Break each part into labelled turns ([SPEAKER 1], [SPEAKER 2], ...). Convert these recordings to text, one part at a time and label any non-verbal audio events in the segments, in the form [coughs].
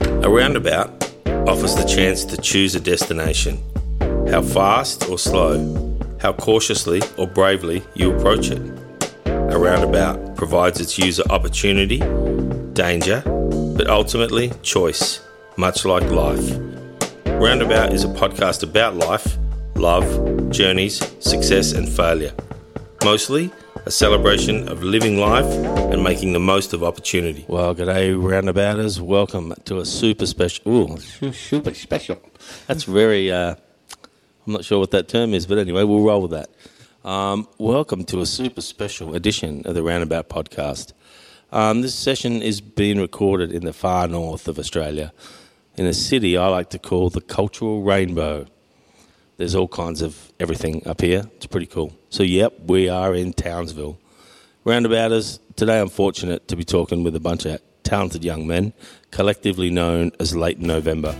[SPEAKER 1] A roundabout offers the chance to choose a destination, how fast or slow, how cautiously or bravely you approach it. A roundabout provides its user opportunity, danger, but ultimately choice, much like life. Roundabout is a podcast about life, love, journeys, success, and failure. Mostly a celebration of living life and making the most of opportunity. Well, good day, roundabouters. Welcome to a super special. Ooh, su- super special. That's very. Uh, I'm not sure what that term is, but anyway, we'll roll with that. Um, welcome to a super special edition of the Roundabout Podcast. Um, this session is being recorded in the far north of Australia, in a city I like to call the Cultural Rainbow. There's all kinds of everything up here. It's pretty cool. So, yep, we are in Townsville. Roundabouters, today I'm fortunate to be talking with a bunch of talented young men, collectively known as Late November.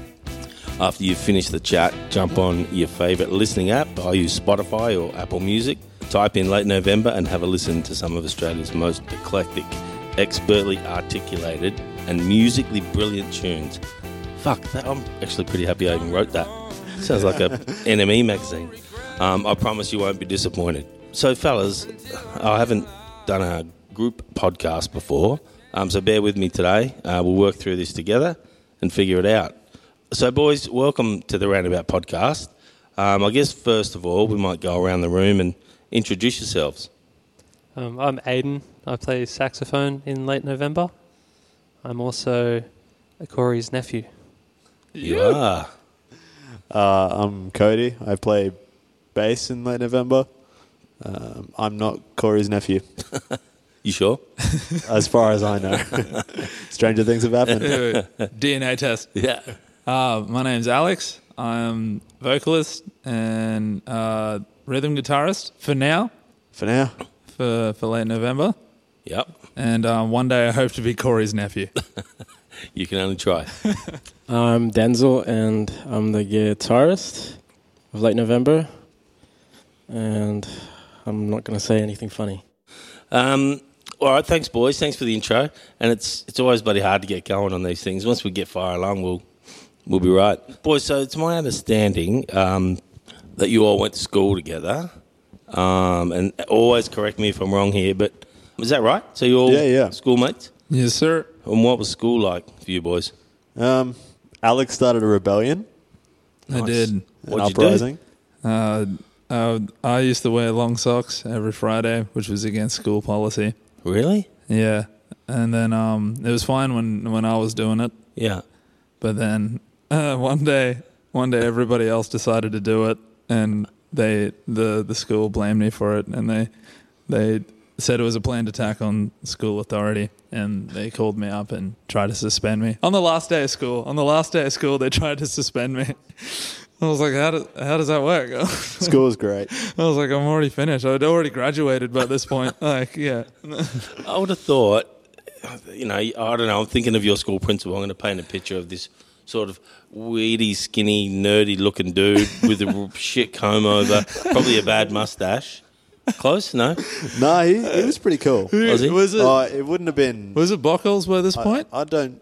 [SPEAKER 1] After you've finished the chat, jump on your favourite listening app. I use Spotify or Apple Music. Type in late November and have a listen to some of Australia's most eclectic, expertly articulated, and musically brilliant tunes. Fuck, that, I'm actually pretty happy I even wrote that. Sounds like a NME magazine. Um, I promise you won't be disappointed. So, fellas, I haven't done a group podcast before, um, so bear with me today. Uh, we'll work through this together and figure it out. So, boys, welcome to the Roundabout Podcast. Um, I guess first of all, we might go around the room and introduce yourselves.
[SPEAKER 2] Um, I'm Aiden. I play saxophone in late November. I'm also Corey's nephew.
[SPEAKER 1] You are.
[SPEAKER 3] Uh, I'm Cody. I play bass in late November. Um, I'm not Corey's nephew, [laughs]
[SPEAKER 1] You sure?
[SPEAKER 3] as far as I know. [laughs] Stranger things have
[SPEAKER 4] [laughs]
[SPEAKER 3] happened.
[SPEAKER 4] DNA test.
[SPEAKER 1] Yeah.
[SPEAKER 4] Uh, my name's Alex. I'm vocalist and uh, rhythm guitarist for now,
[SPEAKER 3] For now,
[SPEAKER 4] for, for late November.
[SPEAKER 1] Yep.
[SPEAKER 4] And um, one day I hope to be Corey's nephew.
[SPEAKER 1] You can only try.
[SPEAKER 5] I'm Denzel, and I'm the guitarist of Late November. And I'm not going to say anything funny.
[SPEAKER 1] Um, all right, thanks, boys. Thanks for the intro. And it's it's always bloody hard to get going on these things. Once we get far along, we'll we'll be right, boys. So it's my understanding um, that you all went to school together. Um, and always correct me if I'm wrong here, but is that right? So you all
[SPEAKER 3] Yeah, yeah.
[SPEAKER 1] schoolmates?
[SPEAKER 4] yes, sir.
[SPEAKER 1] And what was school like for you boys?
[SPEAKER 3] um, Alex started a rebellion,
[SPEAKER 4] I
[SPEAKER 1] Nice.
[SPEAKER 4] did.
[SPEAKER 3] an
[SPEAKER 1] What'd you do?
[SPEAKER 3] uprising.
[SPEAKER 4] Uh, uh, I used to wear long socks every Friday, which was against school policy.
[SPEAKER 1] Really?
[SPEAKER 4] Yeah. And then um, it was fine when, when I was doing it.
[SPEAKER 1] Yeah.
[SPEAKER 4] But then uh, one day, one day, everybody else decided to do it, and they the the school blamed me for it, and they they said it was a planned attack on school authority, and they called me up and tried to suspend me on the last day of school. On the last day of school, they [laughs] tried to suspend me. I was like, how, do, how does that work? [laughs] I
[SPEAKER 3] School was
[SPEAKER 4] [laughs]
[SPEAKER 3] great.
[SPEAKER 4] was like, I'm already finished. I'd already graduated by this point. [laughs] Like, yeah.
[SPEAKER 1] I would have thought, you know, I don't know. I'm thinking of your school principal. I'm going to paint a picture of this sort of weedy, skinny, nerdy looking
[SPEAKER 3] [laughs]
[SPEAKER 1] dude with a shit comb over, probably a bad mustache. Close? No?
[SPEAKER 3] No, he, he was pretty cool.
[SPEAKER 1] Was he?
[SPEAKER 4] Was it,
[SPEAKER 3] Uh, it wouldn't have been.
[SPEAKER 4] was Oh, it Bockles by this point?
[SPEAKER 3] I, I don't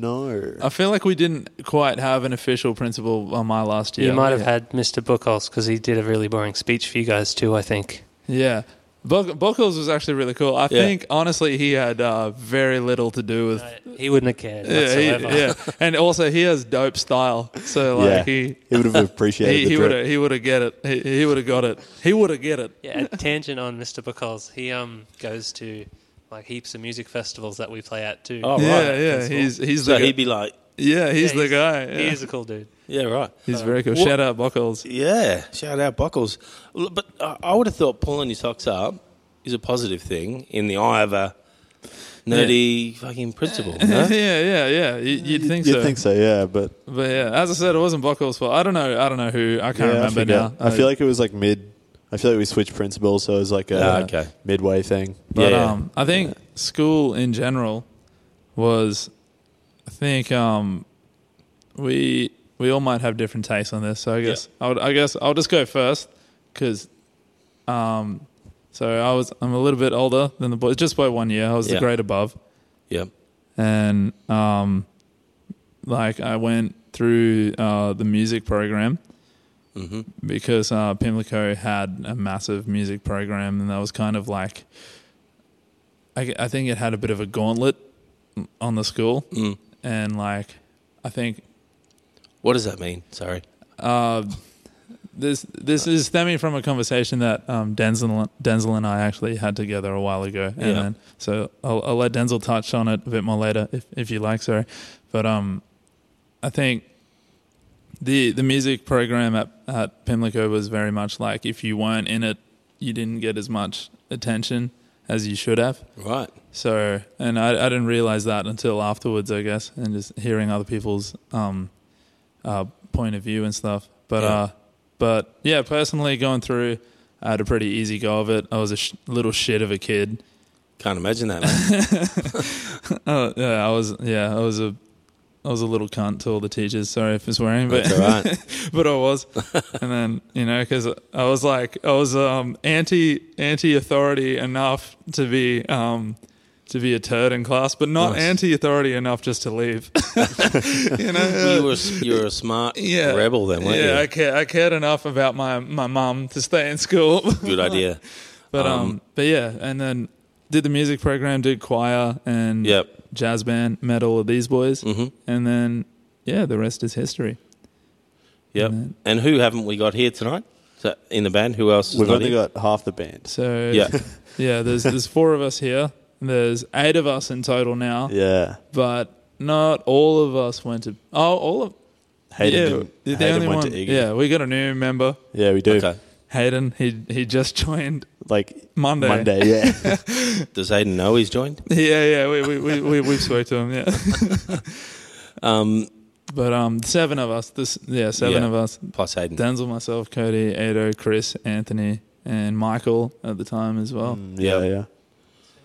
[SPEAKER 3] know.
[SPEAKER 4] I feel like we didn't quite have an official principal on my last year.
[SPEAKER 2] you might have had Mr. Buchholz because he did a really boring speech for you guys too. I think.
[SPEAKER 4] Yeah. Buck- Buckles was actually really cool. I
[SPEAKER 1] Yeah.
[SPEAKER 4] think, honestly, he had uh, very little to do with.
[SPEAKER 2] He wouldn't have cared
[SPEAKER 4] yeah, he-
[SPEAKER 2] whatsoever.
[SPEAKER 4] yeah. And also, he has dope style. So, like,
[SPEAKER 3] yeah,
[SPEAKER 4] he.
[SPEAKER 3] he, would
[SPEAKER 4] [laughs]
[SPEAKER 3] have appreciated
[SPEAKER 4] He,
[SPEAKER 3] the
[SPEAKER 4] he
[SPEAKER 3] drip.
[SPEAKER 4] would have he would have get it he, he would have got it he would have get it
[SPEAKER 2] [laughs] Yeah, a tangent on Mr. Buchholz. He um goes to like heaps of music festivals that we play at too.
[SPEAKER 1] Oh, right.
[SPEAKER 4] yeah yeah he's he's
[SPEAKER 1] So
[SPEAKER 4] the
[SPEAKER 1] he'd
[SPEAKER 4] guy.
[SPEAKER 1] be like,
[SPEAKER 4] yeah he's
[SPEAKER 2] Yeah,
[SPEAKER 4] the guy yeah.
[SPEAKER 2] He is
[SPEAKER 4] he's, uh,
[SPEAKER 2] a cool dude.
[SPEAKER 1] yeah, right.
[SPEAKER 4] very cool
[SPEAKER 1] What-
[SPEAKER 4] shout out Buckles
[SPEAKER 1] Yeah, shout out Buckles. L- But I I would have thought pulling your socks up is a positive thing in the eye of a nerdy fucking principal.
[SPEAKER 4] [laughs] yeah
[SPEAKER 1] No?
[SPEAKER 4] yeah yeah you, you'd think
[SPEAKER 3] You'd
[SPEAKER 4] so
[SPEAKER 3] think so, yeah, but
[SPEAKER 4] but yeah as I said it wasn't Buckles fault I don't know I don't know who I can't
[SPEAKER 3] Yeah, I,
[SPEAKER 4] remember
[SPEAKER 3] forget.
[SPEAKER 4] now
[SPEAKER 3] I feel like it was like mid. I feel like we switched principals, so it was like a
[SPEAKER 1] Ah, okay.
[SPEAKER 3] midway thing.
[SPEAKER 4] But
[SPEAKER 1] Yeah.
[SPEAKER 4] um, I think school in general was, I think um, we we all might have different tastes on this. So I guess I would I guess I'll just go first because, um, so I was I'm a little bit older than the boys just by one year. I was
[SPEAKER 1] Yeah.
[SPEAKER 4] the grade above,
[SPEAKER 1] Yep.
[SPEAKER 4] and um, like I went through uh, the music program
[SPEAKER 1] Mm-hmm.
[SPEAKER 4] because uh, Pimlico had a massive music program, and that was kind of like, I, I think it had a bit of a gauntlet on the school,
[SPEAKER 1] Mm.
[SPEAKER 4] and like, I think
[SPEAKER 1] What does that mean? Sorry.
[SPEAKER 4] uh, this this is stemming from a conversation that um, Denzel Denzel and I actually had together a while ago, and
[SPEAKER 1] Yeah.
[SPEAKER 4] then, so I'll, I'll let Denzel touch on it a bit more later if if you like, sorry, but um, I think the the music program at at Pimlico was very much like if you weren't in it, you didn't get as much attention as you should have.
[SPEAKER 1] Right.
[SPEAKER 4] So, and I, I didn't realize that until afterwards, I guess, and just hearing other people's um, uh, point of view and stuff. But,
[SPEAKER 1] Yeah.
[SPEAKER 4] uh, but yeah, personally, going through, I had a pretty easy go of it. I was a sh- little shit of a kid.
[SPEAKER 1] Can't imagine that. mate. Oh,
[SPEAKER 4] Uh, yeah, I was. Yeah, I was a, I was a little cunt to all the teachers. Sorry for swearing, but
[SPEAKER 1] That's all right.
[SPEAKER 4] [laughs] but I was. and then you know, because I was like, I was um, anti anti authority enough to be um, to be a turd in class, but not
[SPEAKER 1] Nice.
[SPEAKER 4] anti authority enough just to leave. [laughs] you know.
[SPEAKER 1] you were you were a smart
[SPEAKER 4] yeah.
[SPEAKER 1] rebel then, weren't
[SPEAKER 4] yeah, I
[SPEAKER 1] you?
[SPEAKER 4] cared. I cared enough about my my mum to stay in school. [laughs]
[SPEAKER 1] Good idea.
[SPEAKER 4] but um,
[SPEAKER 1] Um,
[SPEAKER 4] but yeah, and then did the music program, did choir and
[SPEAKER 1] Yep.
[SPEAKER 4] jazz band, met all of these boys,
[SPEAKER 1] hmm
[SPEAKER 4] and then yeah, the rest is history.
[SPEAKER 1] Yep.
[SPEAKER 4] And then-
[SPEAKER 1] And who haven't we got here tonight? So in the band, who else? Is
[SPEAKER 3] We've
[SPEAKER 1] not
[SPEAKER 3] only
[SPEAKER 1] here?
[SPEAKER 3] got half the band.
[SPEAKER 4] So
[SPEAKER 1] Yeah.
[SPEAKER 4] [laughs] Yeah, there's
[SPEAKER 3] [laughs]
[SPEAKER 4] there's four of us here. There's eight of us in total now,
[SPEAKER 3] Yeah.
[SPEAKER 4] but not all of us went to. Oh, all of
[SPEAKER 3] Hayden,
[SPEAKER 4] yeah,
[SPEAKER 3] didn't-
[SPEAKER 4] the only
[SPEAKER 3] Hayden went
[SPEAKER 4] one.
[SPEAKER 3] to Eagle.
[SPEAKER 4] yeah, we got a new member,
[SPEAKER 3] Yeah, we do.
[SPEAKER 1] Okay.
[SPEAKER 4] Hayden. He he just [laughs] joined
[SPEAKER 3] Like
[SPEAKER 4] Monday.
[SPEAKER 3] Monday, [laughs] yeah.
[SPEAKER 1] Does Aiden know he's joined?
[SPEAKER 4] [laughs] Yeah, yeah. We we we we, we spoke to him. Yeah, [laughs]
[SPEAKER 1] Um,
[SPEAKER 4] but um, seven of us. This yeah, seven
[SPEAKER 1] Yeah.
[SPEAKER 4] of us.
[SPEAKER 1] plus Aiden.
[SPEAKER 4] Denzel, myself, Cody, Ado, Chris, Anthony, and Michael at the time as well.
[SPEAKER 3] Mm, yeah,
[SPEAKER 1] Yeah.
[SPEAKER 3] yeah.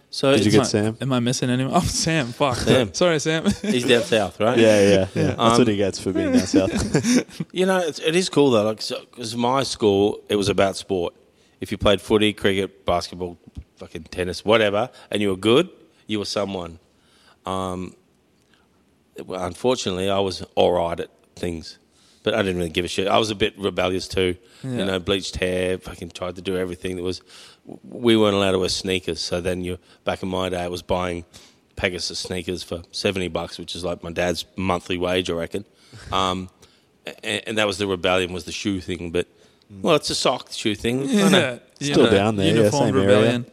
[SPEAKER 1] so
[SPEAKER 3] Did you
[SPEAKER 1] it's-
[SPEAKER 3] get Sam?
[SPEAKER 4] It's Am I missing anyone? [laughs] Oh, Sam. Fuck.
[SPEAKER 1] Sam.
[SPEAKER 4] Sorry, Sam.
[SPEAKER 1] he's down south, right?
[SPEAKER 3] Yeah, yeah, [laughs] yeah. That's
[SPEAKER 1] Um,
[SPEAKER 3] what he gets for being down south.
[SPEAKER 1] You know, it's, it is cool though. Like, because my school, it was about sport. If you played footy, cricket, basketball, fucking tennis, whatever, and you were good, you were someone. Um, well, unfortunately, I was all right at things, but I didn't really give a shit. I was a bit rebellious too.
[SPEAKER 4] Yeah.
[SPEAKER 1] You know, bleached hair, fucking tried to do everything that was. We weren't allowed to wear sneakers, so then you back in my day, I was buying Pegasus sneakers for seventy bucks, which is like my dad's monthly wage, I
[SPEAKER 4] [laughs]
[SPEAKER 1] reckon. Um, and, and that was the rebellion was the shoe thing, but well, it's a sock shoe thing. I know.
[SPEAKER 4] you
[SPEAKER 3] Still down there, yeah,
[SPEAKER 4] Uniform
[SPEAKER 3] same area.
[SPEAKER 4] rebellion.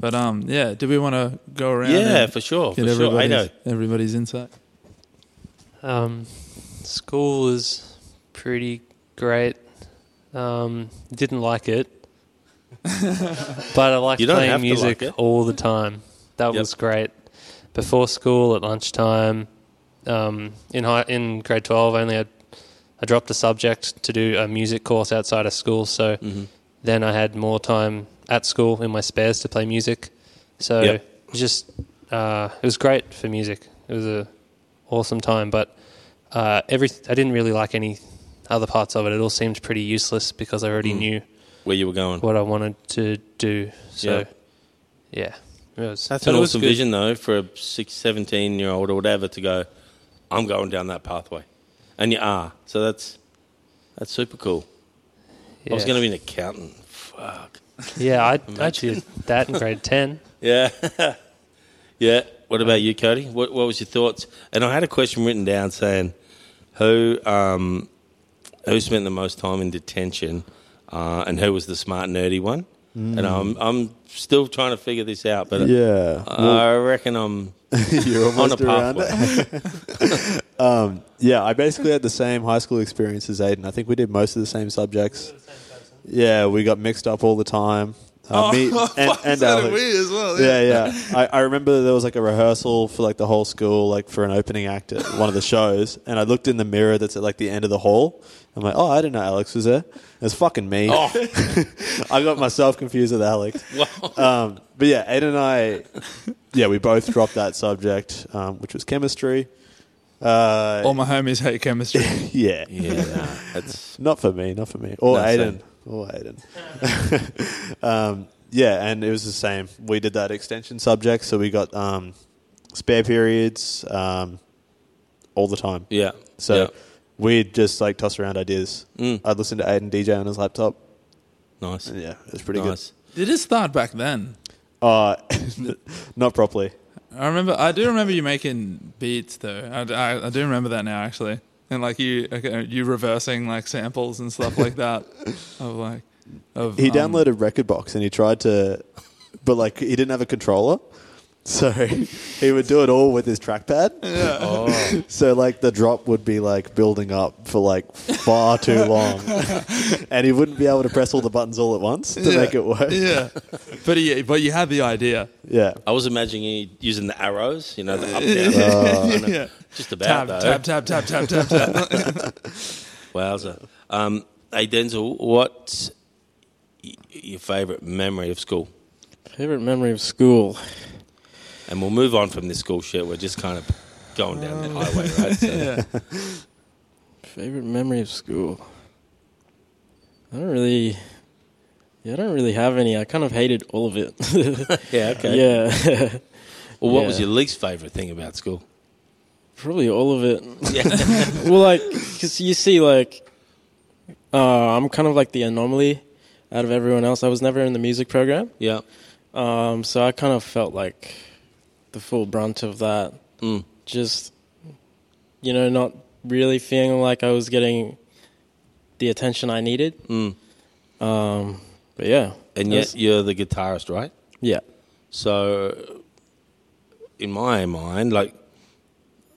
[SPEAKER 4] But um, yeah. Do we want to go around?
[SPEAKER 1] Yeah,
[SPEAKER 4] and
[SPEAKER 1] for sure,
[SPEAKER 4] get
[SPEAKER 1] for sure. I
[SPEAKER 4] everybody's,
[SPEAKER 1] know.
[SPEAKER 4] everybody's insight.
[SPEAKER 2] Um, school was pretty great. Um, didn't like it, but I liked
[SPEAKER 1] You don't
[SPEAKER 2] playing
[SPEAKER 1] have to
[SPEAKER 2] music
[SPEAKER 1] like it.
[SPEAKER 2] all the time. That
[SPEAKER 1] Yep.
[SPEAKER 2] was great. Before school, at lunchtime, um, in high, in grade twelve, I only had I dropped a subject to do a music course outside of school. So
[SPEAKER 1] Mhm.
[SPEAKER 2] then I had more time at school in my spares to play music. So
[SPEAKER 1] Yep.
[SPEAKER 2] just uh, it was great for music. It was a awesome time, but uh, every I didn't really like any other parts of it. It all seemed pretty useless because I already
[SPEAKER 1] Mm.
[SPEAKER 2] knew
[SPEAKER 1] Where you were going?
[SPEAKER 2] what I wanted to do. So
[SPEAKER 1] Yep.
[SPEAKER 2] yeah, it was.
[SPEAKER 1] That's
[SPEAKER 2] but
[SPEAKER 1] an
[SPEAKER 2] it was
[SPEAKER 1] awesome
[SPEAKER 2] good.
[SPEAKER 1] vision, though, for a six, 17 year old or whatever to go, I'm going down that pathway. And you are. So that's that's super cool. I was
[SPEAKER 2] Yeah.
[SPEAKER 1] going to be an accountant. Fuck.
[SPEAKER 2] Yeah, I,
[SPEAKER 1] [laughs]
[SPEAKER 2] I did that in grade ten.
[SPEAKER 1] Yeah. [laughs] yeah. What about you, Cody? What, what was your thoughts? And I had a question written down saying, who um, who spent the most time in detention uh, and who was the smart, nerdy one? And I'm, I'm still trying to figure this out, but
[SPEAKER 3] [laughs] yeah. [laughs] Well,
[SPEAKER 1] I reckon I'm
[SPEAKER 3] you're
[SPEAKER 1] on a
[SPEAKER 3] almost around
[SPEAKER 1] pathway.
[SPEAKER 3] it. Um, yeah, I basically had the same high school experience as Aiden. I think we did most of the same subjects. Yeah, we got mixed up all the time. Uh, [laughs] me and, and Alex.
[SPEAKER 4] as well.
[SPEAKER 3] Yeah, yeah. I, I remember there was like a rehearsal for like the whole school, like for an opening act at one of the shows, and I looked in the mirror that's at like the end of the hall. I'm like, oh, I didn't know Alex was there. It's fucking me. [laughs] I got myself confused with Alex. [laughs] Um, but yeah, Ed and I, yeah, we both dropped that subject, um, which was chemistry. Uh,
[SPEAKER 4] All my homies hate chemistry.
[SPEAKER 3] [laughs] yeah.
[SPEAKER 1] Yeah, nah, that's
[SPEAKER 3] Not for me, not for me. Or
[SPEAKER 1] No,
[SPEAKER 3] Aiden.
[SPEAKER 1] same.
[SPEAKER 3] Or Aiden. [laughs] um, yeah, and it was the same. We did that extension subject, so we got um, spare periods, um, all the time.
[SPEAKER 1] Yeah.
[SPEAKER 3] So
[SPEAKER 1] Yeah.
[SPEAKER 3] we'd just like toss around ideas.
[SPEAKER 1] Mm.
[SPEAKER 3] I'd listen to Aiden DJ on his laptop.
[SPEAKER 1] Nice.
[SPEAKER 3] And yeah, it's pretty
[SPEAKER 1] nice.
[SPEAKER 4] Did it start back then?
[SPEAKER 3] good. Uh, [laughs] not properly.
[SPEAKER 4] I remember. I do remember you making beats though. I, I, I do remember that now actually, and like you okay, you reversing like samples and stuff like
[SPEAKER 3] [laughs]
[SPEAKER 4] that. Of like, of
[SPEAKER 3] He
[SPEAKER 4] um,
[SPEAKER 3] downloaded Record Box and he tried to, but like he didn't have a controller. So [laughs] he would do it all with his trackpad. [laughs] So like the drop would be like building up for like far too
[SPEAKER 4] [laughs]
[SPEAKER 3] long, and he wouldn't be able to press all the buttons all at once to
[SPEAKER 4] Yeah.
[SPEAKER 3] make it work.
[SPEAKER 4] Yeah, but he, but you had the idea.
[SPEAKER 3] Yeah.
[SPEAKER 1] I was imagining you using the arrows, you know, the up
[SPEAKER 3] [laughs]
[SPEAKER 1] down. I know.
[SPEAKER 4] [laughs] yeah.
[SPEAKER 1] Just
[SPEAKER 4] Tab,
[SPEAKER 1] about though.
[SPEAKER 4] tab, tab, tab, tab,
[SPEAKER 3] [laughs]
[SPEAKER 4] tab, tab.
[SPEAKER 1] Wowza. Um, hey Denzel, what's y- your favourite memory of school?
[SPEAKER 5] Favorite memory of school.
[SPEAKER 1] And we'll move on from this school shit. We're just kind of going down the highway, right? So,
[SPEAKER 5] Favorite memory of school. I don't really. Yeah, I don't really have any. I kind of hated all of it.
[SPEAKER 1] yeah. [laughs] Okay.
[SPEAKER 5] Yeah, [laughs]
[SPEAKER 1] Well, what was
[SPEAKER 5] Yeah.
[SPEAKER 1] your least favourite thing about school?
[SPEAKER 5] probably all of it.
[SPEAKER 1] Yeah.
[SPEAKER 5] [laughs] well, like, because you see, like, uh, I'm kind of like the anomaly out of everyone else. I was never in the music program,
[SPEAKER 1] yeah.
[SPEAKER 5] um, so I kind of felt like the full brunt of that.
[SPEAKER 1] Mm.
[SPEAKER 5] Just, you know, not really feeling like I was getting the attention I needed.
[SPEAKER 1] Mm.
[SPEAKER 5] Um, but yeah,
[SPEAKER 1] And
[SPEAKER 5] Yes.
[SPEAKER 1] yet you're the guitarist, right?
[SPEAKER 5] yeah,
[SPEAKER 1] So, in my mind, like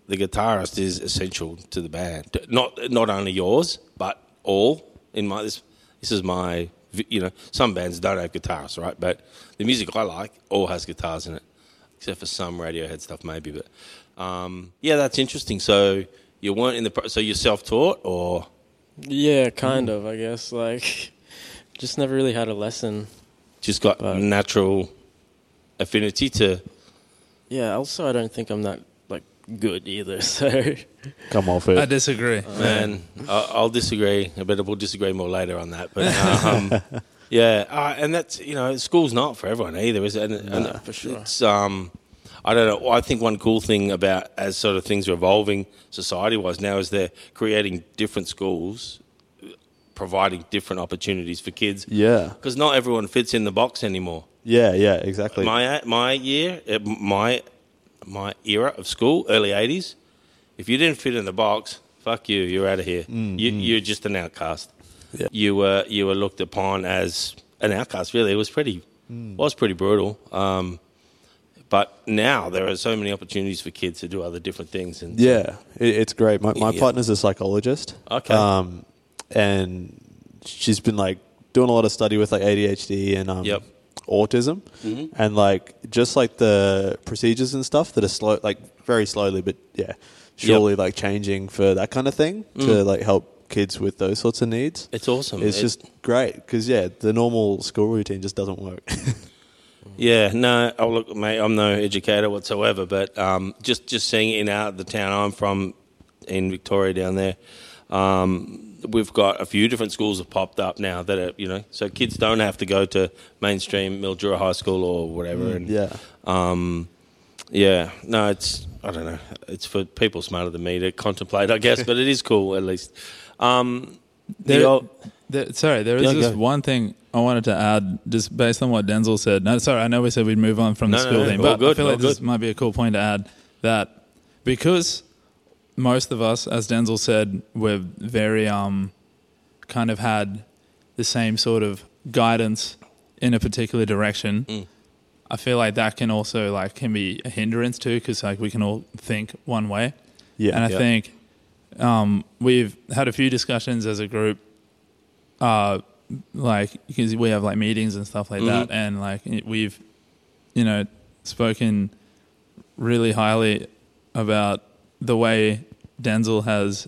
[SPEAKER 1] the guitarist is essential to the band. Not not only yours, but all. In my this this is my you know some bands don't have guitarists, right? But the music I like all has guitars in it, except for some Radiohead stuff maybe. But um, yeah, that's interesting. So you weren't in the pro- so you're self taught or
[SPEAKER 5] yeah,
[SPEAKER 1] Mm-hmm.
[SPEAKER 5] kind of. I guess like, [laughs] just never really had a lesson.
[SPEAKER 1] just got
[SPEAKER 5] Right.
[SPEAKER 1] natural affinity to
[SPEAKER 5] Yeah. Also, I don't think I'm that like good either. [laughs] So.
[SPEAKER 3] Come off
[SPEAKER 4] I
[SPEAKER 3] it.
[SPEAKER 4] disagree.
[SPEAKER 1] Man, I- I'll disagree. I bet we'll disagree more later on that.
[SPEAKER 5] [laughs]
[SPEAKER 1] But um, yeah, uh, and that's you know, school's not for everyone either, is it? And, and
[SPEAKER 5] for sure.
[SPEAKER 1] It's, um, I don't know. I think one cool thing about as sort of things are evolving society-wise now is they're creating different schools, providing different opportunities for kids.
[SPEAKER 3] Yeah.
[SPEAKER 1] Because not everyone fits in the box anymore.
[SPEAKER 3] Yeah. Yeah. Exactly.
[SPEAKER 1] My my year, uh, my my era of school, early '80s. If you didn't fit in the box, fuck you. You're out of here. you, You're just an outcast.
[SPEAKER 3] Yeah.
[SPEAKER 1] You were you were looked upon as an outcast. Really, it was pretty was pretty brutal. Um, but now there are so many opportunities for kids to do other different things. And
[SPEAKER 3] Yeah, it, it's great. My, my
[SPEAKER 1] Yeah.
[SPEAKER 3] partner's a psychologist.
[SPEAKER 1] Okay.
[SPEAKER 3] Um, and she's been like doing a lot of study with like ADHD and um,
[SPEAKER 1] Yep. Mm-hmm.
[SPEAKER 3] autism, and like just like the procedures and stuff that are slow, like very slowly, but yeah, surely like changing for that kind of thing to like help kids with those sorts of needs.
[SPEAKER 1] Mm. it's awesome.
[SPEAKER 3] It's
[SPEAKER 1] It-
[SPEAKER 3] just great because yeah, the normal school routine just doesn't work. [laughs]
[SPEAKER 1] Mm. Yeah, no, oh, look, mate, I'm no educator whatsoever, but um, just just seeing it in our, the town I'm from in Victoria down there, um, we've got a few different schools have popped up now that are you know, so kids don't have to go to mainstream Mildura High School or whatever.
[SPEAKER 4] Mm,
[SPEAKER 1] and
[SPEAKER 3] yeah,
[SPEAKER 1] um, yeah, no, it's I don't know, it's for people smarter than me to contemplate, I guess, but it is cool at least. Um, the
[SPEAKER 4] There-
[SPEAKER 1] old-
[SPEAKER 4] There, sorry, there is
[SPEAKER 1] Yeah,
[SPEAKER 4] just
[SPEAKER 1] go.
[SPEAKER 4] one thing I wanted to add, just based on what Denzel said. No, sorry, I know we said we'd move on from the
[SPEAKER 1] No, no,
[SPEAKER 4] school
[SPEAKER 1] no,
[SPEAKER 4] thing,
[SPEAKER 1] all
[SPEAKER 4] but I
[SPEAKER 1] good,
[SPEAKER 4] feel like
[SPEAKER 1] all
[SPEAKER 4] this
[SPEAKER 1] good.
[SPEAKER 4] might be a cool point to add that because most of us, as Denzel said, we're very um, kind of had the same sort of guidance in a particular direction.
[SPEAKER 1] Mm.
[SPEAKER 4] I feel like that can also like can be a hindrance too, because like we can all think one way.
[SPEAKER 3] yeah,
[SPEAKER 4] And I
[SPEAKER 1] Yeah.
[SPEAKER 4] think um, we've had a few discussions as a group, uh, like because we have like meetings and stuff like that, and like it- we've, you know, spoken really highly about the way Denzel has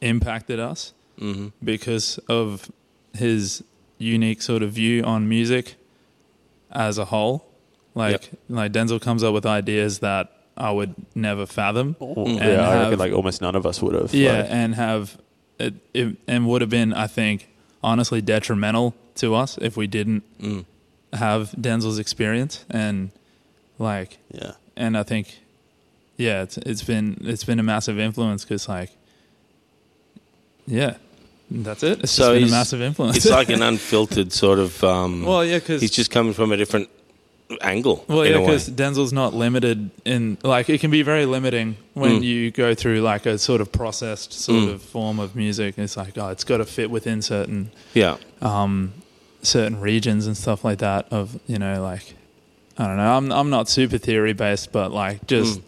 [SPEAKER 4] impacted us
[SPEAKER 1] Mhm.
[SPEAKER 4] because of his unique sort of view on music as a whole. Like like Denzel comes up with ideas that I would never fathom.
[SPEAKER 1] Mm.
[SPEAKER 4] and
[SPEAKER 3] yeah. I reckon
[SPEAKER 4] have-
[SPEAKER 3] like almost none of us would have.
[SPEAKER 4] yeah,
[SPEAKER 3] like-
[SPEAKER 4] and have it, it and would have been, I think, honestly detrimental to us if we didn't
[SPEAKER 1] Mm.
[SPEAKER 4] have Denzel's experience and like
[SPEAKER 3] yeah.
[SPEAKER 4] and I think yeah, it's it's been it's been a massive influence because like, yeah, that's it. It's
[SPEAKER 1] So
[SPEAKER 4] just been a
[SPEAKER 1] he's-
[SPEAKER 4] massive influence.
[SPEAKER 1] It's
[SPEAKER 4] [laughs]
[SPEAKER 1] like an unfiltered sort of. Um,
[SPEAKER 4] well, yeah, because
[SPEAKER 1] he's just coming from a different angle.
[SPEAKER 4] Well,
[SPEAKER 1] in
[SPEAKER 4] yeah,
[SPEAKER 1] a way.
[SPEAKER 4] because Denzel's not limited in like it can be very limiting when
[SPEAKER 1] Mm.
[SPEAKER 4] you go through like a sort of processed sort
[SPEAKER 1] Mm.
[SPEAKER 4] of form of music. It's like oh, it's got to fit within certain
[SPEAKER 1] yeah,
[SPEAKER 4] um, certain regions and stuff like that. Of you know, like I don't know, I'm I'm not super theory based, but like just
[SPEAKER 1] Mm.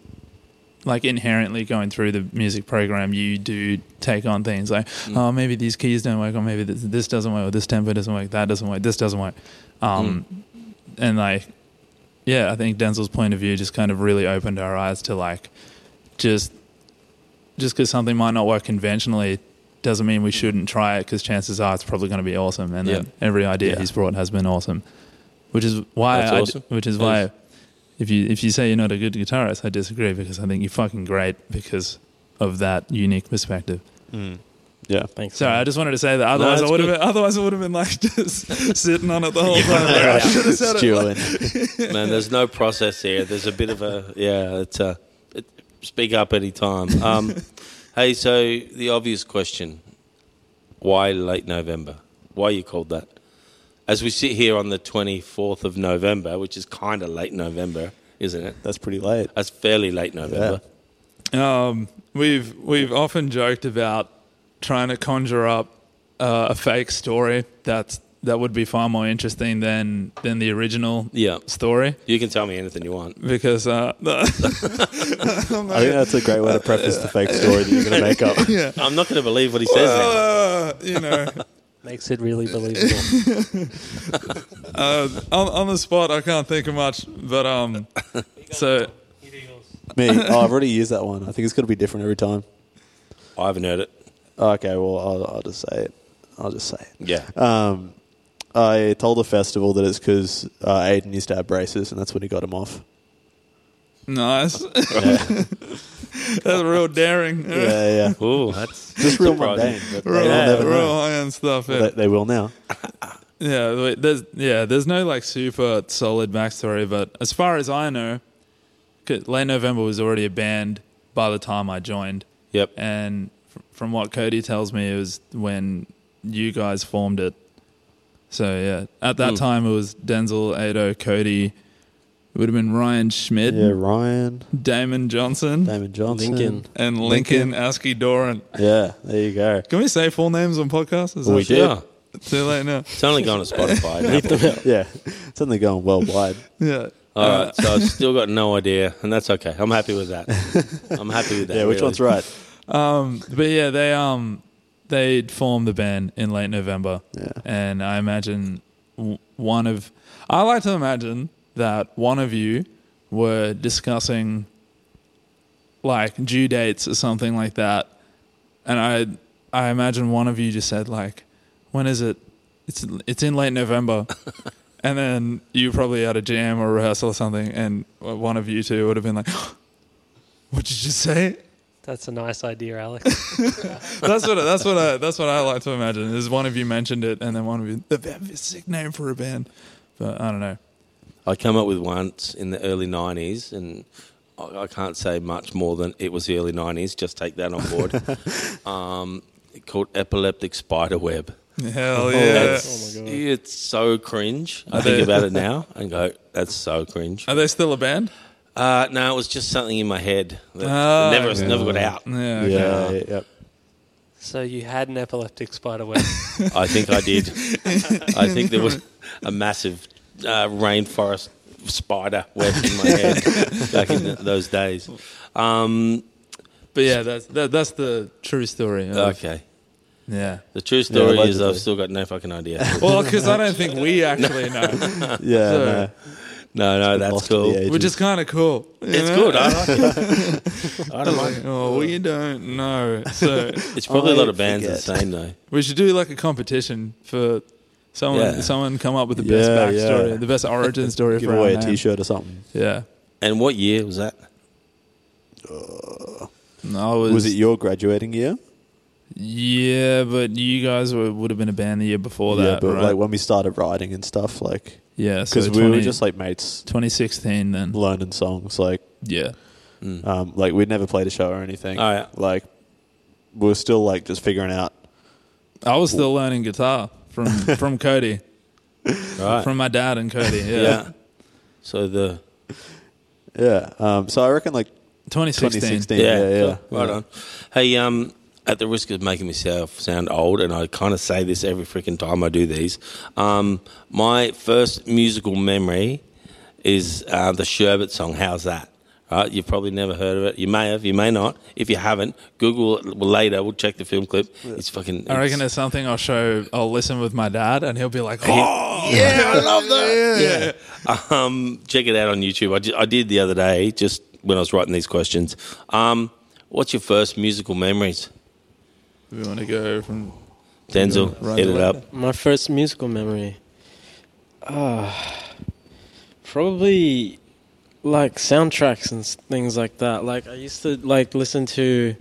[SPEAKER 4] like inherently going through the music program, you do take on things like oh, maybe these keys don't work, or maybe this, this doesn't work, or this tempo doesn't work, that doesn't work, this doesn't work, um, and like yeah, I think Denzel's point of view just kind of really opened our eyes to like just just because something might not work conventionally doesn't mean we shouldn't try it because chances are it's probably going to be awesome and then every idea
[SPEAKER 1] Yeah.
[SPEAKER 4] he's brought has been awesome which is why
[SPEAKER 1] That's
[SPEAKER 4] I d-
[SPEAKER 1] awesome.
[SPEAKER 4] which is
[SPEAKER 1] That
[SPEAKER 4] why
[SPEAKER 1] is-
[SPEAKER 4] if you if you say you're not a good guitarist I disagree because I think you're fucking great because of that unique perspective
[SPEAKER 3] Yeah.
[SPEAKER 5] Thanks.
[SPEAKER 4] Sorry, I just wanted to say that. Otherwise,
[SPEAKER 1] that's
[SPEAKER 4] I would have
[SPEAKER 1] good.
[SPEAKER 4] been. Otherwise, I would have been like [laughs] just sitting on it the whole time.
[SPEAKER 3] [laughs]
[SPEAKER 4] Like, [laughs] I should have said it.
[SPEAKER 3] Stewing.
[SPEAKER 1] man, there's no process here. There's a bit of a yeah. It's a it, speak up any time. Um, hey, so the obvious question: Why late November? Why you called that? As we sit here on the 24th of November, which is kind of late November, isn't it?
[SPEAKER 3] That's pretty late.
[SPEAKER 1] That's fairly late November.
[SPEAKER 4] Um, we've we've often joked about trying to conjure up uh, a fake story that's that would be far more interesting than than the original
[SPEAKER 1] Yeah.
[SPEAKER 4] story
[SPEAKER 1] You can tell me anything you want.
[SPEAKER 4] because uh, [laughs]
[SPEAKER 3] I think that's a great way to preface the
[SPEAKER 4] [laughs]
[SPEAKER 3] fake story that you're going to make up.
[SPEAKER 4] yeah,
[SPEAKER 1] I'm not going to believe what he says.
[SPEAKER 4] [laughs]
[SPEAKER 1] now.
[SPEAKER 4] uh, you know,
[SPEAKER 2] Makes it really believable.
[SPEAKER 1] [laughs]
[SPEAKER 4] uh, on, on the spot I can't think of much, but um, so
[SPEAKER 3] Me. Oh, I've already used that one. I think it's going to be different every time.
[SPEAKER 1] I haven't heard it.
[SPEAKER 3] Okay, well, I'll, I'll just say it. I'll just say it.
[SPEAKER 1] Yeah.
[SPEAKER 3] Um, I told the festival that it's because uh, Aiden used to have braces, and that's when he got him off.
[SPEAKER 4] nice. [laughs] that's real daring.
[SPEAKER 3] Yeah,
[SPEAKER 4] [laughs]
[SPEAKER 3] yeah. yeah.
[SPEAKER 1] Ooh, that's
[SPEAKER 3] Just real
[SPEAKER 1] surprising.
[SPEAKER 3] mundane. But
[SPEAKER 4] Real,
[SPEAKER 3] they'll never
[SPEAKER 4] real
[SPEAKER 3] know.
[SPEAKER 4] high end stuff.
[SPEAKER 3] They,
[SPEAKER 4] Yeah.
[SPEAKER 3] they will now.
[SPEAKER 4] Yeah, wait, there's yeah, there's no like super solid backstory, but as far as I know, 'cause Late November was already a band by the time I joined,
[SPEAKER 1] Yep.
[SPEAKER 4] and fr- from what Cody tells me, it was when you guys formed it. So yeah, at that
[SPEAKER 1] Hmm.
[SPEAKER 4] time it was Denzel, Ado, Cody. It would have been Ryan Schmidt,
[SPEAKER 3] Yeah, Ryan,
[SPEAKER 4] Damon Johnson,
[SPEAKER 3] Damon Johnson.
[SPEAKER 5] Lincoln.
[SPEAKER 4] and Lincoln, Askey Doran.
[SPEAKER 3] Yeah, there you go.
[SPEAKER 4] Can we say full names on podcasts? Is
[SPEAKER 3] Well,
[SPEAKER 4] that
[SPEAKER 3] we
[SPEAKER 4] shit?
[SPEAKER 3] did.
[SPEAKER 1] Yeah.
[SPEAKER 4] Too late now.
[SPEAKER 1] It's only gone to Spotify. now.
[SPEAKER 3] [laughs] Yeah, it's only going worldwide.
[SPEAKER 4] Yeah.
[SPEAKER 1] All right, so I've still got no idea, and that's okay. I'm happy with that. I'm happy with that.
[SPEAKER 3] Yeah, which
[SPEAKER 1] really.
[SPEAKER 3] one's right?
[SPEAKER 4] Um, but yeah, they um they formed the band in late November,
[SPEAKER 3] Yeah.
[SPEAKER 4] and I imagine w- one of I like to imagine that one of you were discussing like due dates or something like that, and I I imagine one of you just said like, when is it? It's it's in late November. And then you probably had a jam or rehearsal or something, and one of you two would have been like, [gasps] "What did you just say?"
[SPEAKER 2] That's a nice idea, Alex.
[SPEAKER 4] that's what that's what I that's what I like to imagine. Is one of you mentioned it, and then one of you the band, a sick name for a band, but I don't know.
[SPEAKER 1] I come up with once in the early '90s, and I, I can't say much more than it was the early '90s. Just take that on board. um, called epileptic spider web.
[SPEAKER 4] Hell yeah!
[SPEAKER 1] It's,
[SPEAKER 5] Oh my God.
[SPEAKER 1] it's so cringe. I
[SPEAKER 4] Are
[SPEAKER 1] think
[SPEAKER 4] they-
[SPEAKER 1] about it now and go, "That's so cringe."
[SPEAKER 4] Are they still a band?
[SPEAKER 1] Uh, no, it was just something in my head that
[SPEAKER 4] Ah,
[SPEAKER 1] never
[SPEAKER 4] yeah.
[SPEAKER 1] never got out.
[SPEAKER 4] Yeah. okay.
[SPEAKER 3] Yeah, yeah, yeah.
[SPEAKER 2] so you had an epileptic spider web.
[SPEAKER 1] I think I did. I think there was a massive uh, rainforest spider web in my head back in th those days. Um,
[SPEAKER 4] But yeah, that's that, that's the true story. of-
[SPEAKER 1] okay.
[SPEAKER 4] Yeah.
[SPEAKER 1] The true story is
[SPEAKER 3] allegedly.
[SPEAKER 1] I've still got no fucking idea.
[SPEAKER 4] Well, because I don't think
[SPEAKER 3] [laughs]
[SPEAKER 4] we actually know,
[SPEAKER 3] Yeah,
[SPEAKER 4] So-
[SPEAKER 3] no.
[SPEAKER 1] no, no, that's
[SPEAKER 3] Lost in the
[SPEAKER 1] cool.
[SPEAKER 3] ages.
[SPEAKER 4] which is kind of cool. you
[SPEAKER 1] It's
[SPEAKER 4] know?
[SPEAKER 1] good. I like it. I don't like
[SPEAKER 4] Like, oh, we don't know. So [laughs]
[SPEAKER 1] It's probably a lot of
[SPEAKER 3] I
[SPEAKER 1] bands the
[SPEAKER 3] forget.
[SPEAKER 1] same though.
[SPEAKER 4] we should do like a competition for someone.
[SPEAKER 1] Yeah.
[SPEAKER 4] Someone come up with the best
[SPEAKER 3] Yeah,
[SPEAKER 4] backstory,
[SPEAKER 3] yeah.
[SPEAKER 4] the best origin
[SPEAKER 3] [laughs]
[SPEAKER 4] story
[SPEAKER 3] give
[SPEAKER 4] for
[SPEAKER 3] away
[SPEAKER 4] our
[SPEAKER 3] a
[SPEAKER 4] name.
[SPEAKER 3] T-shirt or something.
[SPEAKER 4] Yeah.
[SPEAKER 1] And what year was that?
[SPEAKER 4] No,
[SPEAKER 3] Was it your graduating year?
[SPEAKER 4] Yeah, but you guys were, would have been a band the year before that,
[SPEAKER 3] yeah, but
[SPEAKER 4] right?
[SPEAKER 3] like when we started writing and stuff, like
[SPEAKER 4] yeah, so
[SPEAKER 3] because we were just like mates
[SPEAKER 4] 2016 then.
[SPEAKER 3] learning songs, like
[SPEAKER 4] Yeah,
[SPEAKER 1] Mm.
[SPEAKER 3] Um, like we'd never played a show or anything.
[SPEAKER 1] Oh, yeah.
[SPEAKER 3] Like we were still like just figuring out.
[SPEAKER 4] I was still learning guitar
[SPEAKER 3] [laughs]
[SPEAKER 4] from from Cody,
[SPEAKER 1] Right.
[SPEAKER 4] from my dad and Cody. Yeah,
[SPEAKER 1] yeah. So the
[SPEAKER 3] Yeah. Um, so I reckon like
[SPEAKER 4] 2016.
[SPEAKER 3] 2016.
[SPEAKER 1] yeah,
[SPEAKER 3] Yeah, yeah.
[SPEAKER 1] cool. right on. Hey, um, at the risk of making myself sound old, and I kind of say this every freaking time I do these, um, my first musical memory is uh, the Sherbet song. How's that? Right, you've probably never heard of it. You may have, you may not. If you haven't, Google it later. We'll check the film clip. It's fucking.
[SPEAKER 4] I reckon
[SPEAKER 1] it's-
[SPEAKER 4] it's something I'll show. I'll listen with my dad, and he'll
[SPEAKER 3] [gasps]
[SPEAKER 4] be like, "Oh,
[SPEAKER 1] yeah, I love that. Yeah. [laughs] Um, check it out on YouTube. I, ju- I did the other day, just when I was writing these questions. Um, what's your first musical memories,
[SPEAKER 4] we want to go from."
[SPEAKER 1] Denzel?
[SPEAKER 4] Right
[SPEAKER 1] hit it
[SPEAKER 4] away.
[SPEAKER 1] up.
[SPEAKER 5] My first musical memory. Uh, probably like soundtracks and s- things like that. Like I used to like listen to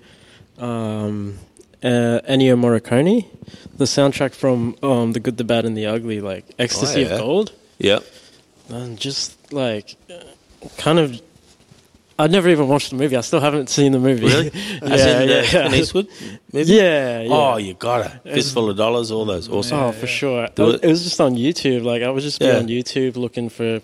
[SPEAKER 5] um uh, Ennio Morricone, the soundtrack from um The Good, the Bad and the Ugly, like Ecstasy
[SPEAKER 1] Oh, yeah.
[SPEAKER 5] of Gold.
[SPEAKER 1] Yep.
[SPEAKER 5] And just like uh, kind of I'd never even watched the movie. I still haven't seen the movie. [laughs]
[SPEAKER 4] [laughs]
[SPEAKER 1] Really? As
[SPEAKER 5] yeah,
[SPEAKER 1] in the
[SPEAKER 5] yeah.
[SPEAKER 1] Clint Eastwood movie?
[SPEAKER 5] yeah, yeah.
[SPEAKER 1] Oh, you got it. Fistful of dollars, all those. Awesome.
[SPEAKER 5] Oh, for sure.
[SPEAKER 1] Do
[SPEAKER 5] It
[SPEAKER 1] it.
[SPEAKER 5] it was just on YouTube. Like I would just be
[SPEAKER 1] Yeah.
[SPEAKER 5] on YouTube looking for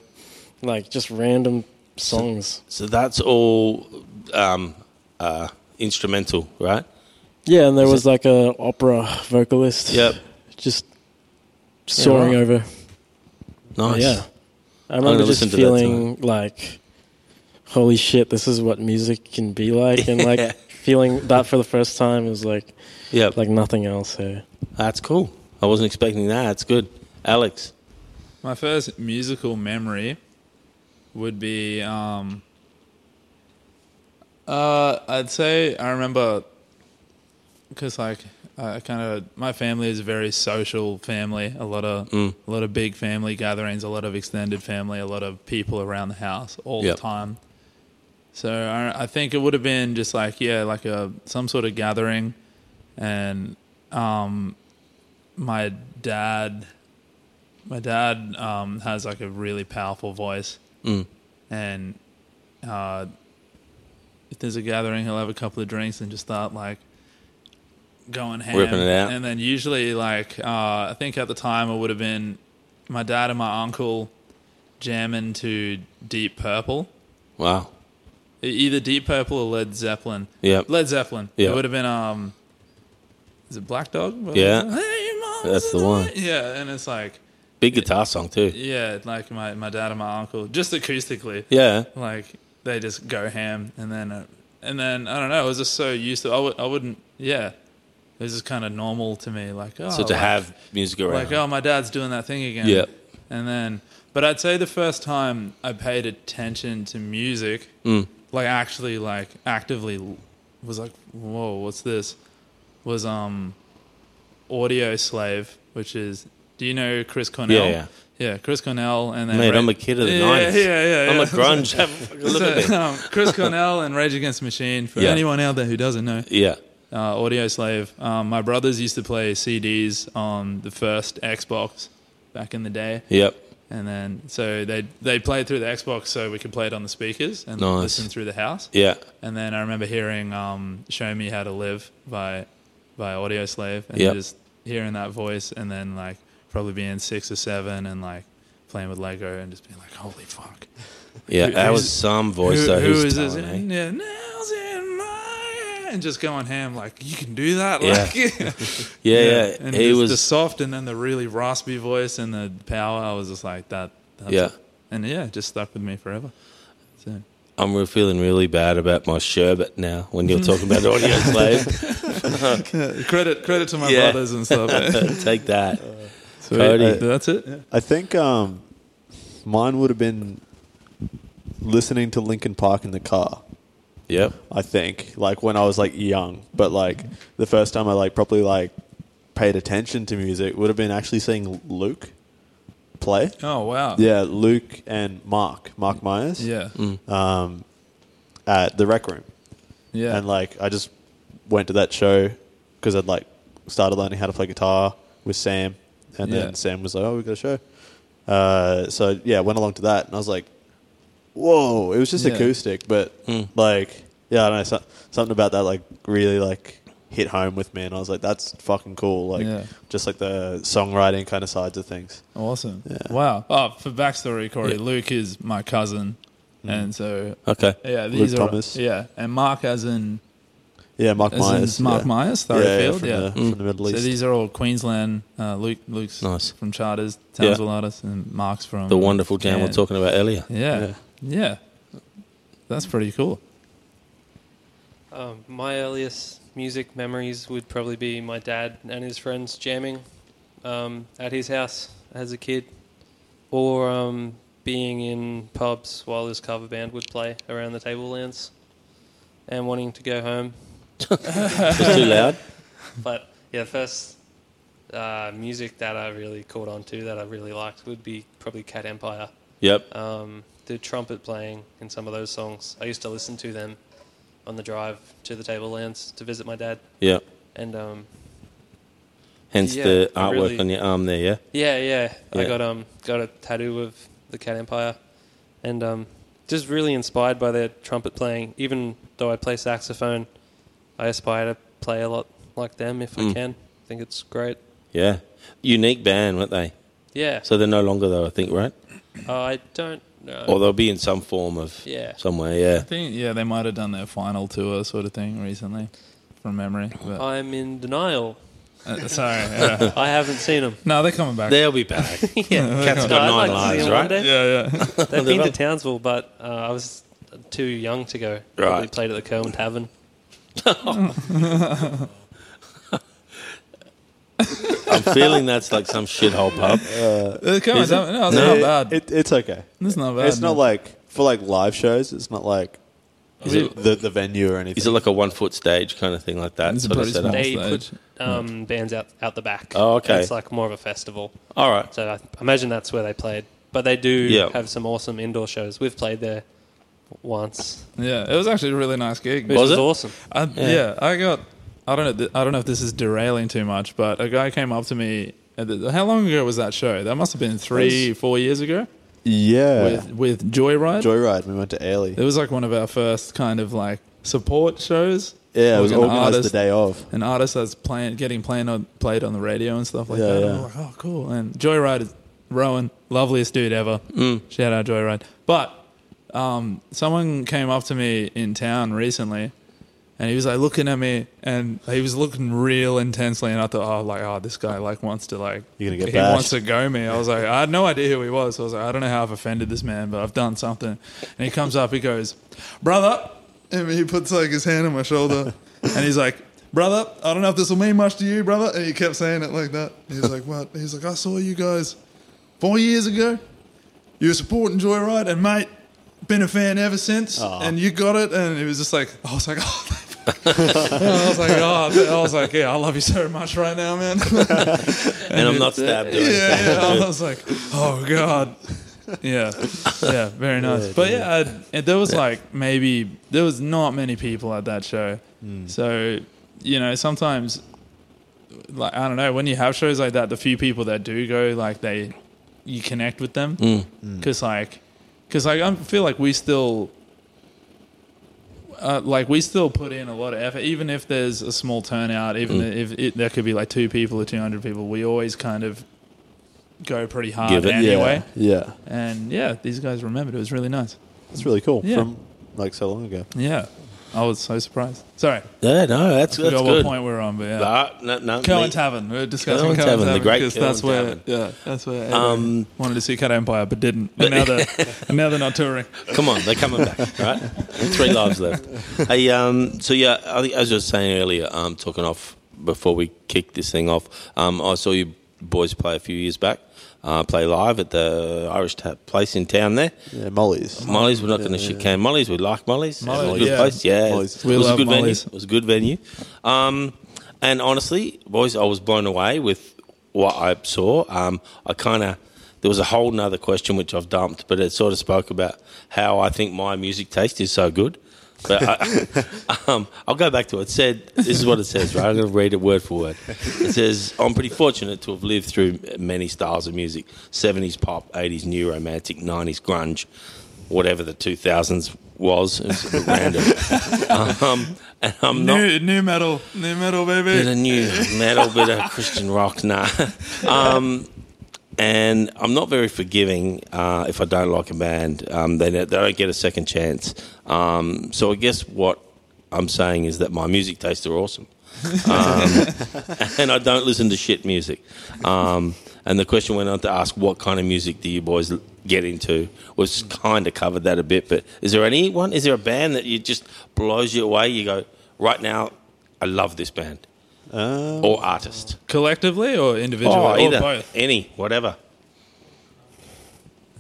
[SPEAKER 5] like just random songs.
[SPEAKER 1] So that's all um, uh, instrumental, right?
[SPEAKER 5] Yeah, and there
[SPEAKER 1] Is
[SPEAKER 5] was like a opera vocalist.
[SPEAKER 1] Yep.
[SPEAKER 5] Just soaring
[SPEAKER 1] right.
[SPEAKER 5] over.
[SPEAKER 1] Nice.
[SPEAKER 5] Yeah. I
[SPEAKER 1] gonna
[SPEAKER 5] remember just
[SPEAKER 1] listen to that
[SPEAKER 5] feeling like holy shit, this is what music can be like and [laughs]
[SPEAKER 1] Yeah.
[SPEAKER 5] like feeling that for the first time was like
[SPEAKER 1] Yep.
[SPEAKER 5] like nothing else here.
[SPEAKER 1] That's cool. I wasn't expecting that. That's good. Alex.
[SPEAKER 4] My first musical memory would be um uh I'd say I remember cuz like I kind of my family is a very social family, a lot of
[SPEAKER 1] Mm.
[SPEAKER 4] a lot of big family gatherings, a lot of extended family, a lot of people around the house all
[SPEAKER 1] Yep.
[SPEAKER 4] the time. So I, I think it would have been just like yeah, like a some sort of gathering and um my dad my dad um, has like a really powerful voice,
[SPEAKER 1] Mm.
[SPEAKER 4] and uh, if there's a gathering, he'll have a couple of drinks and just start like going ham.
[SPEAKER 1] Ripping it out.
[SPEAKER 4] And then usually, like uh, I think at the time, it would have been my dad and my uncle jamming to Deep Purple,
[SPEAKER 1] Wow.
[SPEAKER 4] E- either Deep Purple or Led Zeppelin.
[SPEAKER 1] Yep.
[SPEAKER 4] Led Zeppelin.
[SPEAKER 1] Yeah.
[SPEAKER 4] It would have been um is it Black Dog?
[SPEAKER 1] Yeah.
[SPEAKER 4] Hey, Mom,
[SPEAKER 1] That's
[SPEAKER 4] is
[SPEAKER 1] the
[SPEAKER 4] it
[SPEAKER 1] one.
[SPEAKER 4] Yeah, and it's like
[SPEAKER 1] Big guitar song, too.
[SPEAKER 4] yeah, like my, my dad and my uncle, just acoustically,
[SPEAKER 1] Yeah.
[SPEAKER 4] like they just go ham, and then uh, and then I don't know, I was just so used to I w- I wouldn't yeah, it was just kind of normal to me, like oh,
[SPEAKER 1] So to
[SPEAKER 4] like,
[SPEAKER 1] have music around.
[SPEAKER 4] like oh my dad's doing that thing again,
[SPEAKER 1] Yeah.
[SPEAKER 4] and then but I'd say the first time I paid attention to music,
[SPEAKER 1] Mm.
[SPEAKER 4] like actually like actively l- was like whoa what's this, was um, Audio Slave, which is do you know Chris Cornell?
[SPEAKER 1] Yeah, yeah.
[SPEAKER 4] Yeah, Chris Cornell and then
[SPEAKER 1] Mate,
[SPEAKER 4] Ra-
[SPEAKER 1] I'm a kid of the
[SPEAKER 4] yeah,
[SPEAKER 1] 90s.
[SPEAKER 4] Yeah, yeah, yeah. [laughs]
[SPEAKER 1] I'm a grunge. Have a fucking look at
[SPEAKER 4] So,
[SPEAKER 1] me.
[SPEAKER 4] [laughs] um, Chris Cornell and Rage Against the Machine. For
[SPEAKER 1] Yeah.
[SPEAKER 4] anyone out there who doesn't know,
[SPEAKER 1] Yeah.
[SPEAKER 4] uh, Audio Slave. Um, my brothers used to play CDs on the first Xbox back in the day,
[SPEAKER 1] Yep.
[SPEAKER 4] and then so they they played through the Xbox so we could play it on the speakers and
[SPEAKER 1] Nice.
[SPEAKER 4] listen through the house.
[SPEAKER 1] Yeah.
[SPEAKER 4] And then I remember hearing um, "Show Me How to Live" by by Audio Slave, and
[SPEAKER 1] Yep.
[SPEAKER 4] just hearing that voice, and then like probably being six or seven, and like playing with Lego, and just being like, "Holy fuck!"
[SPEAKER 1] Yeah.
[SPEAKER 4] Who-
[SPEAKER 1] that
[SPEAKER 4] who's-
[SPEAKER 1] was some voice, though.
[SPEAKER 4] who
[SPEAKER 1] Who's
[SPEAKER 4] is this?
[SPEAKER 1] talent, eh?
[SPEAKER 4] Yeah, nails in my hand, and just going ham like you can do that.
[SPEAKER 1] Yeah.
[SPEAKER 4] Like, [laughs]
[SPEAKER 1] Yeah, yeah.
[SPEAKER 4] And
[SPEAKER 1] He
[SPEAKER 4] just
[SPEAKER 1] was.
[SPEAKER 4] the soft, and then the really raspy voice and the power. I was just like that. That's
[SPEAKER 1] Yeah.
[SPEAKER 4] it. and yeah, it just stuck with me forever. So
[SPEAKER 1] I'm re- feeling really bad about my sherbet now when you're talking about
[SPEAKER 4] [laughs]
[SPEAKER 1] audio slave.
[SPEAKER 4] credit credit to my
[SPEAKER 1] [laughs] Yeah.
[SPEAKER 4] brothers
[SPEAKER 3] [laughs]
[SPEAKER 4] and stuff. eh?
[SPEAKER 1] Take
[SPEAKER 4] [laughs]
[SPEAKER 1] that.
[SPEAKER 4] So,
[SPEAKER 1] Cody.
[SPEAKER 4] uh, that's it. Yeah.
[SPEAKER 3] I think um, mine would have been listening to Linkin Park in the car.
[SPEAKER 1] Yep.
[SPEAKER 3] I think, like when I was like young, but like the first time I like properly like paid attention to music would have been actually seeing Luke play.
[SPEAKER 4] Oh wow.
[SPEAKER 3] Yeah, Luke and Mark, Mark Myers,
[SPEAKER 4] Yeah.
[SPEAKER 3] um, at the Rec Room,
[SPEAKER 4] Yeah.
[SPEAKER 3] and like I just went to that show because I'd like started learning how to play guitar with Sam, and
[SPEAKER 4] Yeah.
[SPEAKER 3] then Sam was like, "Oh, we got a show," uh, so yeah, I went along to that, and I was like, whoa, it was just
[SPEAKER 4] Yeah.
[SPEAKER 3] acoustic, but
[SPEAKER 1] Mm,
[SPEAKER 3] like, yeah, I don't know, so, something about that like really like hit home with me, and I was like, that's fucking cool, like
[SPEAKER 4] Yeah.
[SPEAKER 3] just like the songwriting kind of sides of things.
[SPEAKER 4] Awesome. Wow. Oh, for backstory, Corey, Luke is my cousin. And so,
[SPEAKER 1] Okay.
[SPEAKER 4] yeah, these
[SPEAKER 3] Mm. Luke
[SPEAKER 4] are.
[SPEAKER 3] Thomas.
[SPEAKER 4] Yeah. And Mark, as in,
[SPEAKER 3] Yeah, Mark
[SPEAKER 4] as
[SPEAKER 3] Myers,
[SPEAKER 4] in Mark
[SPEAKER 3] yeah.
[SPEAKER 4] Myers,
[SPEAKER 3] yeah, yeah,
[SPEAKER 4] Thoroughfield.
[SPEAKER 3] from,
[SPEAKER 4] Yeah.
[SPEAKER 3] The, from
[SPEAKER 1] Mm.
[SPEAKER 3] the Middle
[SPEAKER 4] So
[SPEAKER 3] East.
[SPEAKER 4] these are all Queensland. Uh, Luke, Luke's
[SPEAKER 1] Nice.
[SPEAKER 4] from Charters,
[SPEAKER 1] Yeah.
[SPEAKER 4] Townsville artists, and Mark's from.
[SPEAKER 1] The wonderful jam we
[SPEAKER 4] Yeah.
[SPEAKER 1] we're talking about earlier.
[SPEAKER 4] Mm, Yeah. Yeah. That's pretty cool.
[SPEAKER 2] Um, my earliest music memories would probably be my dad and his friends jamming um, at his house as a kid, or um, being in pubs while his cover band would play around the tablelands, and wanting to go home.
[SPEAKER 1] It's too
[SPEAKER 4] [laughs]
[SPEAKER 1] loud.
[SPEAKER 2] But yeah, the first uh, music that I really caught on to that I really liked would be probably Cat Empire.
[SPEAKER 1] Yep.
[SPEAKER 4] Uh,
[SPEAKER 2] um, the trumpet playing in some of those songs. I used to listen to them on the drive to the Tablelands to visit my dad,
[SPEAKER 1] Yep.
[SPEAKER 2] and um,
[SPEAKER 1] Hence
[SPEAKER 2] Yeah,
[SPEAKER 1] the artwork
[SPEAKER 2] really.
[SPEAKER 1] on your arm there. Yeah.
[SPEAKER 2] yeah, yeah, I
[SPEAKER 1] Yeah.
[SPEAKER 2] got um got a tattoo of the Cat Empire, and um, just really inspired by their trumpet playing. Even though I play saxophone, I aspire to play a lot like them if
[SPEAKER 1] Mm.
[SPEAKER 2] I can. I think it's great.
[SPEAKER 1] Yeah. Unique band, weren't they?
[SPEAKER 2] Yeah,
[SPEAKER 1] So they're no longer though, I think, right?
[SPEAKER 2] I don't know.
[SPEAKER 1] Or they'll be in some form of
[SPEAKER 2] yeah,
[SPEAKER 1] somewhere.
[SPEAKER 4] [laughs]
[SPEAKER 1] Yeah.
[SPEAKER 4] I think, yeah, they might have done their final tour sort of thing recently from memory. But,
[SPEAKER 3] Oh.
[SPEAKER 2] I'm in denial.
[SPEAKER 4] uh, sorry. yeah.
[SPEAKER 2] I haven't seen them.
[SPEAKER 4] [laughs] No, they're coming back.
[SPEAKER 1] They'll be back.
[SPEAKER 4] [laughs]
[SPEAKER 1] yeah. [laughs] Cat's got
[SPEAKER 2] I'd
[SPEAKER 1] nine
[SPEAKER 2] like to
[SPEAKER 1] lives,
[SPEAKER 2] see them one
[SPEAKER 1] right?
[SPEAKER 2] day.
[SPEAKER 4] yeah, yeah.
[SPEAKER 2] They've been to Townsville, but uh, I was too young to go. Probably
[SPEAKER 1] Right.
[SPEAKER 2] played at the Kerwin Tavern.
[SPEAKER 1] I'm
[SPEAKER 4] [laughs]
[SPEAKER 1] feeling that's like some shithole pub.
[SPEAKER 4] Uh, come on,
[SPEAKER 1] Is it?
[SPEAKER 4] don't- no, it's
[SPEAKER 1] No.
[SPEAKER 4] not bad.
[SPEAKER 3] It, it's okay.
[SPEAKER 4] it's not bad.
[SPEAKER 3] it's
[SPEAKER 4] no.
[SPEAKER 3] not like for like live shows. It's not like
[SPEAKER 1] Is
[SPEAKER 3] the,
[SPEAKER 1] it-
[SPEAKER 3] the the venue or anything.
[SPEAKER 1] Is it like a one foot stage kind of thing like that?
[SPEAKER 4] It's
[SPEAKER 1] sort of
[SPEAKER 4] pretty
[SPEAKER 1] setup?
[SPEAKER 4] small.
[SPEAKER 2] They
[SPEAKER 4] stage.
[SPEAKER 2] put um, bands out out the back.
[SPEAKER 1] Oh, okay.
[SPEAKER 2] it's like more of a festival.
[SPEAKER 1] All right.
[SPEAKER 2] So I imagine that's where they played. But they do
[SPEAKER 1] Yeah.
[SPEAKER 2] have some awesome indoor shows. We've played there once,
[SPEAKER 4] Yeah, it was actually a really nice gig.
[SPEAKER 2] which
[SPEAKER 1] Was
[SPEAKER 2] was,
[SPEAKER 1] it?
[SPEAKER 2] awesome.
[SPEAKER 4] I, yeah. I got. I don't know. th- I don't know if this is derailing too much, but a guy came up to me. At the, how long ago was that show? That must have been three, four years ago.
[SPEAKER 3] yeah,
[SPEAKER 4] With with Joyride,
[SPEAKER 3] Joyride. We went to Ailey.
[SPEAKER 4] it was like one of our first kind of like support shows.
[SPEAKER 3] Yeah, it was
[SPEAKER 4] Like an
[SPEAKER 3] organized the
[SPEAKER 4] artist-
[SPEAKER 3] day of.
[SPEAKER 4] an artist that's playing, getting playing on, played on the radio and stuff like
[SPEAKER 3] Yeah,
[SPEAKER 4] that. And
[SPEAKER 3] yeah.
[SPEAKER 4] I'm like, oh, cool. And Joyride is Rowan, loveliest dude ever.
[SPEAKER 3] Mm.
[SPEAKER 4] Shout out Joyride. But um, someone came up to me in town recently, and he was like looking at me, and he was looking real intensely. And I thought, oh, like, oh, this guy like wants to like,
[SPEAKER 3] You're gonna get
[SPEAKER 4] he
[SPEAKER 3] bashed.
[SPEAKER 4] wants to go me. I was like, I had no idea who he was. I was like, I don't know how I've offended this man, but I've done something. And he comes up, he goes, brother, and he puts like his hand on
[SPEAKER 3] [laughs]
[SPEAKER 4] my shoulder, and he's like, brother, I don't know if this will mean much to you, brother. And he kept saying it like that. He's like, what? He's like, I saw you guys four years ago. You were supporting Joyride, and mate, been a fan ever since. And you got it, and it was just like, I was like, [laughs] oh. I was like, oh, I was like, yeah, I love you so much right now, man. [laughs]
[SPEAKER 1] And I'm not stabbed. or anything.
[SPEAKER 4] Yeah, yeah. I was like, oh god. Yeah, yeah, very nice. but yeah, I, and there was like maybe there was not many people at that show, so you know sometimes, like I don't know, when you have shows like that, the few people that do go, like they, you connect with them
[SPEAKER 1] Mm.
[SPEAKER 4] because Mm. like, because like I feel like we still. Uh, like we still put in a lot of effort, even if there's a small turnout, even
[SPEAKER 1] Mm.
[SPEAKER 4] if it, there could be like two people or two hundred people, we always kind of go pretty hard
[SPEAKER 1] Give it.
[SPEAKER 4] anyway.
[SPEAKER 3] Yeah, yeah,
[SPEAKER 4] And yeah, these guys remembered. It was really nice.
[SPEAKER 3] it's really cool.
[SPEAKER 4] Yeah.
[SPEAKER 3] From like so long ago.
[SPEAKER 4] Yeah. I was so surprised. Sorry.
[SPEAKER 1] Yeah, no, that's,
[SPEAKER 4] I
[SPEAKER 1] that's
[SPEAKER 4] forgot what
[SPEAKER 1] good.
[SPEAKER 4] point we were on, but yeah.
[SPEAKER 1] Ah, no, no,
[SPEAKER 4] Cohen
[SPEAKER 1] me-
[SPEAKER 4] Tavern. We were discussing
[SPEAKER 1] Cohen
[SPEAKER 4] Cohen,
[SPEAKER 1] Tavern,
[SPEAKER 4] Tavern,
[SPEAKER 1] the great
[SPEAKER 4] because
[SPEAKER 1] Cohen
[SPEAKER 4] that's where,
[SPEAKER 1] Tavern.
[SPEAKER 4] yeah, that's where
[SPEAKER 1] Um,
[SPEAKER 4] um, wanted to see Cat Empire, but didn't. And
[SPEAKER 1] [laughs]
[SPEAKER 4] now they're, and now they're not touring.
[SPEAKER 1] Come on, they're coming back,
[SPEAKER 4] [laughs]
[SPEAKER 1] right? Three lives left. Hey, um, so yeah, I think as I was saying earlier, um, talking off before we kick this thing off, um, I saw you boys play a few years back, uh, play live at the Irish Tap place in town there.
[SPEAKER 3] Yeah, Molly's.
[SPEAKER 1] Molly's, we're not going to shit can Molly's. We like Molly's.
[SPEAKER 4] Molly's,
[SPEAKER 1] it was a good
[SPEAKER 4] yeah.
[SPEAKER 1] place. Yeah,
[SPEAKER 3] Molly's.
[SPEAKER 4] We
[SPEAKER 1] it was a
[SPEAKER 4] love
[SPEAKER 1] good
[SPEAKER 4] Molly's.
[SPEAKER 1] venue. It was a good venue. Um, and honestly, boys, I was blown away with what I saw. Um, I kind of there was a whole nother question which I've dumped, but it sort of spoke about how I think my music taste is so good. But I, [laughs] um, I'll go back to it. It said, this is what it says, right? I'm going to read it word for word. It says, I'm pretty fortunate to have lived through many styles of music 70s pop, 80s new romantic, 90s grunge whatever the 2000s was. It was a bit random. um, and I'm not
[SPEAKER 4] New, new metal, new
[SPEAKER 1] [laughs]
[SPEAKER 4] metal,
[SPEAKER 1] bit
[SPEAKER 4] baby.
[SPEAKER 1] of new metal, bit of Christian rock, [laughs] nah. Um, and I'm not very forgiving uh, if I don't like a band. Um, they, don't- they don't get a second chance. Um, so I guess what I'm saying is that my music tastes are [laughs] awesome. Um, and I don't listen to shit music. Um, and the question went on to ask, what kind of music do you boys get into? Was kind of covered that a bit, but is there anyone? Is there a band that you just blows you away? You go right now, I love this band
[SPEAKER 3] Um,
[SPEAKER 1] or artist.
[SPEAKER 4] Collectively or individually
[SPEAKER 1] Oh,
[SPEAKER 4] or
[SPEAKER 1] either
[SPEAKER 4] both?
[SPEAKER 1] any, whatever.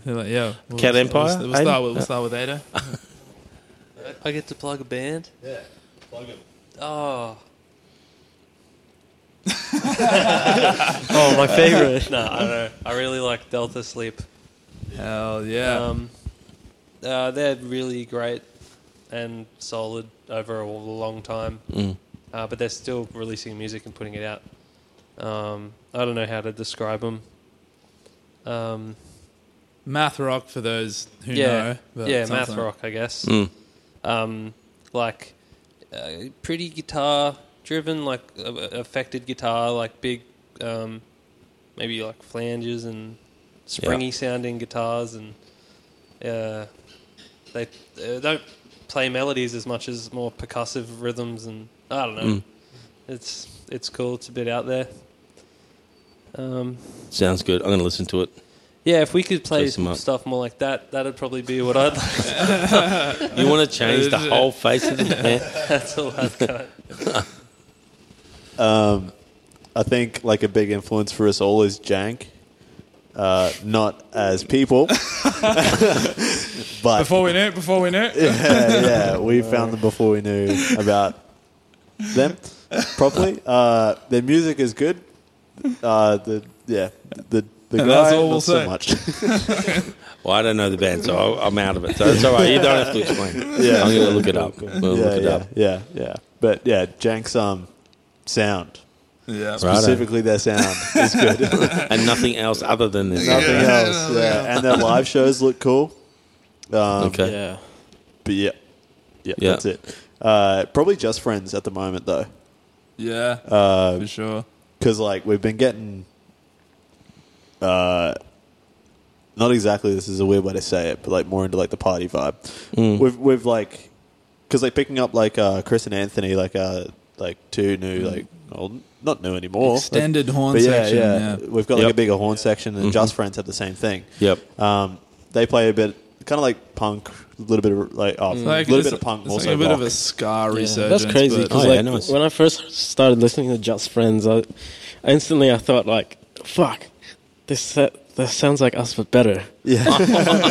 [SPEAKER 4] They're like, yeah. We'll,
[SPEAKER 1] Cat
[SPEAKER 4] we'll-
[SPEAKER 1] Empire,
[SPEAKER 4] We'll,
[SPEAKER 1] Aiden?
[SPEAKER 4] start with we'll start with Ada.
[SPEAKER 2] I get to plug a band. Oh. Yeah,
[SPEAKER 1] [laughs]
[SPEAKER 2] plug it. [laughs] Oh. oh,
[SPEAKER 1] [laughs]
[SPEAKER 2] my favorite. no, I don't know. I really like Delta Sleep.
[SPEAKER 4] Hell yeah.
[SPEAKER 2] Um, uh, they're really great and solid over a long time,
[SPEAKER 1] Mm.
[SPEAKER 2] uh, but they're still releasing music and putting it out. Um, I don't know how to describe them. Um,
[SPEAKER 4] math rock for those who
[SPEAKER 2] yeah,
[SPEAKER 4] know. but
[SPEAKER 2] yeah,
[SPEAKER 4] something-
[SPEAKER 2] math rock, I guess.
[SPEAKER 1] Mm.
[SPEAKER 2] um, like uh, pretty guitar driven, like uh, affected guitar, like big, um, maybe like flanges and springy sounding guitars, and uh, they uh, don't play melodies as much as more percussive rhythms, and I don't know.
[SPEAKER 1] Mm.
[SPEAKER 2] It's it's cool. It's a bit out there. Um,
[SPEAKER 1] Sounds good. I'm going to listen to it.
[SPEAKER 2] yeah, if we could play
[SPEAKER 1] Close 'em up.
[SPEAKER 2] stuff more like that, that'd probably be what I'd [laughs] like.
[SPEAKER 1] You want to change [laughs] the whole face of the band?
[SPEAKER 2] That's all I've got.
[SPEAKER 3] Um, I think like a big influence for us all is Jank. Uh, not as people, [laughs] but
[SPEAKER 4] Before we knew it, before we knew it.
[SPEAKER 3] yeah, yeah, we found them before we knew about them properly. Uh, their music is good. Uh, the yeah, the the guy
[SPEAKER 4] And that's all we'll
[SPEAKER 3] not so
[SPEAKER 4] say. [laughs]
[SPEAKER 3] much.
[SPEAKER 1] Well, I don't know the band, so I'll- I'm out of it. So it's all right. You don't have to explain.
[SPEAKER 3] Yeah.
[SPEAKER 1] I'm going to look it up. We'll
[SPEAKER 3] yeah,
[SPEAKER 1] look it
[SPEAKER 3] yeah,
[SPEAKER 1] up.
[SPEAKER 3] yeah, yeah. But yeah, Jank's um sound
[SPEAKER 4] [laughs] Yeah.
[SPEAKER 1] Righto.
[SPEAKER 3] specifically their sound is
[SPEAKER 4] [laughs]
[SPEAKER 3] good.
[SPEAKER 1] And nothing else other than this.
[SPEAKER 3] Nothing
[SPEAKER 4] Yeah.
[SPEAKER 3] else. Yeah, and their live shows look cool. Um,
[SPEAKER 1] Okay.
[SPEAKER 5] Yeah.
[SPEAKER 3] But yeah, yeah,
[SPEAKER 1] Yeah.
[SPEAKER 3] that's it. Uh, probably just friends at the moment though,
[SPEAKER 4] Yeah. for sure.
[SPEAKER 3] because like we've been getting, uh, not exactly. This is a weird way to say it, but like more into like the party vibe.
[SPEAKER 4] Mm-hmm.
[SPEAKER 1] Mm.
[SPEAKER 3] We've we've like, because like picking up like uh, Chris and Anthony, like uh, like two new like well, not new anymore.
[SPEAKER 4] Mm-hmm. Extended horn
[SPEAKER 3] But yeah,
[SPEAKER 4] section.
[SPEAKER 3] yeah, Mm,
[SPEAKER 4] Yeah. Mm-hmm.
[SPEAKER 3] we've got like
[SPEAKER 1] Yep.
[SPEAKER 3] a bigger horn section, and Just Friends have the same thing.
[SPEAKER 1] Yep.
[SPEAKER 3] Um, they play a bit, kind of like punk, a little bit of like, oh,
[SPEAKER 4] Mm. Like,
[SPEAKER 3] a little
[SPEAKER 4] it's-
[SPEAKER 3] bit of punk,
[SPEAKER 4] it's
[SPEAKER 3] also
[SPEAKER 4] like a bit
[SPEAKER 3] rock.
[SPEAKER 4] of a scar
[SPEAKER 5] Yeah,
[SPEAKER 4] resurgence.
[SPEAKER 5] that's crazy
[SPEAKER 4] but-
[SPEAKER 5] because
[SPEAKER 1] Oh, yeah,
[SPEAKER 5] like
[SPEAKER 1] nice.
[SPEAKER 5] when I first started listening to Just Friends, I instantly I thought like, "Fuck, this that, that sounds like us but better."
[SPEAKER 3] yeah,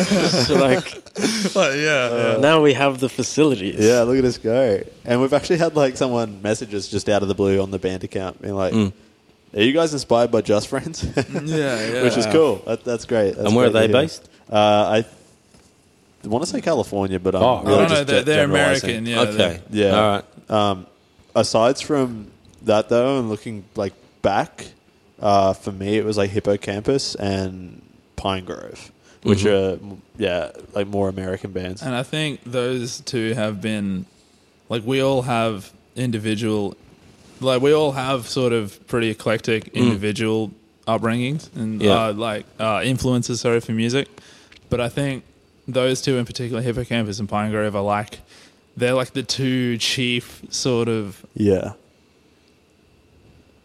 [SPEAKER 5] [laughs] so like
[SPEAKER 4] Like, yeah, yeah.
[SPEAKER 5] now we have the facilities.
[SPEAKER 3] yeah. Look at us go! And we've actually had like someone message us just out of the blue on the band account, being like,
[SPEAKER 1] Mm.
[SPEAKER 3] "Are you guys inspired by Just Friends?" [laughs]
[SPEAKER 4] [laughs] Yeah, yeah.
[SPEAKER 3] Which is cool. That, that's great. That's
[SPEAKER 1] And where are
[SPEAKER 3] great to
[SPEAKER 1] they
[SPEAKER 3] hear.
[SPEAKER 1] based?
[SPEAKER 3] Uh, I want to say California, but I'm
[SPEAKER 1] Oh,
[SPEAKER 3] really
[SPEAKER 4] I don't
[SPEAKER 3] just
[SPEAKER 4] know. They're,
[SPEAKER 3] ge-
[SPEAKER 4] they're
[SPEAKER 3] generalizing.
[SPEAKER 4] American. Yeah.
[SPEAKER 1] okay.
[SPEAKER 4] they're-
[SPEAKER 3] Yeah.
[SPEAKER 1] All right.
[SPEAKER 3] Um, aside from that, though, and looking like back, uh, for me it was like Hippocampus and Pine Grove, which
[SPEAKER 1] Mm-hmm.
[SPEAKER 3] are yeah, like more American bands.
[SPEAKER 4] And I think those two have been like we all have individual like we all have sort of pretty eclectic individual upbringings and
[SPEAKER 1] Yeah.
[SPEAKER 4] uh, like uh, influences sorry for music but I think those two in particular Hippocampus and Pine Grove are like they're like the two chief sort of
[SPEAKER 3] Yeah,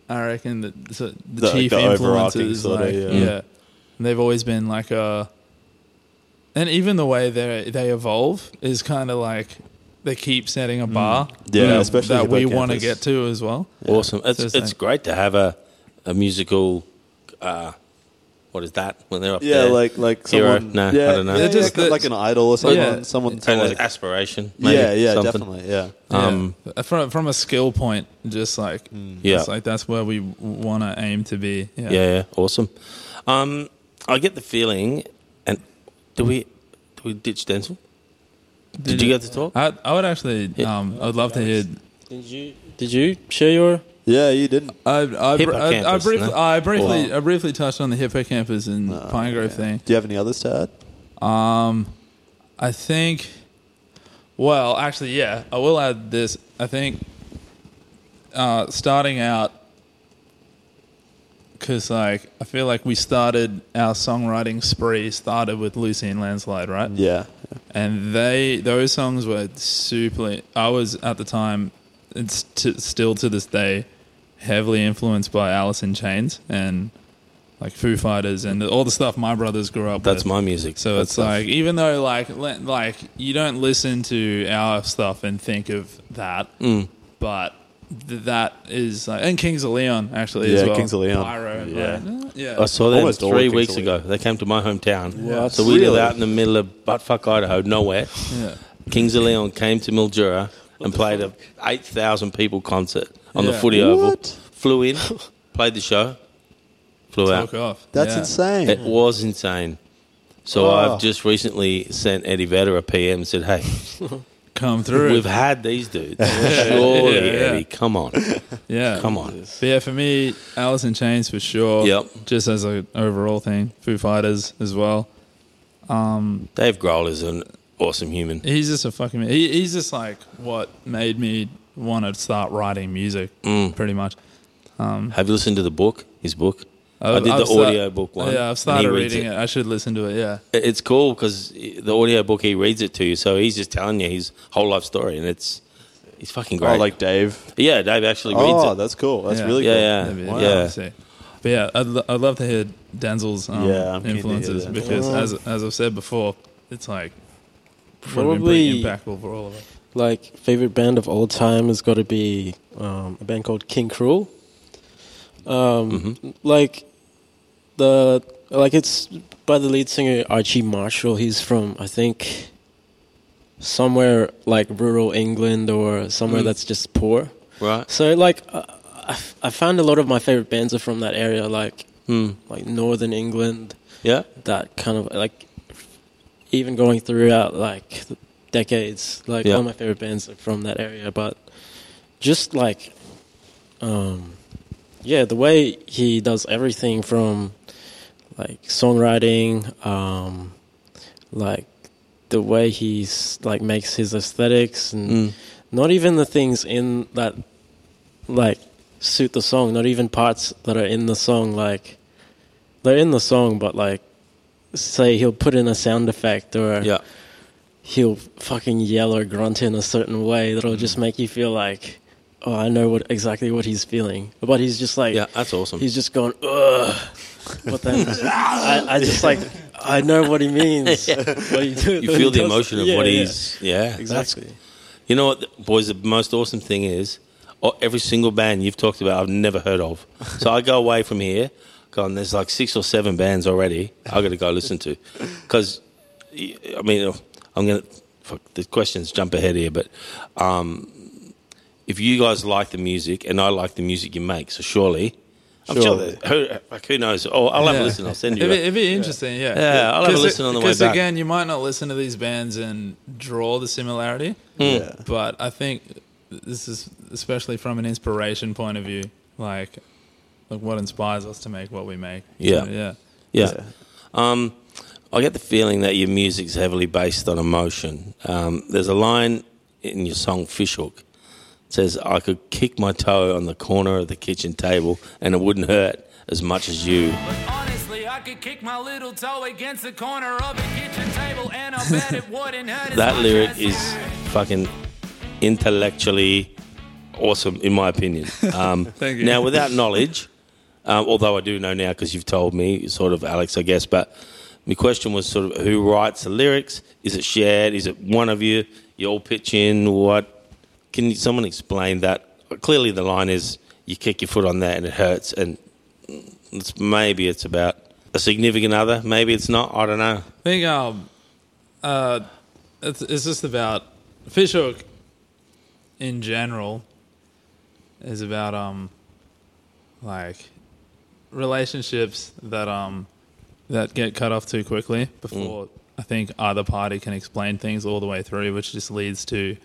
[SPEAKER 4] I reckon that so the,
[SPEAKER 3] The-
[SPEAKER 4] chief
[SPEAKER 3] the overarching
[SPEAKER 4] influences
[SPEAKER 3] sorta,
[SPEAKER 4] like
[SPEAKER 3] yeah.
[SPEAKER 4] yeah. And they've always been like a and even the way they they evolve is kind of like they keep setting
[SPEAKER 1] Mm.
[SPEAKER 4] a bar
[SPEAKER 3] Yeah,
[SPEAKER 4] that-
[SPEAKER 3] especially
[SPEAKER 4] that we
[SPEAKER 3] hippocampus.
[SPEAKER 4] want to get to as well
[SPEAKER 1] Awesome. It's,
[SPEAKER 4] So it's
[SPEAKER 1] it's
[SPEAKER 4] like-
[SPEAKER 1] great to have a, a musical. Uh, what is that? When they're up
[SPEAKER 3] yeah,
[SPEAKER 1] there.
[SPEAKER 3] like like
[SPEAKER 1] Hero?
[SPEAKER 3] someone.
[SPEAKER 1] No, I
[SPEAKER 3] yeah,
[SPEAKER 1] don't know.
[SPEAKER 3] yeah,
[SPEAKER 4] They're
[SPEAKER 3] yeah,
[SPEAKER 4] just-
[SPEAKER 3] like an idol or someone.
[SPEAKER 4] Yeah.
[SPEAKER 3] Someone to
[SPEAKER 1] and
[SPEAKER 3] like,
[SPEAKER 1] an aspiration. Maybe,
[SPEAKER 3] yeah, yeah,
[SPEAKER 1] something.
[SPEAKER 3] definitely, yeah.
[SPEAKER 1] Um,
[SPEAKER 4] yeah. Uh, from from a skill point just like
[SPEAKER 1] Yeah.
[SPEAKER 4] it's like that's where we want to aim to be yeah
[SPEAKER 1] Yeah, yeah, awesome. Um, I get the feeling, and do we do we ditch Denzel? Did, you get to talk?
[SPEAKER 4] I, I would actually
[SPEAKER 1] Yeah.
[SPEAKER 4] um I would love to hear
[SPEAKER 5] Did you did you share your?
[SPEAKER 3] Yeah, you didn't.
[SPEAKER 4] I I, br- I, I
[SPEAKER 1] Hippocampus,
[SPEAKER 4] briefly
[SPEAKER 1] no?
[SPEAKER 4] I briefly
[SPEAKER 3] Wow.
[SPEAKER 4] I briefly touched on the hippocampus and Pine Grove thing
[SPEAKER 3] Do you have any others to add?
[SPEAKER 4] I think. Well, actually, yeah, I will add this. I think uh, starting out, because like I feel like we started our songwriting spree started with Lucy and Landslide, right?
[SPEAKER 3] Yeah.
[SPEAKER 4] and they those songs were super. I was at the time, it's t- still to this day, heavily influenced by Alice in Chains and like Foo Fighters and all the stuff my brothers grew up
[SPEAKER 1] That's
[SPEAKER 4] with.
[SPEAKER 1] my music.
[SPEAKER 4] So
[SPEAKER 1] That's
[SPEAKER 4] it's like even though like le- like you don't listen to our stuff and think of that,
[SPEAKER 3] Mm.
[SPEAKER 4] but th- that is like, and Kings of Leon actually as
[SPEAKER 3] Yeah,
[SPEAKER 4] well.
[SPEAKER 3] Kings of Leon.
[SPEAKER 4] Pyro,
[SPEAKER 3] Yeah.
[SPEAKER 4] like, uh, yeah.
[SPEAKER 1] I saw them
[SPEAKER 3] Almost all
[SPEAKER 1] three
[SPEAKER 3] things
[SPEAKER 1] weeks
[SPEAKER 3] are
[SPEAKER 1] ago. They came to my hometown.
[SPEAKER 4] What?
[SPEAKER 1] So we
[SPEAKER 3] Really?
[SPEAKER 1] live out in the middle of buttfuck Idaho, nowhere.
[SPEAKER 4] yeah.
[SPEAKER 1] Kings of Leon came to Mildura and played a 8,000 people concert on the
[SPEAKER 4] Yeah.
[SPEAKER 1] footy oval.
[SPEAKER 3] What?
[SPEAKER 1] Flew in, played the show, flew out.
[SPEAKER 4] Fuck off.
[SPEAKER 3] That's
[SPEAKER 4] Yeah.
[SPEAKER 3] insane.
[SPEAKER 1] It was insane. So
[SPEAKER 3] Oh.
[SPEAKER 1] I've just recently sent Eddie Vedder a PM and said, hey,
[SPEAKER 4] Come through.
[SPEAKER 1] we've had these dudes. Surely,
[SPEAKER 4] Yeah, yeah.
[SPEAKER 1] Eddie, come on.
[SPEAKER 4] yeah.
[SPEAKER 1] Come on.
[SPEAKER 4] But yeah, for me, Alice in Chains for sure.
[SPEAKER 1] Yep.
[SPEAKER 4] Just as an overall thing, Foo Fighters as well.
[SPEAKER 1] Dave Grohl is an awesome human.
[SPEAKER 4] He's just a fucking. He, he's just like what made me want to start writing music,
[SPEAKER 3] Mm.
[SPEAKER 4] pretty much.
[SPEAKER 1] Have you listened to the book, his book? I did the
[SPEAKER 4] sta-
[SPEAKER 1] audio book one.
[SPEAKER 4] Yeah, I've
[SPEAKER 1] and
[SPEAKER 4] started
[SPEAKER 1] he reads
[SPEAKER 4] reading it. I should listen to it. Yeah,
[SPEAKER 1] it. It's cool because the audio book, he reads it to you. So he's just telling you his whole life story. And it's it's fucking great.
[SPEAKER 3] Oh, like Dave.
[SPEAKER 1] yeah, Dave actually reads
[SPEAKER 3] Oh,
[SPEAKER 1] it.
[SPEAKER 3] that's cool. That's
[SPEAKER 4] Yeah.
[SPEAKER 3] really
[SPEAKER 1] Yeah,
[SPEAKER 3] cool.
[SPEAKER 1] yeah.
[SPEAKER 4] Maybe,
[SPEAKER 1] Wow.
[SPEAKER 4] yeah. see. But yeah, I'd, lo- I'd love to hear Denzel's um,
[SPEAKER 3] Yeah, I'm keen to hear
[SPEAKER 4] influences
[SPEAKER 3] that.
[SPEAKER 4] because, as as I've said before, it's like probably
[SPEAKER 5] Probably-
[SPEAKER 4] pretty impactful for all of us.
[SPEAKER 5] Like favorite band of all time has got to be um, a band called King Cruel. Um,
[SPEAKER 1] Mm-hmm.
[SPEAKER 5] Like the like it's by the lead singer Archie Marshall. He's from I think somewhere like rural England or somewhere that's just poor.
[SPEAKER 1] Right.
[SPEAKER 5] So like I, I- I found a lot of my favorite bands are from that area, like
[SPEAKER 1] Hmm.
[SPEAKER 5] like Northern England.
[SPEAKER 1] Yeah.
[SPEAKER 5] that kind of like even going throughout like decades like
[SPEAKER 1] Yeah.
[SPEAKER 5] all my favorite bands are from that area but just like um yeah the way he does everything from like songwriting um like the way he's like makes his aesthetics and
[SPEAKER 1] Mm.
[SPEAKER 5] not even the things in that like suit the song not even parts that are in the song like they're in the song but like say he'll put in a sound effect or
[SPEAKER 1] Yeah.
[SPEAKER 5] he'll fucking yell or grunt in a certain way that'll
[SPEAKER 1] Mm.
[SPEAKER 5] just make you feel like oh i know what exactly what he's feeling but he's just like
[SPEAKER 1] Yeah. That's awesome.
[SPEAKER 5] he's just going ugh but then I, I just like i know what he
[SPEAKER 1] [laughs]
[SPEAKER 5] means What he do-
[SPEAKER 1] you
[SPEAKER 5] what
[SPEAKER 1] feel
[SPEAKER 5] he
[SPEAKER 1] the
[SPEAKER 5] does.
[SPEAKER 1] emotion of
[SPEAKER 5] Yeah,
[SPEAKER 1] what
[SPEAKER 5] yeah.
[SPEAKER 1] he's. Yeah.
[SPEAKER 5] exactly
[SPEAKER 1] You know what, boys? The most awesome thing is oh, every single band you've talked about, I've never heard of. So I go away from here, going, there's like six or seven bands already i got to go listen to. Because, I mean, oh, I'm going to, the questions jump ahead here, but um, if you guys like the music and I like the music you make, so surely, I'm sure
[SPEAKER 3] Surely.
[SPEAKER 1] that, who, like, who knows? Oh, I'll have a
[SPEAKER 4] Yeah.
[SPEAKER 1] listen. I'll send you.
[SPEAKER 4] [laughs] It'd
[SPEAKER 1] a-
[SPEAKER 4] be, it'd be interesting, yeah.
[SPEAKER 1] Yeah, I'll have a
[SPEAKER 4] 'Cause
[SPEAKER 1] listen on the way
[SPEAKER 4] Because
[SPEAKER 1] back.
[SPEAKER 4] again, you might not listen to these bands and draw the similarity,
[SPEAKER 1] Hmm.
[SPEAKER 3] Yeah.
[SPEAKER 4] but I think this is especially from an inspiration point of view, like like what inspires us to make what we make.
[SPEAKER 1] Yeah.
[SPEAKER 4] So, yeah,
[SPEAKER 1] Yeah. Um, I get the feeling that your music's heavily based on emotion. Um, there's a line in your song Fishhook. It says, I could kick my toe on the corner of the kitchen table and it wouldn't hurt as much as you.
[SPEAKER 6] Honestly, I could kick my little toe against the corner of the kitchen table and I
[SPEAKER 1] [laughs]
[SPEAKER 6] bet it wouldn't hurt. as
[SPEAKER 1] That
[SPEAKER 6] much
[SPEAKER 1] lyric
[SPEAKER 6] as
[SPEAKER 1] is
[SPEAKER 6] you.
[SPEAKER 1] fucking intellectually awesome, in my
[SPEAKER 4] [laughs]
[SPEAKER 1] opinion. Um,
[SPEAKER 4] Thank you.
[SPEAKER 1] Now, without knowledge, um, although I do know now because you've told me, sort of, Alex, I guess, but my question was sort of who writes the lyrics? Is it shared? Is it one of you? You all pitch in? What? Can you- someone explain that? Clearly, the line is you kick your foot on that and it hurts, and it's, maybe it's about a significant other. Maybe it's not. I don't know.
[SPEAKER 4] I think um, uh, it's, it's just about fishhook in general is about um, like relationships that um that get cut off too quickly
[SPEAKER 1] Mm.
[SPEAKER 4] before I think either party can explain things all the way through, which just leads to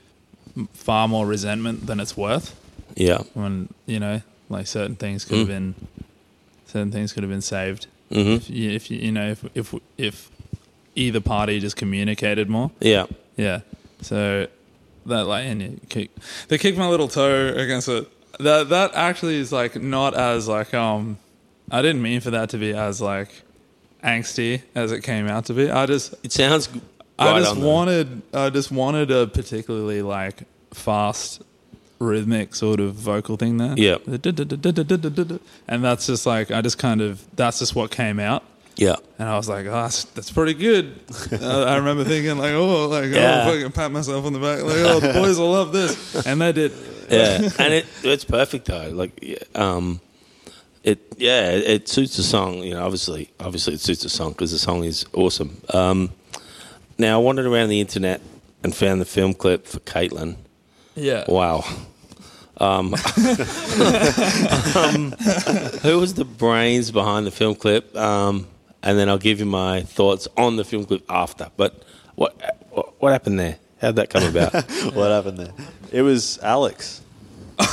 [SPEAKER 4] m- far more resentment than it's worth
[SPEAKER 1] Yeah.
[SPEAKER 4] when you know like certain things could have been certain things could have been saved
[SPEAKER 1] Mhm.
[SPEAKER 4] if you, if you, you know if if if either party just communicated more.
[SPEAKER 3] Yeah.
[SPEAKER 4] Yeah. So that like and you kick they kicked my little toe against it. That that actually is like not as like um I didn't mean for that to be as like angsty as it came out to be. I just
[SPEAKER 1] It sounds g- right
[SPEAKER 4] I just
[SPEAKER 1] on the-
[SPEAKER 4] wanted I just wanted a particularly like fast rhythmic sort of vocal thing there.
[SPEAKER 1] Yeah.
[SPEAKER 4] The du-du-du-du-du-du-du-du. And that's just like I just kind of that's just what came out. [laughs]
[SPEAKER 1] Yeah.
[SPEAKER 4] And I was like, oh, that's, that's pretty good. Uh, I remember thinking, like, oh, like,
[SPEAKER 1] Yeah.
[SPEAKER 4] I'll fucking pat myself on the back. Like, oh, the boys will love this. And they did.
[SPEAKER 1] Yeah. [laughs] and it, it's perfect though. Like, yeah, um, it yeah, it, it suits the song. You know, obviously, obviously, it suits the song because the song is awesome. Um, now I wandered around the internet and found the film clip for Caitlin.
[SPEAKER 4] Yeah.
[SPEAKER 1] Wow. Um, [laughs] um, who was the brains behind the film clip? Um, and then I'll give you my thoughts on the film clip after. But what what, what happened there? How'd that come about?
[SPEAKER 4] [laughs]
[SPEAKER 3] [laughs] What happened there? It was Alex.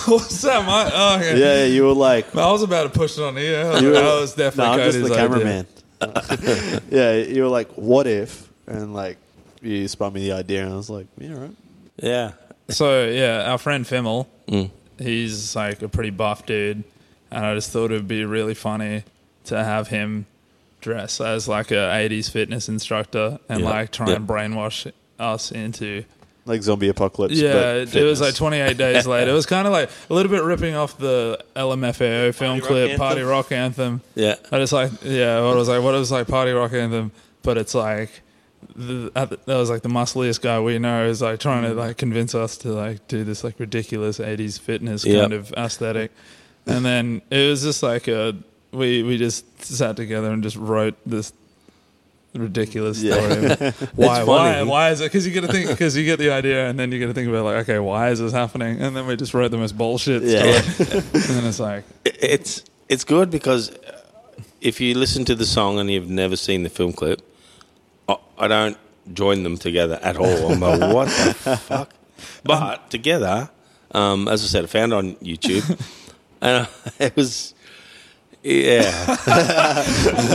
[SPEAKER 4] What's that, mate? Oh, okay.
[SPEAKER 3] Yeah, you were like,
[SPEAKER 4] I was about to push it on you. I
[SPEAKER 3] You were-
[SPEAKER 4] was
[SPEAKER 3] no,
[SPEAKER 4] definitely
[SPEAKER 3] I'm just
[SPEAKER 4] Cody's
[SPEAKER 3] the
[SPEAKER 4] idea.
[SPEAKER 3] cameraman.
[SPEAKER 4] [laughs]
[SPEAKER 3] [laughs] yeah, you were like, what if? And like, you spun me the idea, and I was like, yeah, all right.
[SPEAKER 1] yeah.
[SPEAKER 4] So yeah, our friend Fimmel, he's like a pretty buff dude, and I just thought it would be really funny to have him dress as like a '80s fitness instructor and
[SPEAKER 1] Yeah.
[SPEAKER 4] like try
[SPEAKER 1] Yeah.
[SPEAKER 4] and brainwash us into
[SPEAKER 3] Like zombie apocalypse.
[SPEAKER 4] yeah.
[SPEAKER 3] but
[SPEAKER 4] It, it was like
[SPEAKER 1] [laughs]
[SPEAKER 3] fitness.
[SPEAKER 4] 28 days later. It was kind of like a little bit ripping off the LMFAO
[SPEAKER 1] Party
[SPEAKER 4] film
[SPEAKER 1] rock
[SPEAKER 4] clip,
[SPEAKER 1] anthem.
[SPEAKER 4] party rock anthem.
[SPEAKER 1] Yeah.
[SPEAKER 4] I just like yeah, what it was like what it was like party rock anthem, but it's like the, at the, that was like the muscliest guy we know is like trying to like convince us to like do this like ridiculous '80s fitness
[SPEAKER 1] Yeah.
[SPEAKER 4] kind of aesthetic, and then it was just like a we we just sat together and just wrote this
[SPEAKER 1] [laughs]
[SPEAKER 4] ridiculous story. why why
[SPEAKER 1] funny.
[SPEAKER 4] why is it? Because you get to think because you get the idea and then you get to think about like okay why is this happening? And then we just wrote the most bullshit
[SPEAKER 3] Yeah.
[SPEAKER 4] story,
[SPEAKER 1] [laughs]
[SPEAKER 4] and then it's like
[SPEAKER 1] it's it's good because uh, if you listen to the song and you've never seen the film clip, I, I don't join them together at all. I'm
[SPEAKER 3] [laughs]
[SPEAKER 1] like, what the fuck? But together, um, as I said, I found it on YouTube,
[SPEAKER 3] [laughs]
[SPEAKER 1] and [laughs] it was. Yeah,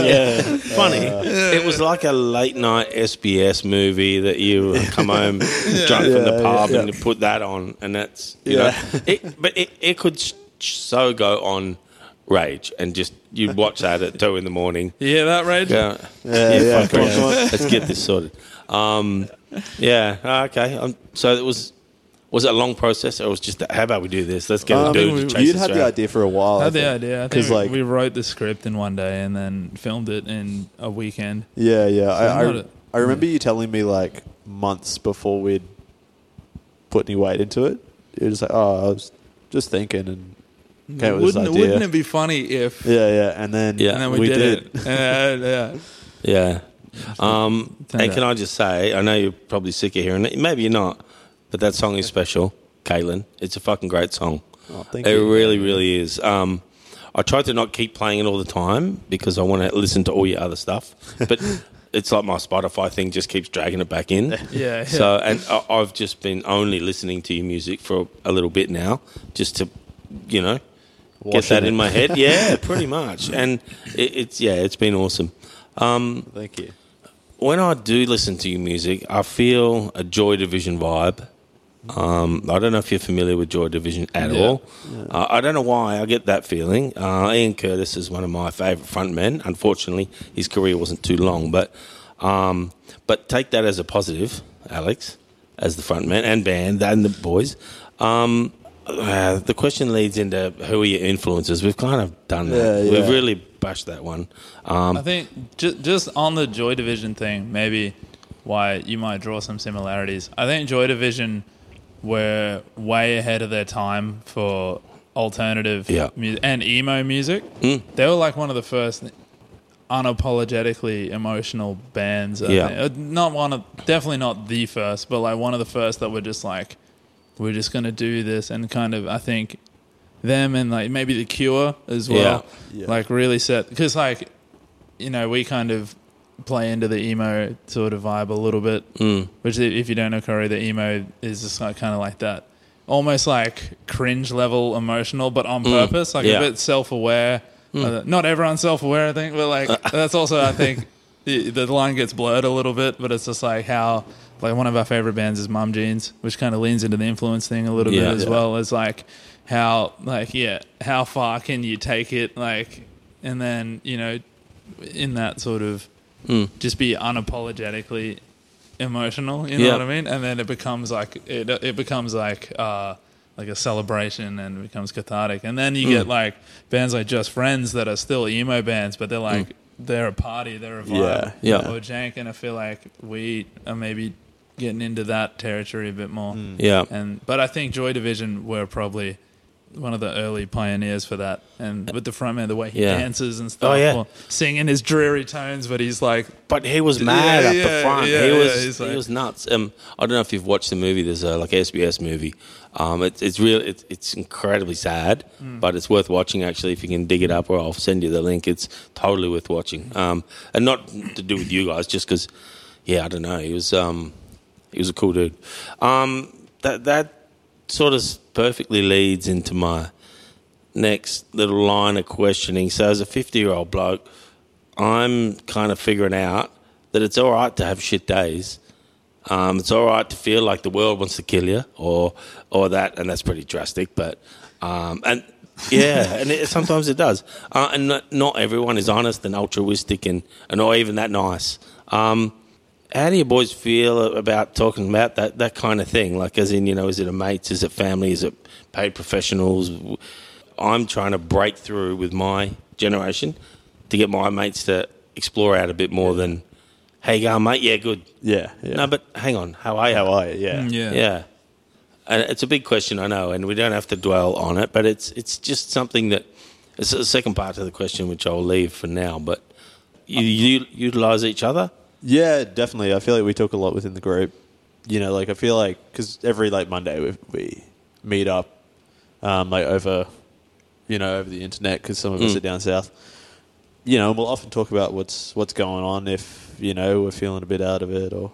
[SPEAKER 1] yeah, [laughs] funny. It was like a late night SBS movie that you come home drunk from the
[SPEAKER 3] [laughs] Yeah,
[SPEAKER 1] pub
[SPEAKER 3] yeah.
[SPEAKER 1] and you put that on, and that's you
[SPEAKER 3] Yeah.
[SPEAKER 1] know, it, but it, it could s- so go on rage and just you watch that at two in the morning.
[SPEAKER 4] yeah that rage.
[SPEAKER 1] Yeah,
[SPEAKER 3] Yeah, yeah,
[SPEAKER 1] fuck
[SPEAKER 3] come on,
[SPEAKER 1] it.
[SPEAKER 3] come on.
[SPEAKER 1] [laughs] Let's get this sorted. Um, yeah, ah, okay. Um, so it was was it a long process or was just that, how about we do this? Let's get
[SPEAKER 3] Um,
[SPEAKER 1] a dude to chase
[SPEAKER 3] you'd
[SPEAKER 1] us
[SPEAKER 3] had the
[SPEAKER 1] around.
[SPEAKER 3] idea for a while. Oh, I
[SPEAKER 4] had the
[SPEAKER 3] think.
[SPEAKER 4] idea. I think
[SPEAKER 3] 'Cause,
[SPEAKER 4] we,
[SPEAKER 3] like-
[SPEAKER 4] we wrote the script in one day and then filmed it in a weekend.
[SPEAKER 3] Yeah, yeah. I,
[SPEAKER 4] not
[SPEAKER 3] I,
[SPEAKER 4] a-
[SPEAKER 3] I remember you telling me like months before we'd put any weight into it. You're just like, oh, I was just thinking and came up with this
[SPEAKER 4] wouldn't,
[SPEAKER 3] idea.
[SPEAKER 4] wouldn't it be funny if?
[SPEAKER 3] yeah, yeah. And then
[SPEAKER 1] Yeah.
[SPEAKER 4] And then we, did, it. [laughs] yeah, yeah.
[SPEAKER 1] Yeah. Um,
[SPEAKER 4] Turned
[SPEAKER 1] and can
[SPEAKER 4] out.
[SPEAKER 1] I just say, I know you're probably sick of hearing it. Maybe you're not, but that song is special, Caitlin. It's a fucking great song.
[SPEAKER 3] Oh, thank
[SPEAKER 1] it
[SPEAKER 3] you.
[SPEAKER 1] really, really is. Um, I try to not keep playing it all the time because I want to listen to all your other stuff, but it's like my Spotify thing just keeps dragging it back in.
[SPEAKER 4] Yeah, yeah.
[SPEAKER 1] So, and I, I've just been only listening to your music for a little bit now, just to, you know, get
[SPEAKER 3] Washing
[SPEAKER 1] that in
[SPEAKER 3] it.
[SPEAKER 1] my head. Yeah, pretty much. And it, it's yeah, it's been awesome
[SPEAKER 3] Thank you.
[SPEAKER 1] when I do listen to your music, I feel a Joy Division vibe. Um, I don't know if you're familiar with Joy Division at all. Uh, I don't know why I get that feeling. Uh, Ian Curtis is one of my favorite frontmen. Unfortunately, his career wasn't too long, but um, but take that as a positive, Alex, as the frontman and band and the boys. Um, uh, the question leads into who are your influences. We've kind of done that.
[SPEAKER 3] Yeah,
[SPEAKER 1] We've
[SPEAKER 3] yeah.
[SPEAKER 1] really bashed that one. Um,
[SPEAKER 4] I think ju- just on the Joy Division thing, maybe why you might draw some similarities. I think Joy Division were way ahead of their time for alternative
[SPEAKER 1] Yeah. Mm.
[SPEAKER 4] mu- and emo music. They were like one of the first unapologetically emotional bands. I
[SPEAKER 1] Yeah.
[SPEAKER 4] think. Uh, Not one of, definitely not the first, but like one of the first that were just like, we're just going to do this and kind of, I think, them and like maybe The Cure as well.
[SPEAKER 3] Yeah. Yeah.
[SPEAKER 4] Like really set, because like, you know, we kind of play into the emo sort of vibe a little bit, mm. which i- if you don't know Corey, the emo is just like kind of like that. Almost like cringe level emotional, but on purpose, like
[SPEAKER 1] Mm. Yeah. Mm.
[SPEAKER 4] Uh,
[SPEAKER 1] [laughs]
[SPEAKER 4] a bit self aware. Not everyone's self aware, I think, but like that's also, I think, the the line gets blurred a little bit, but it's just like how like one of our favorite bands is Mum Jeans, which kind of leans into the influence thing a little
[SPEAKER 1] Yeah.
[SPEAKER 4] bit as
[SPEAKER 1] Yeah.
[SPEAKER 4] well as like how like yeah, how far can you take it like and then, you know, in that sort of
[SPEAKER 1] Hmm.
[SPEAKER 4] just be unapologetically emotional, you know
[SPEAKER 1] Yeah.
[SPEAKER 4] what I mean? And then it becomes like it it becomes like uh like a celebration and becomes cathartic. And
[SPEAKER 1] Hmm.
[SPEAKER 4] then you get like bands like Just Friends that are still emo bands, but they're like they're a party, they're a vibe,
[SPEAKER 1] Hmm. Yeah, yeah.
[SPEAKER 4] or jank. And I feel like we are maybe getting into that territory a bit more.
[SPEAKER 1] Yeah.
[SPEAKER 4] And but I think Joy Division were probably one of the early pioneers for that. And with the frontman, the way he
[SPEAKER 1] Yeah.
[SPEAKER 4] dances and stuff,
[SPEAKER 1] Oh, yeah.
[SPEAKER 4] or singing his dreary tones, but he's like,
[SPEAKER 1] But he was mad
[SPEAKER 4] Yeah,
[SPEAKER 1] at the
[SPEAKER 4] yeah,
[SPEAKER 1] front.
[SPEAKER 4] yeah,
[SPEAKER 1] he
[SPEAKER 4] yeah,
[SPEAKER 1] was
[SPEAKER 4] he's like-
[SPEAKER 1] he was nuts. Um, I don't know if you've watched the movie. There's a like SBS movie. Um, it, it's real. It, it's incredibly sad,
[SPEAKER 4] Hmm.
[SPEAKER 1] but it's worth watching actually if you can dig it up. Or I'll send you the link. It's totally worth watching. Um, and not to do with you guys, just because. Yeah, I don't know. He was um, he was a cool dude. Um, that that sort of perfectly leads into my next little line of questioning. So, as a 50 year old bloke, I'm kind of figuring out that it's all right to have shit days. Um, it's all right to feel like the world wants to kill you, or or that, and that's pretty drastic. But um, and yeah, [laughs] and it, sometimes it does. Uh, and not, not everyone is honest and altruistic, and and not even that nice. Um, how do you boys feel about talking about that that kind of thing? Like, as in, you know, is it a mates? Is it family? Is it paid professionals? I'm trying to break through with my generation to get my mates to explore out a bit more than, hey, go mate, yeah, good.
[SPEAKER 3] Yeah, yeah.
[SPEAKER 1] No, but hang on, how are you?
[SPEAKER 3] how are you? Yeah.
[SPEAKER 4] mm, yeah,
[SPEAKER 1] Yeah. And it's a big question, I know, and we don't have to dwell on it, but it's it's just something that it's the second part to the question, which I'll leave for now. But you, you utilize each other.
[SPEAKER 3] Yeah, definitely. I feel like we talk a lot within the group. You know, like I feel like because every like Monday we, we meet up, um, like over, you know, over the internet because some of us are down south. You know, and we'll often talk about what's what's going on if you know we're feeling a bit out of it or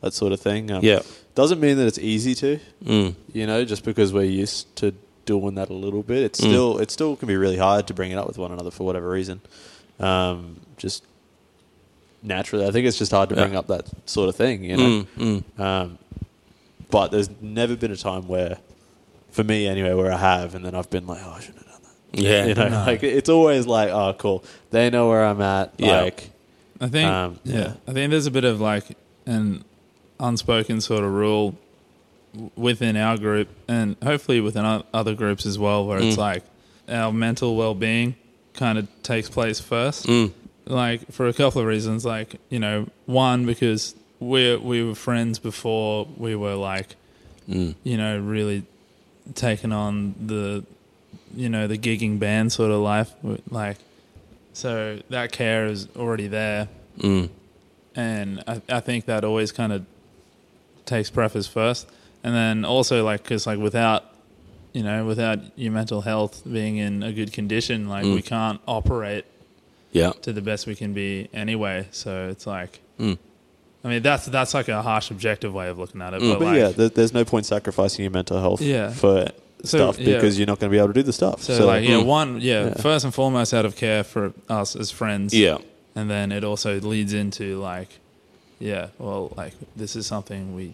[SPEAKER 3] that sort of thing. Um,
[SPEAKER 1] Yeah.
[SPEAKER 3] doesn't mean that it's easy to.
[SPEAKER 1] Mm.
[SPEAKER 3] You know, just because we're used to doing that a little bit, it's
[SPEAKER 1] Mm.
[SPEAKER 3] still it still can be really hard to bring it up with one another for whatever reason. Um, just naturally. I think it's just hard to bring
[SPEAKER 1] Yeah.
[SPEAKER 3] up that sort of thing, you know.
[SPEAKER 1] Mm, mm.
[SPEAKER 3] Um, but there's never been a time where, for me anyway, where I have, and then I've been like, oh, I shouldn't have done that.
[SPEAKER 1] Yeah.
[SPEAKER 3] You know, like it's always like, oh, cool. They know where I'm at.
[SPEAKER 1] Yeah.
[SPEAKER 3] Like,
[SPEAKER 4] I think
[SPEAKER 3] Um,
[SPEAKER 4] yeah.
[SPEAKER 3] yeah.
[SPEAKER 4] I think there's a bit of like an unspoken sort of rule w- within our group and hopefully within o- other groups as well where it's like our mental well-being kind of takes place first like for a couple of reasons like you know one because we we were friends before we were like you know really taken on the you know the gigging band sort of life w- like so that care is already there
[SPEAKER 1] Mm.
[SPEAKER 4] and I, I think that always kind of takes preface first and then also like because like without you know without your mental health being in a good condition like
[SPEAKER 1] Mm.
[SPEAKER 4] we can't operate
[SPEAKER 1] yeah.
[SPEAKER 4] to the best we can be anyway so it's like
[SPEAKER 1] Mm.
[SPEAKER 4] i mean that's that's like a harsh objective way of looking at
[SPEAKER 1] Mm.
[SPEAKER 4] it but,
[SPEAKER 3] but
[SPEAKER 4] like
[SPEAKER 3] yeah, there, there's no point sacrificing your mental health
[SPEAKER 4] Yeah.
[SPEAKER 3] for
[SPEAKER 4] So,
[SPEAKER 3] stuff
[SPEAKER 4] yeah.
[SPEAKER 3] because you're not going to be able to do the stuff.
[SPEAKER 4] so, like yeah
[SPEAKER 1] Mm.
[SPEAKER 4] one yeah, first and foremost out of care for us as friends
[SPEAKER 1] Yeah.
[SPEAKER 4] and then it also leads into like yeah well like this is something we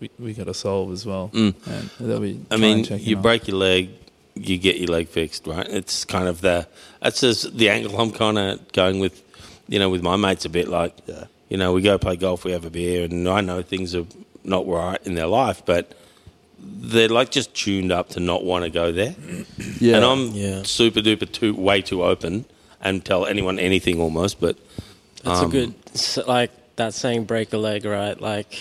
[SPEAKER 4] we, we got to solve as well and that'll be
[SPEAKER 1] Mm. I
[SPEAKER 4] try
[SPEAKER 1] mean,
[SPEAKER 4] and check
[SPEAKER 1] you
[SPEAKER 4] in on.
[SPEAKER 1] break your leg, you get your leg fixed, right? It's kind of the that's just the angle I'm kind of going with, you know, with my mates a bit. Like,
[SPEAKER 3] Yeah.
[SPEAKER 1] you know, we go play golf, we have a beer, and I know things are not right in their life, but they're like just tuned up to not want to go there.
[SPEAKER 3] yeah.
[SPEAKER 1] and I'm
[SPEAKER 5] Yeah.
[SPEAKER 1] super duper too way too open and tell anyone anything almost, but
[SPEAKER 5] It's
[SPEAKER 1] Um,
[SPEAKER 5] a good, s like that saying, break a leg, right? Like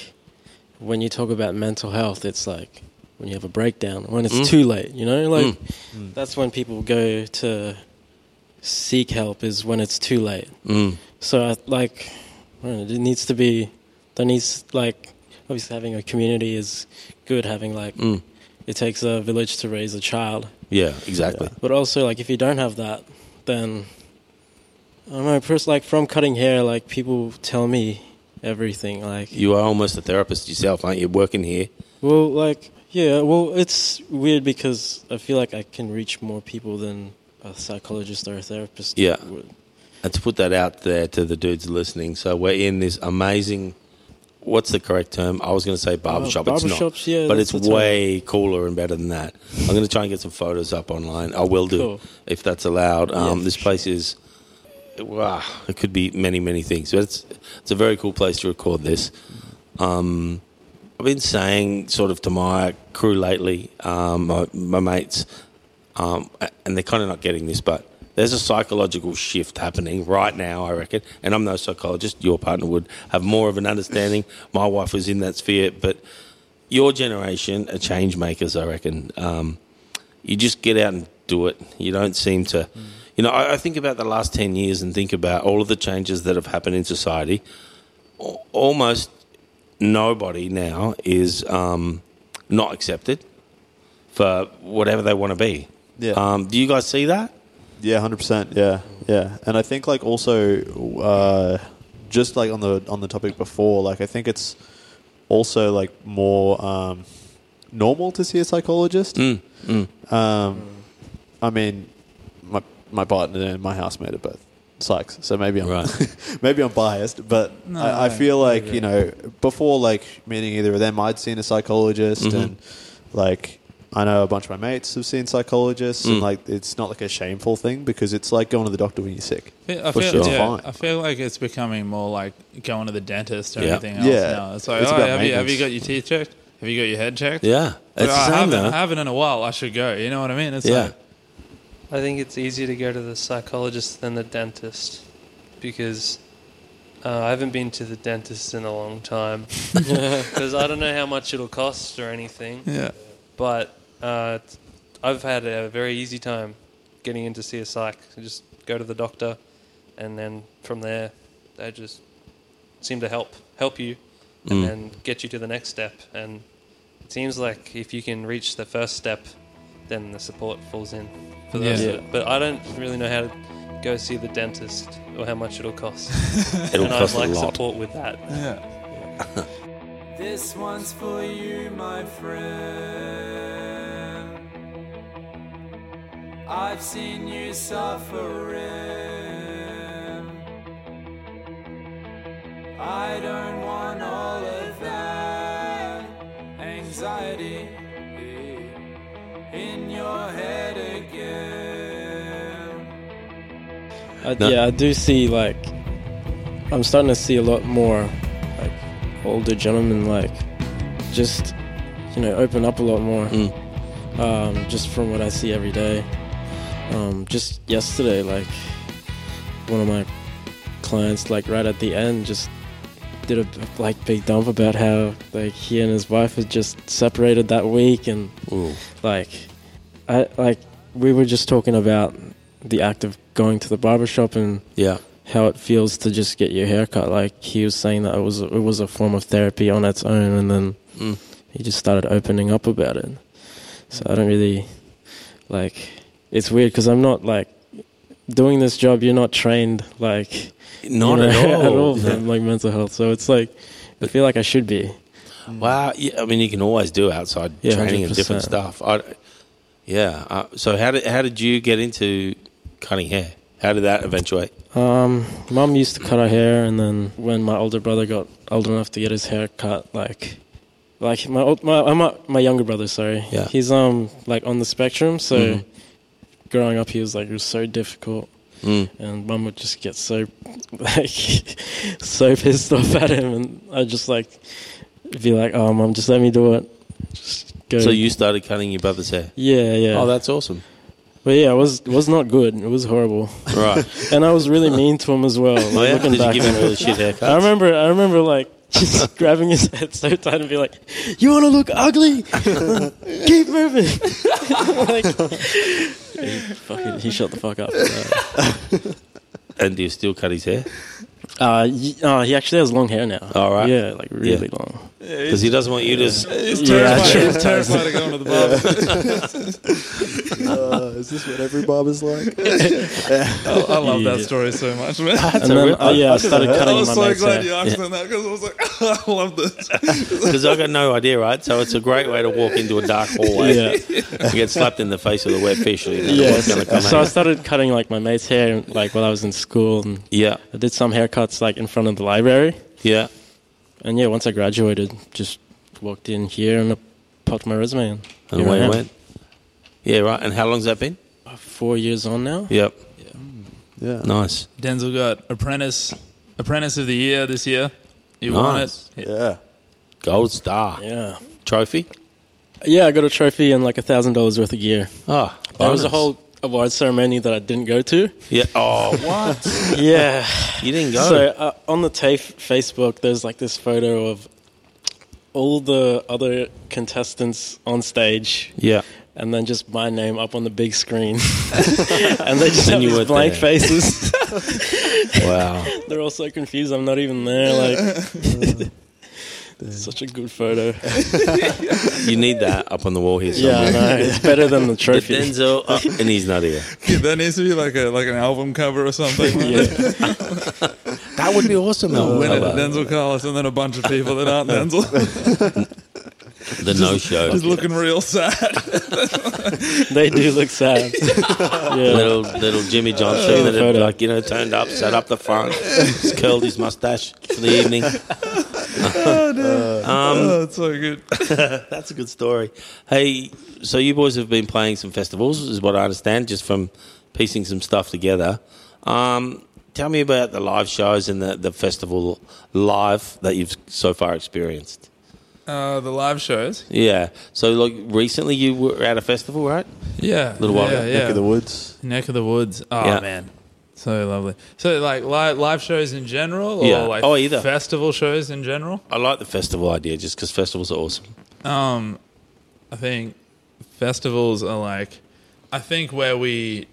[SPEAKER 5] when you talk about mental health, it's like when you have a breakdown, when
[SPEAKER 1] Mm.
[SPEAKER 5] it's too late, you know? Like that's when people go to seek help, is when it's too late.
[SPEAKER 1] mm,
[SPEAKER 5] So, I, like, I don't know, it needs to be, there needs, like, obviously having a community is good, having, like,
[SPEAKER 1] Mm.
[SPEAKER 5] it takes a village to raise a child.
[SPEAKER 1] yeah, exactly.
[SPEAKER 5] But also, like, if you don't have that, then I don't know. First, like from cutting hair, like people tell me everything. Like,
[SPEAKER 1] You are almost a therapist yourself, aren't you? Working here,
[SPEAKER 5] well, like yeah, well, it's weird because I feel like I can reach more people than a psychologist or a therapist
[SPEAKER 1] Yeah.
[SPEAKER 5] would.
[SPEAKER 1] and to put that out there to the dudes listening. So we're in this amazing. What's the correct term? I was going to say barbershop.
[SPEAKER 5] Oh,
[SPEAKER 1] it's not,
[SPEAKER 5] barbershops, yeah,
[SPEAKER 1] but
[SPEAKER 5] that's
[SPEAKER 1] it's
[SPEAKER 5] the term.
[SPEAKER 1] way cooler and better than that. I'm going to try and get some photos up online. I will do
[SPEAKER 5] Cool.
[SPEAKER 1] if that's allowed. Um,
[SPEAKER 5] for
[SPEAKER 1] this place is wow. It could be many many things. But it's it's a very cool place to record this. Um, I've been saying sort of to my crew lately, um, my, my mates, um, and they're kind of not getting this, but there's a psychological shift happening right now, I reckon. And I'm no psychologist. Your partner would have more of an understanding. My wife was in that sphere, but your generation are change makers, I reckon. Um, you just get out and do it. You don't seem to. You know, I, I think about the last 10 years and think about all of the changes that have happened in society. Al- Almost nobody now is um, not accepted for whatever they want to be.
[SPEAKER 3] Yeah.
[SPEAKER 1] Um, do you guys see that?
[SPEAKER 3] Yeah, hundred percent. Yeah, yeah, and I think like also uh, just like on the on the topic before, like I think it's also like more um, normal to see a psychologist.
[SPEAKER 1] Mm,
[SPEAKER 3] Um, I mean, my my partner and my housemate are both psychs, so maybe I'm
[SPEAKER 1] Right.
[SPEAKER 3] [laughs] maybe I'm biased, but
[SPEAKER 4] No,
[SPEAKER 3] I, I
[SPEAKER 4] no,
[SPEAKER 3] feel like you know before like meeting either of them, I'd seen a psychologist,
[SPEAKER 1] Mm-hmm.
[SPEAKER 3] and like I know a bunch of my mates have seen psychologists,
[SPEAKER 1] Mm.
[SPEAKER 3] and like it's not like a shameful thing because it's like going to the doctor when you're sick.
[SPEAKER 4] I
[SPEAKER 1] For
[SPEAKER 4] feel,
[SPEAKER 1] sure.
[SPEAKER 4] yeah,
[SPEAKER 3] Fine.
[SPEAKER 4] I feel like it's becoming more like going to the dentist or
[SPEAKER 1] Yeah.
[SPEAKER 4] anything else
[SPEAKER 3] Yeah.
[SPEAKER 4] now. It's like,
[SPEAKER 3] It's
[SPEAKER 4] oh,
[SPEAKER 3] about
[SPEAKER 4] have you, have you got
[SPEAKER 3] maintenance.
[SPEAKER 4] your teeth checked? Have you got your head checked?
[SPEAKER 1] Yeah.
[SPEAKER 4] But
[SPEAKER 1] It's
[SPEAKER 4] I,
[SPEAKER 1] the same,
[SPEAKER 4] haven't,
[SPEAKER 1] though.
[SPEAKER 4] I haven't in a while. I should go. You know what I mean? It's
[SPEAKER 1] Yeah.
[SPEAKER 4] like,
[SPEAKER 2] I think it's easier to go to the psychologist than the dentist because uh, I haven't been to the dentist in a long
[SPEAKER 4] [laughs]
[SPEAKER 2] time [laughs] because I don't know how much it'll cost or anything.
[SPEAKER 4] yeah.
[SPEAKER 2] But uh, it's- I've had a very easy time getting in to see a psych. I just go to the doctor, and then from there, they just seem to help help you,
[SPEAKER 1] Hmm. Mm.
[SPEAKER 2] and then get you to the next step. And it seems like if you can reach the first step, then the support falls in for the
[SPEAKER 4] Yeah.
[SPEAKER 2] rest of
[SPEAKER 4] Yeah.
[SPEAKER 2] it. But I don't really know how to go see the dentist or how much it'll cost.
[SPEAKER 1] It'll
[SPEAKER 2] and
[SPEAKER 1] cost
[SPEAKER 2] I'd like
[SPEAKER 1] a lot.
[SPEAKER 2] support with that.
[SPEAKER 6] [laughs] This one's for you, my friend. I've seen you suffering. I don't want all of that anxiety in your head again.
[SPEAKER 5] I,
[SPEAKER 1] No.
[SPEAKER 5] Yeah, I do see like I'm starting to see a lot more like older gentlemen like just you know open up a lot more.
[SPEAKER 1] Mm.
[SPEAKER 5] Um, just from what I see every day. Um, just yesterday, like one of my clients, like right at the end, just did a like big dump about how like he and his wife had just separated that week and
[SPEAKER 1] Ooh.
[SPEAKER 5] like I like we were just talking about the act of going to the barbershop and
[SPEAKER 1] Yeah.
[SPEAKER 5] how it feels to just get your hair cut. Like he was saying that it was it was a form of therapy on its own, and then
[SPEAKER 1] Mm.
[SPEAKER 5] he just started opening up about it. So I don't really like. It's weird because I'm not like doing this job. You're not trained like
[SPEAKER 1] Not
[SPEAKER 5] you know, [laughs]
[SPEAKER 1] at all.
[SPEAKER 5] at all for,
[SPEAKER 1] No.
[SPEAKER 5] like mental health. So it's like I feel like I should be.
[SPEAKER 1] Wow. Yeah, I mean, you can always do outside
[SPEAKER 5] Yeah,
[SPEAKER 1] training and different
[SPEAKER 5] 100%.
[SPEAKER 1] stuff. I, yeah. Uh, so how did how did you get into cutting hair? How did that eventuate?
[SPEAKER 5] Um, mom used to cut her hair, and then when my older brother got old enough to get his hair cut, like, like my old, my uh, my, my younger brother, sorry,
[SPEAKER 1] Yeah.
[SPEAKER 5] he's um like on the spectrum, so
[SPEAKER 1] Mhm.
[SPEAKER 5] growing up he was like it was so difficult,
[SPEAKER 1] Mm.
[SPEAKER 5] and mum would just get so [laughs] like so pissed off at him, and I just like be like, oh mom, just let me do it, just go.
[SPEAKER 1] So you started cutting your brother's hair.
[SPEAKER 5] yeah, yeah.
[SPEAKER 1] Oh, that's awesome.
[SPEAKER 5] [laughs] but yeah, it was it was not good. It was horrible,
[SPEAKER 1] Right.
[SPEAKER 5] and I was
[SPEAKER 1] [laughs]
[SPEAKER 5] really mean to him as well.
[SPEAKER 1] Oh, yeah?
[SPEAKER 5] Looking
[SPEAKER 1] Did you
[SPEAKER 5] back
[SPEAKER 1] give
[SPEAKER 5] on
[SPEAKER 1] him
[SPEAKER 5] it.
[SPEAKER 1] a really shit haircut?
[SPEAKER 5] I remember, I remember, like [laughs] just grabbing his head so tight and be like, "You want to look ugly? [laughs] Keep moving." [laughs] like, he, fucking, he shut the fuck [laughs] up. Uh,
[SPEAKER 1] And do you still cut his hair?
[SPEAKER 5] uh, y- uh, he actually has long hair now.
[SPEAKER 1] All right.
[SPEAKER 5] Yeah, like really long.
[SPEAKER 1] because he doesn't want you
[SPEAKER 4] [laughs]
[SPEAKER 1] to.
[SPEAKER 4] He's
[SPEAKER 5] Yeah,
[SPEAKER 4] terrified,
[SPEAKER 5] true.
[SPEAKER 4] he's terrified of going to the barbers.
[SPEAKER 3] [laughs] Uh, is this what every barber's like?
[SPEAKER 4] I, I love that
[SPEAKER 5] Yeah.
[SPEAKER 4] story so
[SPEAKER 1] [laughs]
[SPEAKER 4] much, man.
[SPEAKER 5] and then, uh, yeah, I started
[SPEAKER 4] I
[SPEAKER 5] cutting
[SPEAKER 4] was
[SPEAKER 5] my
[SPEAKER 4] so
[SPEAKER 5] mate's
[SPEAKER 4] glad
[SPEAKER 5] hair.
[SPEAKER 4] you asked me that because I was like, [laughs] I love this.
[SPEAKER 1] Because I got no idea, right? So it's a great way to walk into a
[SPEAKER 5] [laughs]
[SPEAKER 1] dark hallway.
[SPEAKER 5] Yeah.
[SPEAKER 1] You get slapped in the face with a wet fish. And you don't know
[SPEAKER 5] Yeah,
[SPEAKER 1] what's going to come
[SPEAKER 5] so I
[SPEAKER 1] out.
[SPEAKER 5] started cutting like my mate's hair, like while I was in school, and
[SPEAKER 1] Yeah,
[SPEAKER 5] I did some haircuts like in front of the library.
[SPEAKER 1] yeah.
[SPEAKER 5] And yeah, once I graduated, just walked in here and I popped my resume in.
[SPEAKER 1] And
[SPEAKER 5] Here I
[SPEAKER 1] away it
[SPEAKER 5] am.
[SPEAKER 1] went. Yeah, right. And how long's that been?
[SPEAKER 5] Four years on now.
[SPEAKER 1] Yep.
[SPEAKER 3] Yeah.
[SPEAKER 1] Nice.
[SPEAKER 4] Denzel got apprentice apprentice of the year this year. You
[SPEAKER 1] Nice.
[SPEAKER 4] won
[SPEAKER 3] [laughs]
[SPEAKER 4] it.
[SPEAKER 3] Yeah.
[SPEAKER 1] Gold star
[SPEAKER 5] Yeah,
[SPEAKER 1] trophy.
[SPEAKER 5] yeah. I got a trophy and like a thousand dollars worth of gear.
[SPEAKER 1] Oh,
[SPEAKER 5] There was a
[SPEAKER 1] bonus.
[SPEAKER 5] whole award ceremony that I didn't
[SPEAKER 1] [laughs]
[SPEAKER 5] go to.
[SPEAKER 1] Yeah. Oh, what?
[SPEAKER 5] Yeah.
[SPEAKER 1] you didn't go.
[SPEAKER 5] [laughs] so uh, on the TAFE Facebook, there's like this photo of all the other contestants on stage
[SPEAKER 1] yeah.
[SPEAKER 5] and then just my name up on the big
[SPEAKER 1] [laughs]
[SPEAKER 5] screen. and they just
[SPEAKER 1] And
[SPEAKER 5] have
[SPEAKER 1] you were
[SPEAKER 5] these blank
[SPEAKER 1] there. [laughs]
[SPEAKER 5] faces. [laughs]
[SPEAKER 1] Wow.
[SPEAKER 5] They're all so confused. I'm not even there. Like,
[SPEAKER 1] [laughs]
[SPEAKER 5] [laughs] such a good photo.
[SPEAKER 1] You need that up on the wall here
[SPEAKER 5] Yeah,
[SPEAKER 1] somewhere.
[SPEAKER 5] I know.
[SPEAKER 1] [laughs]
[SPEAKER 5] It's better than the
[SPEAKER 1] But
[SPEAKER 5] trophy.
[SPEAKER 1] Denzel, oh, and he's not here.
[SPEAKER 4] [laughs] Yeah, that needs to be like a like an album cover
[SPEAKER 1] [laughs]
[SPEAKER 4] or something. [laughs]
[SPEAKER 5] yeah.
[SPEAKER 1] That would be awesome. though.
[SPEAKER 4] Win it,
[SPEAKER 1] How about
[SPEAKER 4] Denzel Carlos, and then a bunch of people
[SPEAKER 1] [laughs]
[SPEAKER 4] that aren't Denzel, [laughs]
[SPEAKER 1] the no show.
[SPEAKER 4] just looking
[SPEAKER 1] [laughs]
[SPEAKER 4] real sad.
[SPEAKER 5] [laughs] They do look sad. Yeah.
[SPEAKER 1] little little Jimmy Johnson that had,
[SPEAKER 5] photo.
[SPEAKER 1] like you know turned up, set up the front, just curled his mustache for the evening. Uh,
[SPEAKER 4] [laughs]
[SPEAKER 1] um,
[SPEAKER 4] That's Oh, so good.
[SPEAKER 1] that's a good story. Hey, so you boys have been playing some festivals, is what I understand, just from piecing some stuff together. Um, tell me about the live shows and the, the festival live that you've so far experienced.
[SPEAKER 4] Uh, the live shows.
[SPEAKER 1] Yeah. So like recently you were at a festival, right?
[SPEAKER 4] Yeah,
[SPEAKER 1] Little while
[SPEAKER 4] yeah,
[SPEAKER 1] back.
[SPEAKER 4] Uh, yeah.
[SPEAKER 3] Neck of the woods.
[SPEAKER 4] Neck of the woods. Oh
[SPEAKER 1] Yeah.
[SPEAKER 4] man, so lovely. So like live live shows in general, or
[SPEAKER 1] Yeah.
[SPEAKER 4] like
[SPEAKER 1] Oh, either.
[SPEAKER 4] festival shows in general.
[SPEAKER 1] I like the festival idea just because festivals are awesome.
[SPEAKER 4] Um, I think festivals are like, I think where we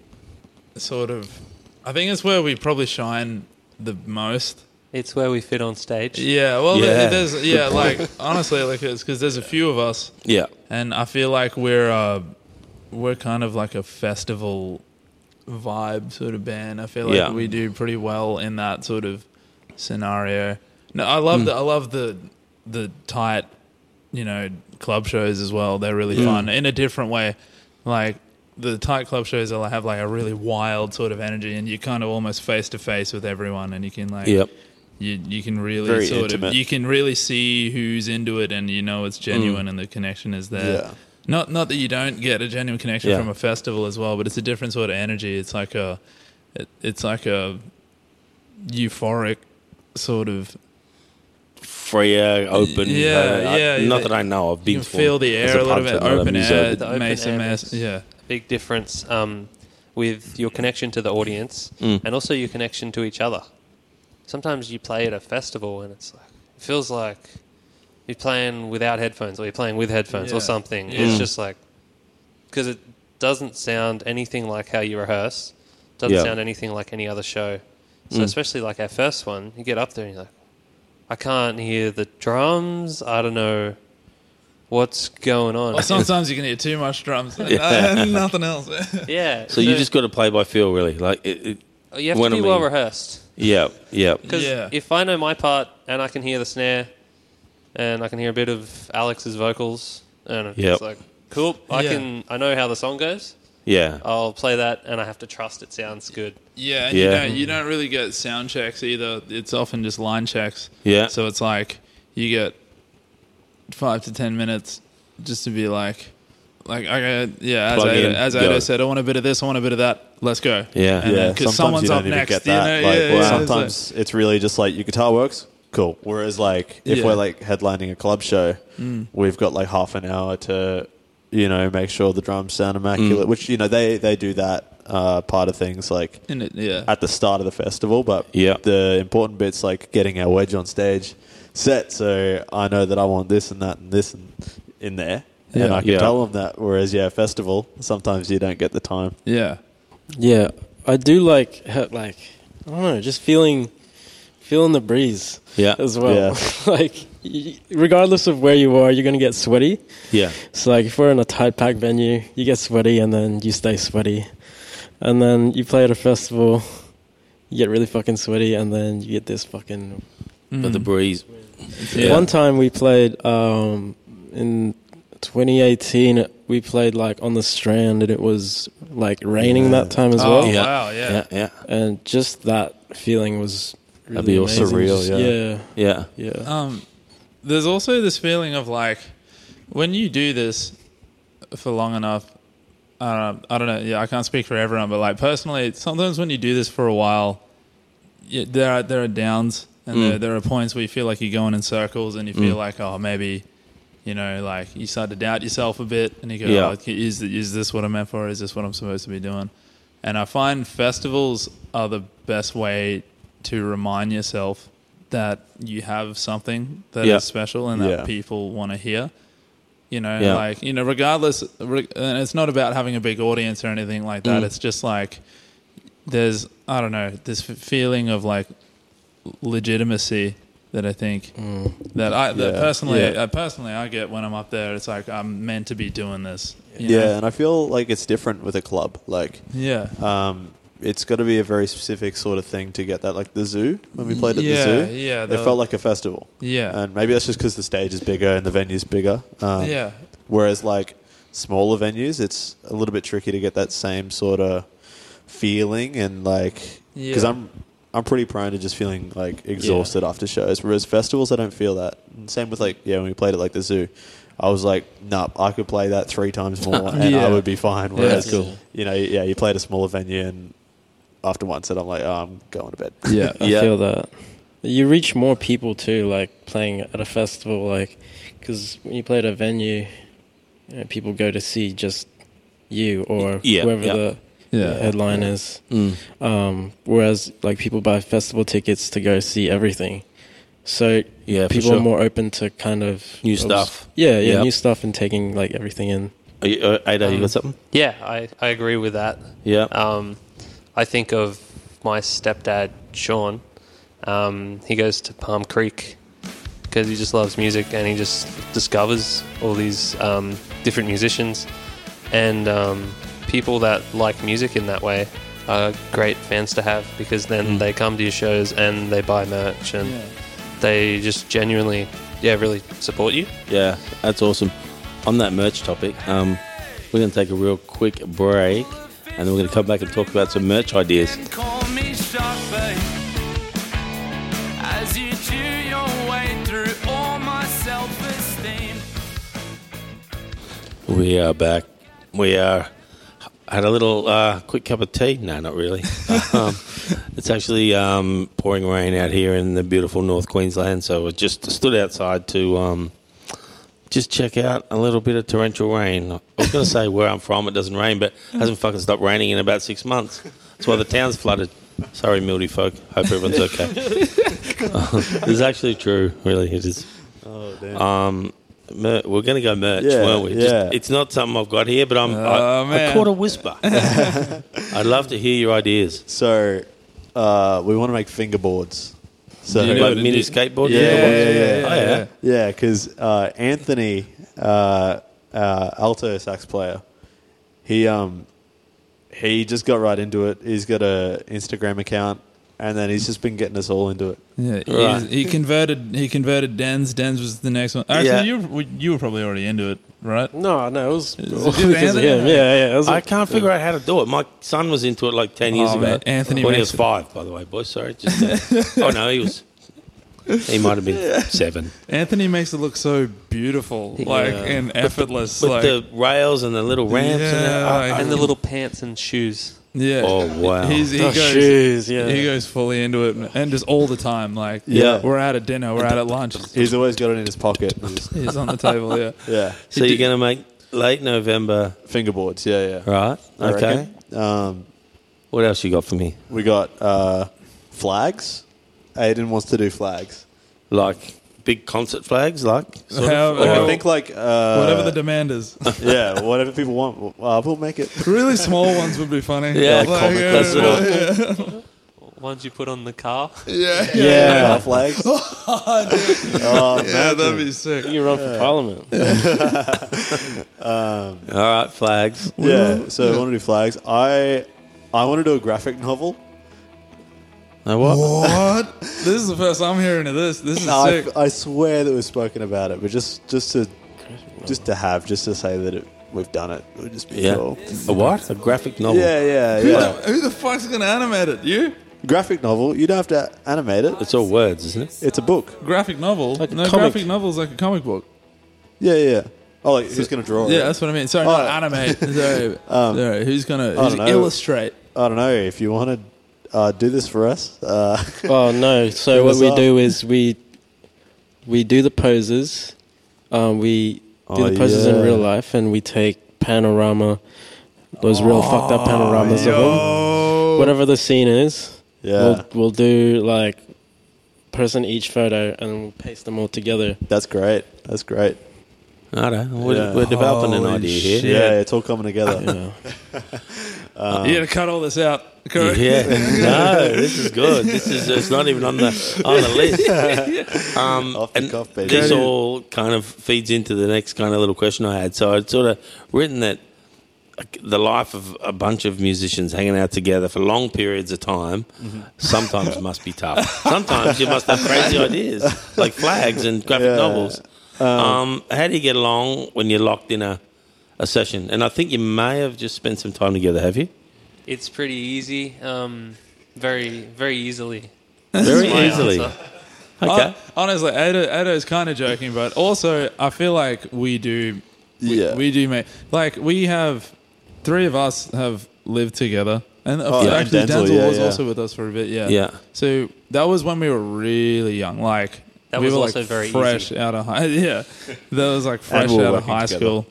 [SPEAKER 4] sort of, I think it's where we probably shine the most.
[SPEAKER 2] It's where we fit on stage.
[SPEAKER 4] Yeah. Well,
[SPEAKER 1] Yeah.
[SPEAKER 4] there's yeah, like honestly, like it's because there's a few of us,
[SPEAKER 1] Yeah.
[SPEAKER 4] and I feel like we're uh, we're kind of like a festival vibe sort of band. I feel like
[SPEAKER 1] Yeah.
[SPEAKER 4] we do pretty well in that sort of scenario. No, I love the I love the the tight, you know, club shows as well. They're really fun in a different way. Like the tight club shows will have like a really wild sort of energy, and you're kind of almost face to face with everyone, and you can like
[SPEAKER 1] Yep.
[SPEAKER 4] you you can really
[SPEAKER 3] Very
[SPEAKER 4] sort
[SPEAKER 3] intimate.
[SPEAKER 4] of you can really see who's into it and you know it's genuine and the connection is there.
[SPEAKER 3] Yeah.
[SPEAKER 4] Not not that you don't get a genuine connection
[SPEAKER 1] Yeah.
[SPEAKER 4] from a festival as well, but it's a different sort of energy. It's like a it, it's like a euphoric sort of
[SPEAKER 1] freer, open.
[SPEAKER 4] Yeah,
[SPEAKER 1] uh,
[SPEAKER 4] yeah,
[SPEAKER 1] Not
[SPEAKER 4] yeah.
[SPEAKER 1] that I know. I've been
[SPEAKER 4] you can
[SPEAKER 1] to
[SPEAKER 4] feel the
[SPEAKER 1] one as
[SPEAKER 4] air a little
[SPEAKER 1] pub
[SPEAKER 4] bit,
[SPEAKER 1] tonight,
[SPEAKER 4] open
[SPEAKER 1] I'm
[SPEAKER 4] air,
[SPEAKER 2] The open
[SPEAKER 4] Mesa
[SPEAKER 2] air
[SPEAKER 4] Mesa-
[SPEAKER 2] is-
[SPEAKER 4] yeah.
[SPEAKER 2] Big difference um, with your connection to the audience
[SPEAKER 1] Mm.
[SPEAKER 2] and also your connection to each other. Sometimes you play at a festival and it's like it feels like you're playing without headphones or you're playing with headphones
[SPEAKER 4] Yeah.
[SPEAKER 2] or something.
[SPEAKER 1] Mm.
[SPEAKER 2] It's just like because it doesn't sound anything like how you rehearse. Doesn't
[SPEAKER 1] Yeah. Mm.
[SPEAKER 2] sound anything like any other show. So especially like our first one, you get up there and you're like, I can't hear the drums. I don't know what's going on.
[SPEAKER 4] Well, sometimes you can hear too much drums and
[SPEAKER 1] Yeah.
[SPEAKER 4] [laughs] nothing else.
[SPEAKER 2] [laughs] yeah.
[SPEAKER 1] So you just got to play by feel, really. Like, it, it,
[SPEAKER 2] Oh, You have
[SPEAKER 1] When
[SPEAKER 2] to
[SPEAKER 1] I
[SPEAKER 2] be well
[SPEAKER 1] mean-
[SPEAKER 2] rehearsed
[SPEAKER 1] yeah, yeah,
[SPEAKER 2] because
[SPEAKER 4] Yeah.
[SPEAKER 2] if I know my part and I can hear the snare and I can hear a bit of Alex's vocals, and
[SPEAKER 1] Yep.
[SPEAKER 2] it's like cool. I
[SPEAKER 4] Yeah.
[SPEAKER 2] can I know how the song goes.
[SPEAKER 1] yeah.
[SPEAKER 2] I'll play that, and I have to trust it sounds good.
[SPEAKER 4] Yeah, and
[SPEAKER 1] Yeah.
[SPEAKER 4] you don't you don't really get sound checks either. It's often just line checks.
[SPEAKER 1] Yeah.
[SPEAKER 4] So it's like you get five to ten minutes just to be like, like okay, yeah. As
[SPEAKER 1] Plug
[SPEAKER 4] Ada,
[SPEAKER 1] in,
[SPEAKER 4] as
[SPEAKER 1] go.
[SPEAKER 4] Ada said, I want a bit of this, I want a bit of that. Let's go.
[SPEAKER 1] Yeah.
[SPEAKER 4] And
[SPEAKER 1] Yeah,
[SPEAKER 4] then- 'cause someone's up next. You know?
[SPEAKER 3] Like,
[SPEAKER 4] yeah, yeah, it's like-
[SPEAKER 3] sometimes it's really just like your guitar works, cool. Whereas like if
[SPEAKER 4] Yeah. Mm.
[SPEAKER 3] we're like headlining a club show, we've got like half an hour to you know make sure the drums sound
[SPEAKER 4] Mm.
[SPEAKER 3] immaculate. Which you know they they do that uh, part of things like
[SPEAKER 4] in it, yeah.
[SPEAKER 3] at the start of the festival, but
[SPEAKER 1] Yeah.
[SPEAKER 3] the important bit's like getting our wedge on stage set. So I know that I want this and that and this and in there. And
[SPEAKER 4] Yeah.
[SPEAKER 3] I can
[SPEAKER 1] Yeah.
[SPEAKER 3] tell them that. Whereas, yeah, festival, sometimes you don't get the time.
[SPEAKER 4] yeah.
[SPEAKER 5] Yeah, I do like ha- like I don't know, just feeling feeling the breeze
[SPEAKER 1] Yeah.
[SPEAKER 5] as well.
[SPEAKER 3] Yeah.
[SPEAKER 5] [laughs] like, y- regardless of where you are, you're going to get sweaty.
[SPEAKER 1] Yeah.
[SPEAKER 5] So, like, if we're in a tight pack venue, you get sweaty and then you stay sweaty. And then you play at a festival, you get really fucking sweaty, and then you get this fucking
[SPEAKER 1] But the
[SPEAKER 4] Mm.
[SPEAKER 1] breeze.
[SPEAKER 4] yeah.
[SPEAKER 5] One time we played um, in 2018. We played like on the Strand, and it was like raining that time as
[SPEAKER 4] oh,
[SPEAKER 5] well.
[SPEAKER 1] Yeah.
[SPEAKER 4] wow, yeah.
[SPEAKER 1] Yeah. Yeah.
[SPEAKER 5] And just that feeling was really
[SPEAKER 1] That'd be all
[SPEAKER 5] amazing.
[SPEAKER 1] surreal,
[SPEAKER 5] Just-
[SPEAKER 1] yeah.
[SPEAKER 5] yeah,
[SPEAKER 1] Yeah.
[SPEAKER 5] yeah.
[SPEAKER 4] Um, there's also this feeling of like when you do this for long enough. I don't, know, I don't know. Yeah, I can't speak for everyone, but like personally, sometimes when you do this for a while, yeah, there are there are downs, and there, there are points where you feel like you're going in circles, and you feel like, oh, maybe, you know, like you start to doubt yourself a bit, and you go,
[SPEAKER 1] Yeah.
[SPEAKER 4] oh, is is this what I'm meant for? Is this what I'm supposed to be doing? And I find festivals are the best way to remind yourself that you have something that is
[SPEAKER 1] Yeah.
[SPEAKER 4] special and that
[SPEAKER 3] Yeah.
[SPEAKER 4] people want to hear. You know,
[SPEAKER 1] Yeah.
[SPEAKER 4] like you know, regardless, re- and it's not about having a big audience or anything like
[SPEAKER 3] Mm.
[SPEAKER 4] that. It's just like there's I don't know this f- feeling of like legitimacy that I think that I that
[SPEAKER 3] Mm. Yeah.
[SPEAKER 4] personally
[SPEAKER 3] Yeah.
[SPEAKER 4] uh, personally I get when I'm up there. It's like I'm meant to be doing this. you
[SPEAKER 3] yeah,
[SPEAKER 4] know?
[SPEAKER 3] and I feel like it's different with a club. Like,
[SPEAKER 4] yeah,
[SPEAKER 3] um, it's got to be a very specific sort of thing to get that. Like the zoo, when we played at
[SPEAKER 4] Yeah,
[SPEAKER 3] the zoo,
[SPEAKER 4] yeah,
[SPEAKER 3] it
[SPEAKER 4] the-
[SPEAKER 3] felt like a festival.
[SPEAKER 4] Yeah.
[SPEAKER 3] and maybe that's just because the stage is bigger and the venue's bigger. Um,
[SPEAKER 4] yeah,
[SPEAKER 3] Whereas like smaller venues, it's a little bit tricky to get that same sort of feeling and like because
[SPEAKER 4] Yeah.
[SPEAKER 3] I'm I'm pretty prone to just feeling like exhausted after shows. Whereas festivals, I don't feel that. And same with like yeah, when we played at like the zoo, I was like, nah, I could play that three times more and
[SPEAKER 4] Yeah.
[SPEAKER 3] I would be fine.
[SPEAKER 4] that's
[SPEAKER 3] Whereas
[SPEAKER 4] cool.
[SPEAKER 3] you know yeah, you play at a smaller venue and after one set, I'm like, oh, I'm going to bed. [laughs]
[SPEAKER 4] yeah,
[SPEAKER 5] I feel that. You reach more people too, like playing at a festival, like because when you play at a venue, you know, people go to see just you or
[SPEAKER 1] Yeah,
[SPEAKER 5] whoever
[SPEAKER 1] yeah.
[SPEAKER 5] the
[SPEAKER 4] yeah,
[SPEAKER 5] headline is.
[SPEAKER 1] Mm.
[SPEAKER 5] Um, whereas like people buy festival tickets to go see everything. So
[SPEAKER 1] Yeah. for
[SPEAKER 5] people
[SPEAKER 1] sure.
[SPEAKER 5] are more open to kind of
[SPEAKER 1] New stuff.
[SPEAKER 5] Yeah, yeah,
[SPEAKER 1] Yeah.
[SPEAKER 5] new stuff and taking like everything in.
[SPEAKER 1] Are you, uh, Ada, you
[SPEAKER 2] Um,
[SPEAKER 1] got something?
[SPEAKER 2] Yeah, I, I agree with that.
[SPEAKER 1] Yeah.
[SPEAKER 2] Um, I think of my stepdad, Sean. Um, he goes to Palm Creek because he just loves music and he just discovers all these um, different musicians and um, people that like music in that way are great fans to have because then they come to your shows and they buy merch and
[SPEAKER 4] yeah.
[SPEAKER 2] they just genuinely, yeah, really support you.
[SPEAKER 1] Yeah, that's awesome. On that merch topic, um, we're going to take a real quick break and then we're going to come back and talk about some merch ideas.
[SPEAKER 6] And call me Sharpay as you chew your way through all my self-esteem.
[SPEAKER 1] We are back. We are had a little uh, quick cup of tea. No, not
[SPEAKER 3] [laughs]
[SPEAKER 1] really. um, it's actually um, pouring rain out here in the beautiful North Queensland, so we just stood outside to um, just check out a little bit of torrential rain. I was going to say where I'm from, it doesn't rain, but it hasn't fucking stopped raining in about six months. That's why the town's flooded. Sorry, mildy folk. Hope everyone's
[SPEAKER 3] [laughs]
[SPEAKER 1] okay. Um, it's actually true. Really, it is.
[SPEAKER 3] Oh damn.
[SPEAKER 1] Um, mer- we're going to go merch,
[SPEAKER 3] Yeah,
[SPEAKER 1] weren't we?
[SPEAKER 3] yeah.
[SPEAKER 1] it's not something I've got here, but I'm.
[SPEAKER 4] Oh,
[SPEAKER 1] I, I
[SPEAKER 4] man.
[SPEAKER 1] caught a
[SPEAKER 4] [laughs]
[SPEAKER 1] whisper. I'd love to hear your ideas.
[SPEAKER 3] so uh, we want to make fingerboards. So
[SPEAKER 4] You know
[SPEAKER 1] like
[SPEAKER 4] what it
[SPEAKER 1] mini
[SPEAKER 4] is?
[SPEAKER 1] skateboard.
[SPEAKER 3] Yeah, yeah, yeah,
[SPEAKER 1] Oh, yeah.
[SPEAKER 4] yeah.
[SPEAKER 3] Yeah, because uh, Anthony, uh, uh, alto sax player, he um he just got right into it. He's got a Instagram account, and then he's just been getting us all into it.
[SPEAKER 4] Yeah, he,
[SPEAKER 1] Right.
[SPEAKER 4] he converted. He converted Dens. Dens was the next one. Actually,
[SPEAKER 1] Yeah.
[SPEAKER 4] you were- you were probably already into it, right?
[SPEAKER 5] No, no, it was
[SPEAKER 4] it just
[SPEAKER 5] because of him.
[SPEAKER 4] Anthony?
[SPEAKER 5] [laughs] Yeah, yeah. It was
[SPEAKER 1] I can't figure out how to do it. My son was into it like ten years
[SPEAKER 4] Oh,
[SPEAKER 1] ago.
[SPEAKER 4] man, Anthony
[SPEAKER 1] when he
[SPEAKER 4] makes
[SPEAKER 1] was five, by the way, boys. Sorry, just
[SPEAKER 4] [laughs]
[SPEAKER 1] uh, oh no, he was. He might have been seven.
[SPEAKER 4] Anthony makes it look so beautiful, like
[SPEAKER 1] Yeah.
[SPEAKER 4] and effortless.
[SPEAKER 1] With
[SPEAKER 4] like,
[SPEAKER 1] the rails and the little ramps and, that.
[SPEAKER 4] Yeah,
[SPEAKER 1] I- I-
[SPEAKER 4] like-
[SPEAKER 2] And the little pants and shoes.
[SPEAKER 4] yeah.
[SPEAKER 1] Oh, wow.
[SPEAKER 4] He's, he
[SPEAKER 5] oh,
[SPEAKER 4] goes.
[SPEAKER 5] shoes, yeah.
[SPEAKER 4] He goes fully into it, and- and just all the time. Like,
[SPEAKER 3] Yeah.
[SPEAKER 4] we're out at dinner, we're out at lunch.
[SPEAKER 3] He's always got it in his pocket.
[SPEAKER 4] [laughs] He's on the table. Yeah,
[SPEAKER 3] yeah,
[SPEAKER 1] so you're going to make late November,
[SPEAKER 3] fingerboards. Yeah, yeah.
[SPEAKER 1] right?
[SPEAKER 3] I
[SPEAKER 1] Okay.
[SPEAKER 3] reckon. Um,
[SPEAKER 1] What else you got for me?
[SPEAKER 3] we got uh, flags. Aiden wants to do flags.
[SPEAKER 1] Like big concert flags,
[SPEAKER 4] [laughs]
[SPEAKER 1] like sort
[SPEAKER 4] How-
[SPEAKER 1] of, or-
[SPEAKER 4] how-
[SPEAKER 3] Like, I
[SPEAKER 4] Well,
[SPEAKER 3] think like uh,
[SPEAKER 4] whatever the demand is.
[SPEAKER 3] yeah, whatever people want, uh, we'll make it.
[SPEAKER 4] really small ones would be funny.
[SPEAKER 1] Yeah,
[SPEAKER 4] [laughs] Like, uh,
[SPEAKER 1] comic, that's
[SPEAKER 4] yeah,
[SPEAKER 1] it.
[SPEAKER 2] ones you put on the car.
[SPEAKER 7] Yeah.
[SPEAKER 3] [laughs]
[SPEAKER 5] Yeah.
[SPEAKER 3] Half legs.
[SPEAKER 4] Oh,
[SPEAKER 1] Oh,
[SPEAKER 7] Yeah, that'd be
[SPEAKER 4] sick.
[SPEAKER 5] You run for parliament.
[SPEAKER 1] All right, flags.
[SPEAKER 3] yeah. So I want to do flags. I I want to do a graphic novel.
[SPEAKER 1] No what?
[SPEAKER 4] What? [laughs] this is the first I'm hearing of this. This is
[SPEAKER 3] No, I,
[SPEAKER 4] sick.
[SPEAKER 3] I swear that we've spoken about it, but just just to just to have just to say that it, we've done it would just be
[SPEAKER 1] Yeah.
[SPEAKER 3] cool.
[SPEAKER 1] A what? A graphic novel.
[SPEAKER 3] Yeah, yeah,
[SPEAKER 4] Who
[SPEAKER 3] yeah.
[SPEAKER 4] the- who the fuck's gonna animate it? You?
[SPEAKER 3] Graphic novel. You don't have to animate it.
[SPEAKER 1] It's all words, isn't it?
[SPEAKER 3] It's a book.
[SPEAKER 4] Graphic novel?
[SPEAKER 5] Like a
[SPEAKER 4] no,
[SPEAKER 5] comic.
[SPEAKER 4] graphic novel's like a comic book.
[SPEAKER 3] Yeah, yeah. Oh, like who's gonna draw it?
[SPEAKER 4] Yeah, that's what I mean. Sorry,
[SPEAKER 3] Oh.
[SPEAKER 4] not
[SPEAKER 3] [laughs]
[SPEAKER 4] animate. Sorry, Sorry, who's gonna
[SPEAKER 3] Um, I
[SPEAKER 4] who's
[SPEAKER 3] don't
[SPEAKER 5] Oh.
[SPEAKER 3] know.
[SPEAKER 4] illustrate?
[SPEAKER 3] I don't know if you want to uh, do this for us. Uh,
[SPEAKER 5] [laughs]
[SPEAKER 3] [laughs]
[SPEAKER 5] Oh no! So what
[SPEAKER 3] us
[SPEAKER 5] we
[SPEAKER 3] up.
[SPEAKER 5] do is we we do the poses. Um, we do
[SPEAKER 3] Oh,
[SPEAKER 5] the poses in
[SPEAKER 3] yeah.
[SPEAKER 5] real life, and we take panorama, those real fucked
[SPEAKER 4] Oh,
[SPEAKER 5] up panoramas of them. Whatever the scene is,
[SPEAKER 3] yeah,
[SPEAKER 5] we'll we'll do like person each photo, and we'll paste them all together.
[SPEAKER 3] that's great. That's great.
[SPEAKER 1] I don't know. We're,
[SPEAKER 3] Yeah.
[SPEAKER 1] we're developing an
[SPEAKER 4] Holy
[SPEAKER 1] idea here.
[SPEAKER 4] shit.
[SPEAKER 3] Yeah,
[SPEAKER 4] Yeah.
[SPEAKER 3] it's all coming together.
[SPEAKER 5] Yeah.
[SPEAKER 4] you gotta cut all this out. Correct.
[SPEAKER 1] Yeah. [laughs] no, this is good. This is it's not even on the on the list. Um,
[SPEAKER 3] Off the
[SPEAKER 1] and
[SPEAKER 3] cuff, baby.
[SPEAKER 1] this
[SPEAKER 3] Go ahead.
[SPEAKER 1] all kind of feeds into the next kind of little question I had. So I'd sort of written that like, the life of a bunch of musicians hanging out together for long periods of time sometimes must be tough. Sometimes you must have crazy ideas like flags and graphic
[SPEAKER 3] Yeah.
[SPEAKER 1] novels. Um, how do you get along when you're locked in a, a session? And I think you may have just spent some time together, have you?
[SPEAKER 2] It's pretty easy, um, very very easily.
[SPEAKER 1] Very
[SPEAKER 2] My
[SPEAKER 1] easily.
[SPEAKER 2] answer.
[SPEAKER 1] Okay.
[SPEAKER 4] Hon- honestly, Edo, Edo's kind of joking, but also I feel like we do. We,
[SPEAKER 3] Yeah.
[SPEAKER 4] we do make like we have three of us have lived together, and uh,
[SPEAKER 3] Oh, and
[SPEAKER 4] actually
[SPEAKER 3] Denzel,
[SPEAKER 4] Denzel,
[SPEAKER 3] yeah,
[SPEAKER 4] was
[SPEAKER 3] yeah.
[SPEAKER 4] also with us for a bit. Yeah,
[SPEAKER 1] Yeah.
[SPEAKER 4] So that was when we were really young, like
[SPEAKER 2] That
[SPEAKER 4] we
[SPEAKER 2] was
[SPEAKER 4] were
[SPEAKER 2] also
[SPEAKER 4] like
[SPEAKER 2] very
[SPEAKER 4] fresh
[SPEAKER 2] easy.
[SPEAKER 4] out of high. [laughs] Yeah, that was like fresh
[SPEAKER 3] we were
[SPEAKER 4] out of
[SPEAKER 3] working
[SPEAKER 4] high
[SPEAKER 3] together.
[SPEAKER 4] school,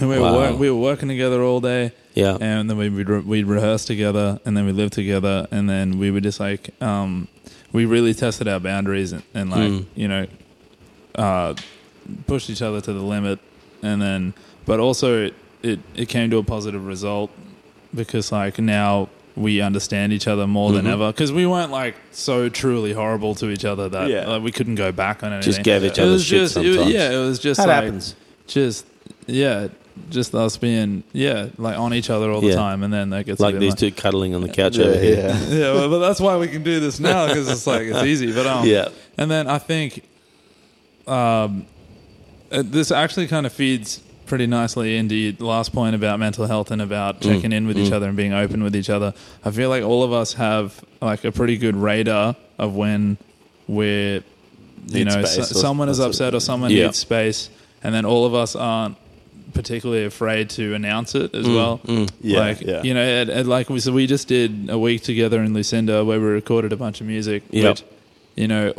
[SPEAKER 4] and we were
[SPEAKER 1] Wow.
[SPEAKER 4] work, we were working together all day.
[SPEAKER 1] Yeah.
[SPEAKER 4] and then we would re- we'd rehearse together, and then we lived together, and then we were just like, um, we really tested our boundaries and, and like
[SPEAKER 1] Mm.
[SPEAKER 4] you know, uh, pushed each other to the limit, and then but also it, it it came to a positive result because like now we understand each other more
[SPEAKER 1] Mm-hmm.
[SPEAKER 4] than ever because we weren't like so truly horrible to each other that
[SPEAKER 3] Yeah.
[SPEAKER 4] like, we couldn't go back on anything.
[SPEAKER 1] Just gave each
[SPEAKER 4] It
[SPEAKER 1] other
[SPEAKER 4] was
[SPEAKER 1] shit
[SPEAKER 4] just- it was-
[SPEAKER 1] sometimes.
[SPEAKER 4] yeah, it was just
[SPEAKER 1] That
[SPEAKER 4] like,
[SPEAKER 1] happens.
[SPEAKER 4] Just yeah, just us being yeah like on each other all the
[SPEAKER 1] Yeah.
[SPEAKER 4] time, and then that gets a
[SPEAKER 1] like
[SPEAKER 4] bit
[SPEAKER 1] these
[SPEAKER 4] much.
[SPEAKER 1] two cuddling on the couch
[SPEAKER 3] Yeah,
[SPEAKER 1] over here.
[SPEAKER 3] yeah.
[SPEAKER 4] [laughs] yeah, well, but that's why we can do this now because it's like it's easy. But um,
[SPEAKER 1] [laughs] Yeah.
[SPEAKER 4] And then I think, um, uh, this actually kind of feeds pretty nicely into your last point about mental health and
[SPEAKER 3] Mm.
[SPEAKER 4] about checking in with each other and being open with each other. I feel like all of us have like a pretty good radar of when we're, you
[SPEAKER 3] Need
[SPEAKER 4] know, so,
[SPEAKER 3] space or-
[SPEAKER 4] someone is
[SPEAKER 3] that's
[SPEAKER 4] upset or someone
[SPEAKER 1] Yeah.
[SPEAKER 4] needs space, and then all of us aren't particularly afraid to announce it as well.
[SPEAKER 3] Mm. Yeah,
[SPEAKER 4] like
[SPEAKER 3] yeah.
[SPEAKER 4] you know, and, and like we so we just did a week together in Lucinda where we recorded a bunch of music.
[SPEAKER 1] Yep.
[SPEAKER 4] Which, you know,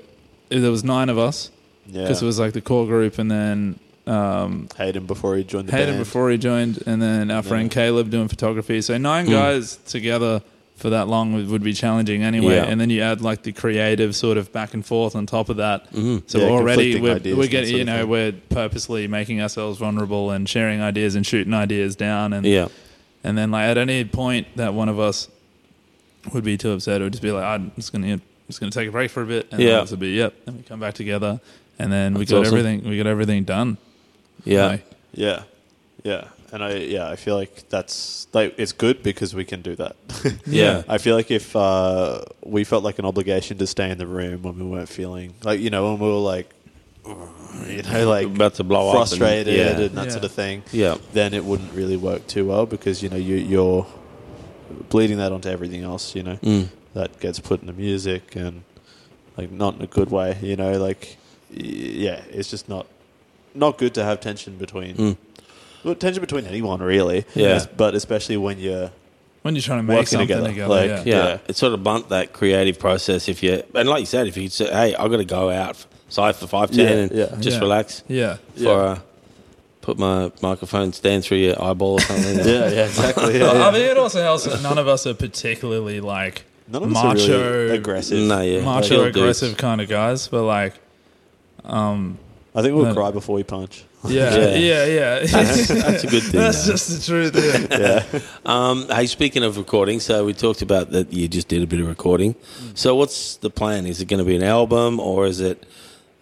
[SPEAKER 4] there was nine of us [laughs]
[SPEAKER 3] Yeah.
[SPEAKER 4] because it was like the core group, and then
[SPEAKER 3] Hayden before he joined the
[SPEAKER 4] Hayden
[SPEAKER 3] band.
[SPEAKER 4] before he joined, and then our friend Caleb doing photography. So nine
[SPEAKER 3] Hmm.
[SPEAKER 4] guys together for that long would, would be challenging anyway.
[SPEAKER 1] Yeah.
[SPEAKER 4] And then you add like the creative sort of back and forth on top of that. So
[SPEAKER 3] Mm-hmm. Yeah,
[SPEAKER 4] already
[SPEAKER 3] conflicting
[SPEAKER 4] we're,
[SPEAKER 3] ideas and
[SPEAKER 4] we're
[SPEAKER 3] that
[SPEAKER 4] getting
[SPEAKER 3] sort
[SPEAKER 4] you
[SPEAKER 3] of
[SPEAKER 4] know
[SPEAKER 3] thing.
[SPEAKER 4] we're purposely making ourselves vulnerable and sharing ideas and shooting ideas down and
[SPEAKER 1] Yeah.
[SPEAKER 4] and then like at any point that one of us would be too upset, it would just be like, I'm just gonna I'm just gonna take a break for a bit, and
[SPEAKER 1] Yeah.
[SPEAKER 4] then it would be yep, and we come back together, and then we
[SPEAKER 1] That's
[SPEAKER 4] got
[SPEAKER 1] awesome.
[SPEAKER 4] everything we got everything done.
[SPEAKER 1] Yeah.
[SPEAKER 4] Like,
[SPEAKER 3] Yeah, yeah, and I yeah I feel like that's like it's good because we can do that. [laughs]
[SPEAKER 1] Yeah.
[SPEAKER 3] I feel like if uh, we felt like an obligation to stay in the room when we weren't feeling like you know when we were like [sighs] you know like
[SPEAKER 1] About to blow up and-
[SPEAKER 3] frustrated and,
[SPEAKER 1] yeah.
[SPEAKER 3] that
[SPEAKER 4] Yeah.
[SPEAKER 3] sort of thing,
[SPEAKER 1] Yeah.
[SPEAKER 3] then it wouldn't really work too well because you know you you're bleeding that onto everything else. You know that gets put into music and like not in a good way. You know like y- yeah, it's just not not good to have tension between. Well, tension between anyone, really.
[SPEAKER 1] Yeah.
[SPEAKER 3] Yes, But especially when you're
[SPEAKER 4] when you're trying to make
[SPEAKER 3] Working
[SPEAKER 4] something
[SPEAKER 3] together,
[SPEAKER 4] together,
[SPEAKER 3] like,
[SPEAKER 4] yeah.
[SPEAKER 1] Yeah.
[SPEAKER 3] Yeah.
[SPEAKER 1] It sort of blunt that creative process if you, and like you said, if you say, hey, I've got to go out side for 510
[SPEAKER 3] Yeah,
[SPEAKER 1] and
[SPEAKER 3] yeah.
[SPEAKER 1] just
[SPEAKER 4] Yeah.
[SPEAKER 1] relax
[SPEAKER 4] yeah.
[SPEAKER 1] for uh, put my microphone stand through your eyeball or [laughs] something.
[SPEAKER 3] yeah, yeah, exactly. Yeah,
[SPEAKER 4] I mean, it also helps that none of us are particularly like
[SPEAKER 3] [laughs] None of us are
[SPEAKER 4] macho,
[SPEAKER 3] really aggressive.
[SPEAKER 1] No, yeah.
[SPEAKER 4] macho
[SPEAKER 1] Chill dudes.
[SPEAKER 4] aggressive kind of guys, but like, um,
[SPEAKER 3] I think we'll
[SPEAKER 4] No.
[SPEAKER 3] cry before we punch.
[SPEAKER 4] Yeah, yeah, yeah.
[SPEAKER 1] That's, that's a good thing.
[SPEAKER 4] That's
[SPEAKER 1] though.
[SPEAKER 4] just the truth. Yeah.
[SPEAKER 1] Um, hey, speaking of recording, so we talked about that you just did a bit of recording.
[SPEAKER 4] Mm.
[SPEAKER 1] So what's the plan? Is it going to be an album or is it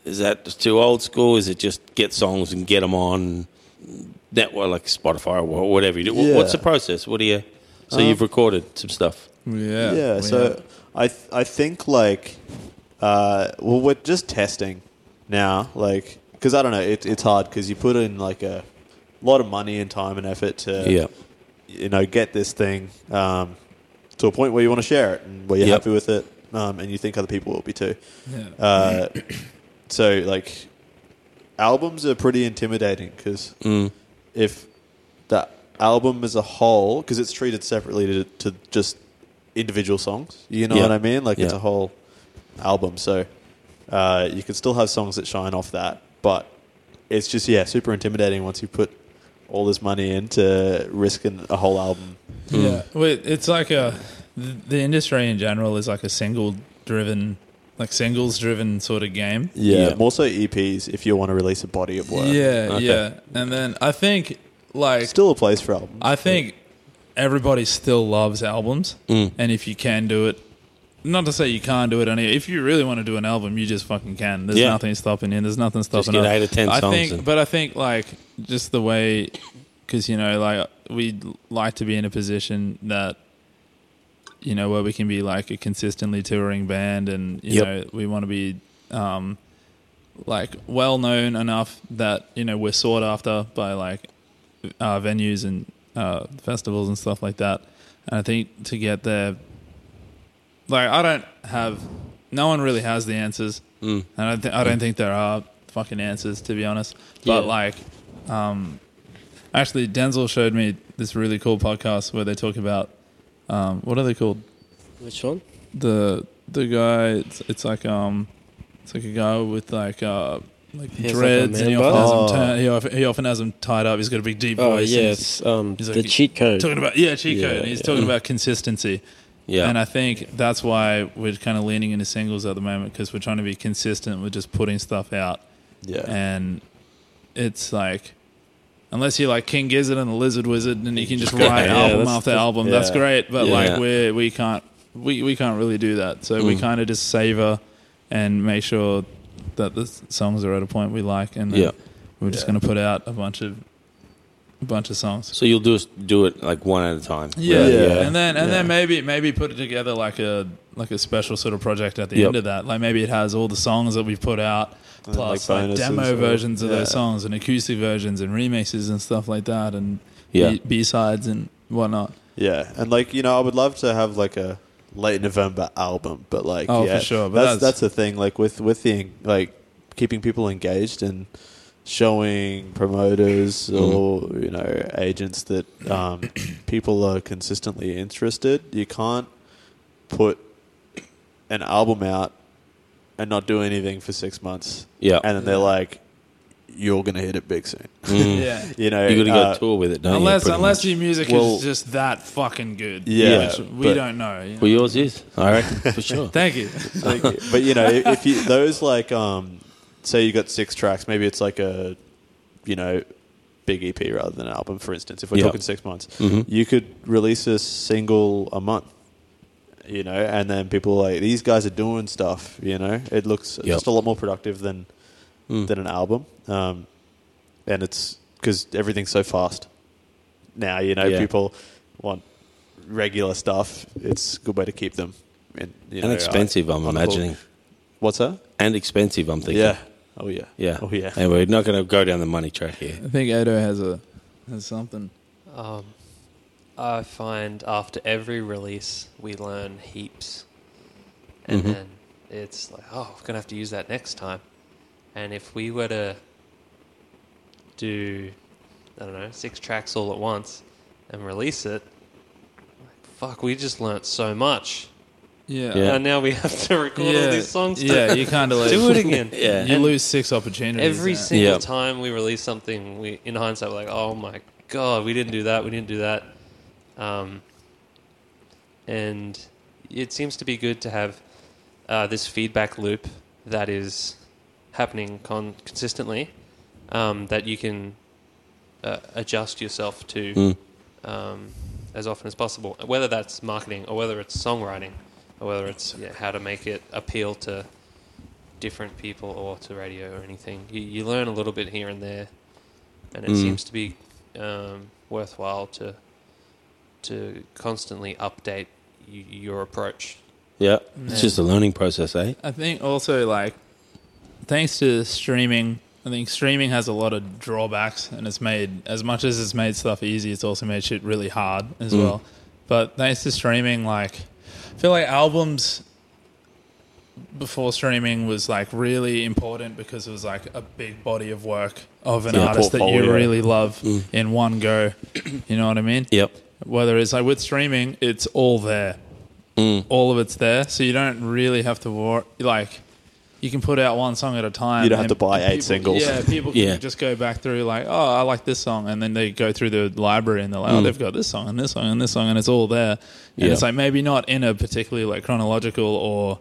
[SPEAKER 1] is that too old school? Is it just get songs and get them on network like Spotify or whatever you do? Wh- What's
[SPEAKER 3] Yeah.
[SPEAKER 1] the process? What do you? So
[SPEAKER 4] Uh-huh.
[SPEAKER 3] Um,
[SPEAKER 1] you've recorded some stuff.
[SPEAKER 4] yeah.
[SPEAKER 3] yeah so i th- i think like uh well we're just testing now like because i don't know it, it's hard because you put in like a lot of money and time and effort to
[SPEAKER 1] Yeah.
[SPEAKER 3] you know get this thing um to a point where you want to share it and where you're
[SPEAKER 1] Yep.
[SPEAKER 3] happy with it um and you think other people will be too
[SPEAKER 4] yeah.
[SPEAKER 3] uh so like albums are pretty intimidating because
[SPEAKER 1] Mm.
[SPEAKER 3] if the album as a whole, because it's treated separately to, to just individual songs. You know
[SPEAKER 1] Yeah.
[SPEAKER 3] what I mean? Like it's
[SPEAKER 1] Yeah.
[SPEAKER 3] a whole album, so uh, you can still have songs that shine off that, but it's just yeah, super intimidating once you put all this money into risking a whole album.
[SPEAKER 1] Hmm.
[SPEAKER 4] Yeah, well, it's like a th- the industry in general is like a single driven, like singles driven sort of game.
[SPEAKER 1] Yeah.
[SPEAKER 3] more so EPs if you want to release a body of work.
[SPEAKER 4] Yeah,
[SPEAKER 1] Okay.
[SPEAKER 4] yeah, and then I think like
[SPEAKER 3] still a place for albums.
[SPEAKER 4] I think everybody still loves albums,
[SPEAKER 1] Mm.
[SPEAKER 4] and if you can do it, not to say you can't do it. Any, if you really want to do an album, you just fucking can. There's
[SPEAKER 1] Yeah.
[SPEAKER 4] nothing stopping you. There's nothing stopping.
[SPEAKER 1] get
[SPEAKER 4] us.
[SPEAKER 1] eight or 10
[SPEAKER 4] I
[SPEAKER 1] songs
[SPEAKER 4] think,
[SPEAKER 1] and-
[SPEAKER 4] but I think like just the way, because you know, like we like to be in a position that. You know where we can be like a consistently touring band, and you
[SPEAKER 1] Yep.
[SPEAKER 4] know we want to be um, like well known enough that you know we're sought after by like uh, venues and uh, festivals and stuff like that. And I think to get there, like I don't have, no one really has the answers,
[SPEAKER 1] Mm.
[SPEAKER 4] and I, th- I don't think there are fucking answers to be honest. But
[SPEAKER 5] Yeah.
[SPEAKER 4] like, um, actually, Denzel showed me this really cool podcast where they talk about um, what are they called?
[SPEAKER 5] [laughs] Which one?
[SPEAKER 4] the the guy it's, it's like um it's like a guy with like uh like
[SPEAKER 5] He has like a
[SPEAKER 4] dreads and he
[SPEAKER 5] man
[SPEAKER 4] often, has
[SPEAKER 3] bun?
[SPEAKER 4] him turn, he, often, he often has him tied up he's got a big deep
[SPEAKER 5] Oh
[SPEAKER 4] voice and
[SPEAKER 5] yeah,
[SPEAKER 4] he's
[SPEAKER 5] it's um
[SPEAKER 4] he's
[SPEAKER 5] the
[SPEAKER 4] like-
[SPEAKER 5] cheat code.
[SPEAKER 4] talking about yeah cheat code
[SPEAKER 5] Yeah, Mm.
[SPEAKER 4] and he's
[SPEAKER 5] yeah.
[SPEAKER 4] talking about consistency
[SPEAKER 1] Yeah.
[SPEAKER 4] and I think that's why we're kind of leaning into singles at the moment because we're trying to be consistent with just putting stuff out
[SPEAKER 3] yeah.
[SPEAKER 4] and it's like unless you're like King Gizzard and the Lizard Wizard and you can just write
[SPEAKER 5] Yeah,
[SPEAKER 4] album
[SPEAKER 5] that's
[SPEAKER 4] after
[SPEAKER 5] just-
[SPEAKER 4] album, that's
[SPEAKER 3] yeah.
[SPEAKER 4] great. But
[SPEAKER 1] Yeah.
[SPEAKER 4] like we we can't we, we can't really do that. So we kind of just savor and make sure that the s- songs are at a point we like, and then
[SPEAKER 1] Yeah.
[SPEAKER 4] we're just going to put out a bunch of a bunch of songs.
[SPEAKER 1] so you'll do us- do it like one at a time.
[SPEAKER 4] Yeah.
[SPEAKER 1] Really?
[SPEAKER 3] Yeah.
[SPEAKER 4] and then and
[SPEAKER 3] Yeah.
[SPEAKER 4] then maybe maybe put it together like a like a special sort of project at the
[SPEAKER 1] Yep.
[SPEAKER 4] end of that. Like maybe it has all the songs that we've put out,
[SPEAKER 3] And,
[SPEAKER 4] plus
[SPEAKER 3] like,
[SPEAKER 4] like,
[SPEAKER 3] bonuses
[SPEAKER 4] demo
[SPEAKER 3] or-
[SPEAKER 4] versions of those
[SPEAKER 3] Yeah.
[SPEAKER 4] songs and acoustic versions and remixes and stuff like that, and
[SPEAKER 1] Yeah.
[SPEAKER 4] B sides and whatnot.
[SPEAKER 3] Yeah, and like you know, I would love to have like a late November album, but like
[SPEAKER 4] Oh, for
[SPEAKER 3] yeah,
[SPEAKER 4] sure, but
[SPEAKER 3] that's, that's
[SPEAKER 4] that's-
[SPEAKER 3] the thing. Like with with the like keeping people engaged and showing promoters
[SPEAKER 4] Mm-hmm.
[SPEAKER 3] or you know agents that um, [coughs] people are consistently interested. You can't put an album out and not do anything for six months,
[SPEAKER 1] Yeah.
[SPEAKER 3] and then they're like, "You're gonna hit it big soon." [laughs]
[SPEAKER 4] [laughs]
[SPEAKER 1] Mm.
[SPEAKER 4] Yeah,
[SPEAKER 3] you know,
[SPEAKER 1] You got to go
[SPEAKER 3] uh,
[SPEAKER 1] tour with it, don't
[SPEAKER 4] unless
[SPEAKER 1] you? pretty
[SPEAKER 4] unless
[SPEAKER 1] much?
[SPEAKER 4] your music
[SPEAKER 3] Well-
[SPEAKER 4] is just that fucking good.
[SPEAKER 3] Yeah,
[SPEAKER 4] which we
[SPEAKER 3] but-
[SPEAKER 4] don't know. you know.
[SPEAKER 1] Well, yours is. All
[SPEAKER 4] [laughs]
[SPEAKER 1] right, for sure.
[SPEAKER 4] Thank you.
[SPEAKER 3] [laughs] Like, but you know, if you those like um, say you got six tracks, maybe it's like a, you know, big EP rather than an album. For instance, if we're
[SPEAKER 1] Yeah. Mm-hmm.
[SPEAKER 3] talking six months, you could release a single a month. You know, and then people are like these guys are doing stuff. You know, it looks
[SPEAKER 1] Yep.
[SPEAKER 3] just a lot more productive than
[SPEAKER 1] Mm.
[SPEAKER 3] than an album. Um, and it's because everything's so fast now. You know,
[SPEAKER 1] Yeah.
[SPEAKER 3] people want regular stuff. It's a good way to keep them. And, you
[SPEAKER 1] and
[SPEAKER 3] know, I-
[SPEAKER 1] expensive, I'm
[SPEAKER 3] on the hook.
[SPEAKER 1] imagining.
[SPEAKER 3] What's that?
[SPEAKER 1] And expensive, I'm thinking.
[SPEAKER 3] Yeah. Oh yeah.
[SPEAKER 1] Yeah.
[SPEAKER 3] Oh yeah.
[SPEAKER 1] Anyway, we're not going to go down the money track here.
[SPEAKER 4] I think Ado has a has something.
[SPEAKER 2] Um, I find after every release, we learn heaps. And
[SPEAKER 1] Mhm.
[SPEAKER 2] then it's like, oh, we're going to have to use that next time. And if we were to do, I don't know, six tracks all at once and release it, like, fuck, we just learnt so much.
[SPEAKER 4] Yeah,
[SPEAKER 1] Yeah.
[SPEAKER 2] And now we have to record all these songs to [laughs]
[SPEAKER 4] Yeah, you kind of like
[SPEAKER 2] do it again.
[SPEAKER 1] Yeah.
[SPEAKER 4] [laughs] You
[SPEAKER 2] And
[SPEAKER 4] lose six opportunities.
[SPEAKER 2] Every
[SPEAKER 4] yeah.
[SPEAKER 2] single
[SPEAKER 1] Yeah.
[SPEAKER 2] time we release something, we in hindsight we're like, oh my god, we didn't do that, we didn't do that, um, and it seems to be good to have uh, this feedback loop that is happening con- consistently, um, that you can uh, adjust yourself to
[SPEAKER 1] Mm.
[SPEAKER 2] um, as often as possible. Whether that's marketing or whether it's songwriting or whether it's yeah, how to make it appeal to different people or to radio or anything, you, you learn a little bit here and there, and it
[SPEAKER 1] Mm.
[SPEAKER 2] seems to be um, worthwhile to to constantly update y- your approach.
[SPEAKER 1] Yeah. It's just a learning process, eh?
[SPEAKER 4] I think also like thanks to streaming, I think streaming has a lot of drawbacks and it's made as much as it's made stuff easy, it's also made shit really hard as
[SPEAKER 1] Mm.
[SPEAKER 4] well. But thanks to streaming, like I feel like albums before streaming was like really important because it was like a big body of work of an
[SPEAKER 1] Yeah, Mm.
[SPEAKER 4] artist that you
[SPEAKER 3] portfolio.
[SPEAKER 4] really love in one go. You know what I mean?
[SPEAKER 1] Yep.
[SPEAKER 4] whether it's like with streaming, it's all there.
[SPEAKER 3] Mm.
[SPEAKER 4] All of it's there. So you don't really have to worry. Like, you can put out one song at a time.
[SPEAKER 3] You don't have
[SPEAKER 4] and
[SPEAKER 3] to buy
[SPEAKER 4] people-
[SPEAKER 3] eight singles.
[SPEAKER 4] Yeah, people can
[SPEAKER 1] Yeah.
[SPEAKER 4] just go back through, like, oh, I like this song. And then they go through the library and they're like, oh,
[SPEAKER 3] Mm.
[SPEAKER 4] they've got this song and this song and this song. And it's all there. And
[SPEAKER 1] Yeah.
[SPEAKER 4] it's like maybe not in a particularly like chronological or,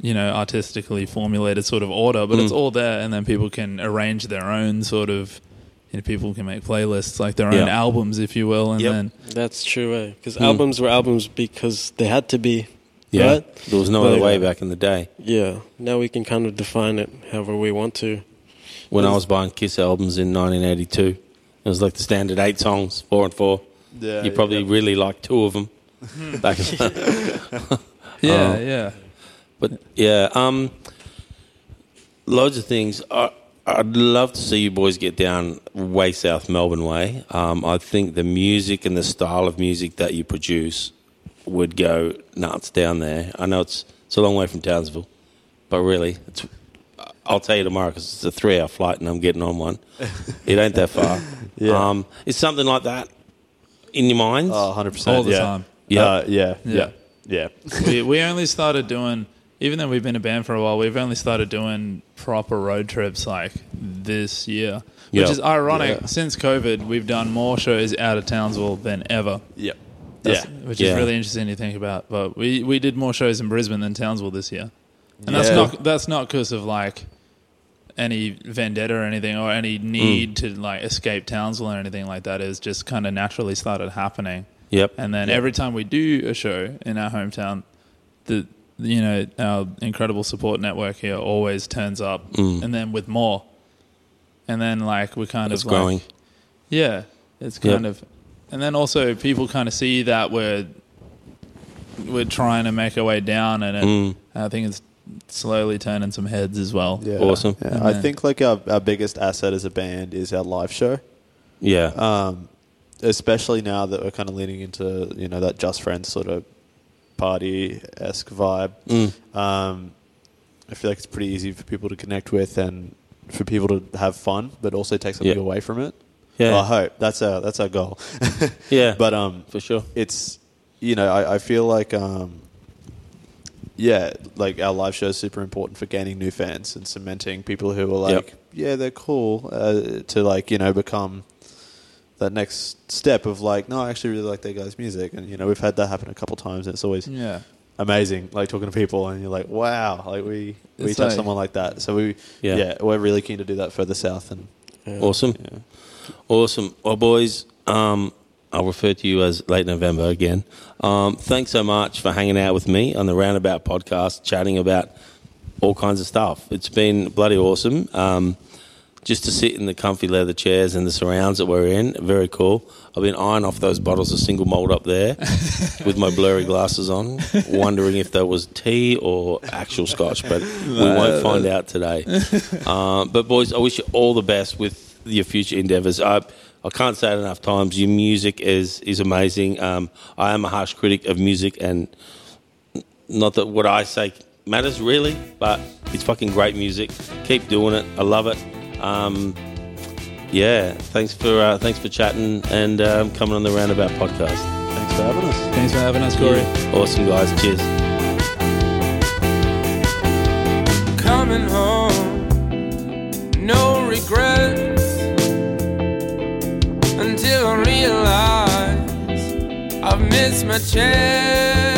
[SPEAKER 4] you know, artistically formulated sort of order, but
[SPEAKER 3] Mm.
[SPEAKER 4] it's all there. And then people can arrange their own sort of. You know, people can make playlists like their own
[SPEAKER 1] Yeah.
[SPEAKER 4] albums, if you will, and
[SPEAKER 1] Yep.
[SPEAKER 4] then
[SPEAKER 5] That's true, because
[SPEAKER 3] Hmm.
[SPEAKER 5] albums were albums because they had to be.
[SPEAKER 1] Yeah.
[SPEAKER 5] Right?
[SPEAKER 1] There was no
[SPEAKER 5] But-
[SPEAKER 1] other way back in the day.
[SPEAKER 5] Yeah. Now we can kind of define it however we want to.
[SPEAKER 1] When I was buying Kiss albums in 1982, it was like the standard eight songs, four and four.
[SPEAKER 3] Yeah,
[SPEAKER 1] you probably really liked two of them. back in,
[SPEAKER 4] Yeah,
[SPEAKER 1] Oh.
[SPEAKER 4] yeah.
[SPEAKER 1] But yeah, um, loads of things. I, I'd love to see you boys get down way south Melbourne way. Um, I think the music and the style of music that you produce would go nuts down there. I know it's it's a long way from Townsville, but really, it's. I'll tell you tomorrow because it's a three-hour flight and I'm getting on one. it ain't that far.
[SPEAKER 3] Yeah.
[SPEAKER 1] Um, is something like that in your minds?
[SPEAKER 3] Oh, 100%.
[SPEAKER 4] All the
[SPEAKER 3] yeah.
[SPEAKER 4] time.
[SPEAKER 1] Yeah.
[SPEAKER 3] Uh, yeah.
[SPEAKER 4] Yeah.
[SPEAKER 3] Yeah. Yeah.
[SPEAKER 4] [laughs] we, we only started doing, even though we've been a band for a while, we've only started doing proper road trips like this year, which
[SPEAKER 1] Yeah.
[SPEAKER 4] is ironic.
[SPEAKER 3] Yeah.
[SPEAKER 4] Since COVID, we've done more shows out of Townsville than ever.
[SPEAKER 3] Yeah.
[SPEAKER 4] That's-
[SPEAKER 3] yeah.
[SPEAKER 4] Which
[SPEAKER 1] Yeah.
[SPEAKER 4] is really interesting to think about. But we, we did more shows in Brisbane than Townsville this year. And that's
[SPEAKER 3] Yeah.
[SPEAKER 4] not that's not because of like any vendetta or anything or any need to like escape Townsville or anything like that. It's just kind of naturally started happening.
[SPEAKER 1] yep.
[SPEAKER 4] And then every time we do a show in our hometown, the you know our incredible support network here always turns up,
[SPEAKER 1] Mm.
[SPEAKER 4] and then with more, and then like we kind
[SPEAKER 1] it's
[SPEAKER 4] of like,
[SPEAKER 1] growing.
[SPEAKER 4] yeah, it's
[SPEAKER 1] Yep.
[SPEAKER 4] kind of, and then also people kind of see that we're we're trying to make our way down, and it,
[SPEAKER 1] Mm.
[SPEAKER 4] I think it's slowly turning some heads as well.
[SPEAKER 3] Yeah.
[SPEAKER 1] Awesome.
[SPEAKER 3] Yeah. I
[SPEAKER 4] then-
[SPEAKER 3] think like our, our biggest asset as a band is our live show.
[SPEAKER 1] Yeah.
[SPEAKER 3] Um, especially now that we're kind of leaning into you know that just friends sort of party esque vibe. Um, I feel like it's pretty easy for people to connect with and for people to have fun, but also take something
[SPEAKER 1] Yeah.
[SPEAKER 3] away from it.
[SPEAKER 1] Yeah.
[SPEAKER 3] I hope that's our that's our goal. [laughs]
[SPEAKER 1] yeah.
[SPEAKER 3] but um,
[SPEAKER 1] for sure.
[SPEAKER 3] it's you know I, I feel like um yeah like our live show is super important for gaining new fans and cementing people who are like
[SPEAKER 1] Yep.
[SPEAKER 3] yeah they're cool uh, to like you know become that next step of like no I actually really like that guy's music and you know we've had that happen a couple times and it's always
[SPEAKER 4] yeah.
[SPEAKER 3] amazing like talking to people and you're like wow like we we
[SPEAKER 4] It's
[SPEAKER 3] touch
[SPEAKER 4] like-
[SPEAKER 3] someone like that so we
[SPEAKER 1] Yeah.
[SPEAKER 3] yeah. we're really keen to do that further south and
[SPEAKER 1] Awesome. Awesome. Well, boys, um, I'll refer to you as late November again. Um, thanks so much for hanging out with me on the Roundabout podcast, chatting about all kinds of stuff. It's been bloody awesome. Um, just to sit in the comfy leather chairs and the surrounds that we're in, very cool. I've been eyeing off those bottles of single malt up there with my blurry glasses on, wondering if there was tea or actual scotch, but we won't find out today. Um, but boys, I wish you all the best with your future endeavors. I, I can't say it enough times. Your music is is amazing. Um, I am a harsh critic of music, and not that what I say matters really, but it's fucking great music. Keep doing it. I love it. Um, yeah, thanks for uh, thanks for chatting and um, coming on the Roundabout podcast.
[SPEAKER 3] thanks for having us
[SPEAKER 4] Thanks for having us, Corey.
[SPEAKER 1] Awesome guys. Cheers.
[SPEAKER 6] coming home. No regrets until I realize I've missed my chance.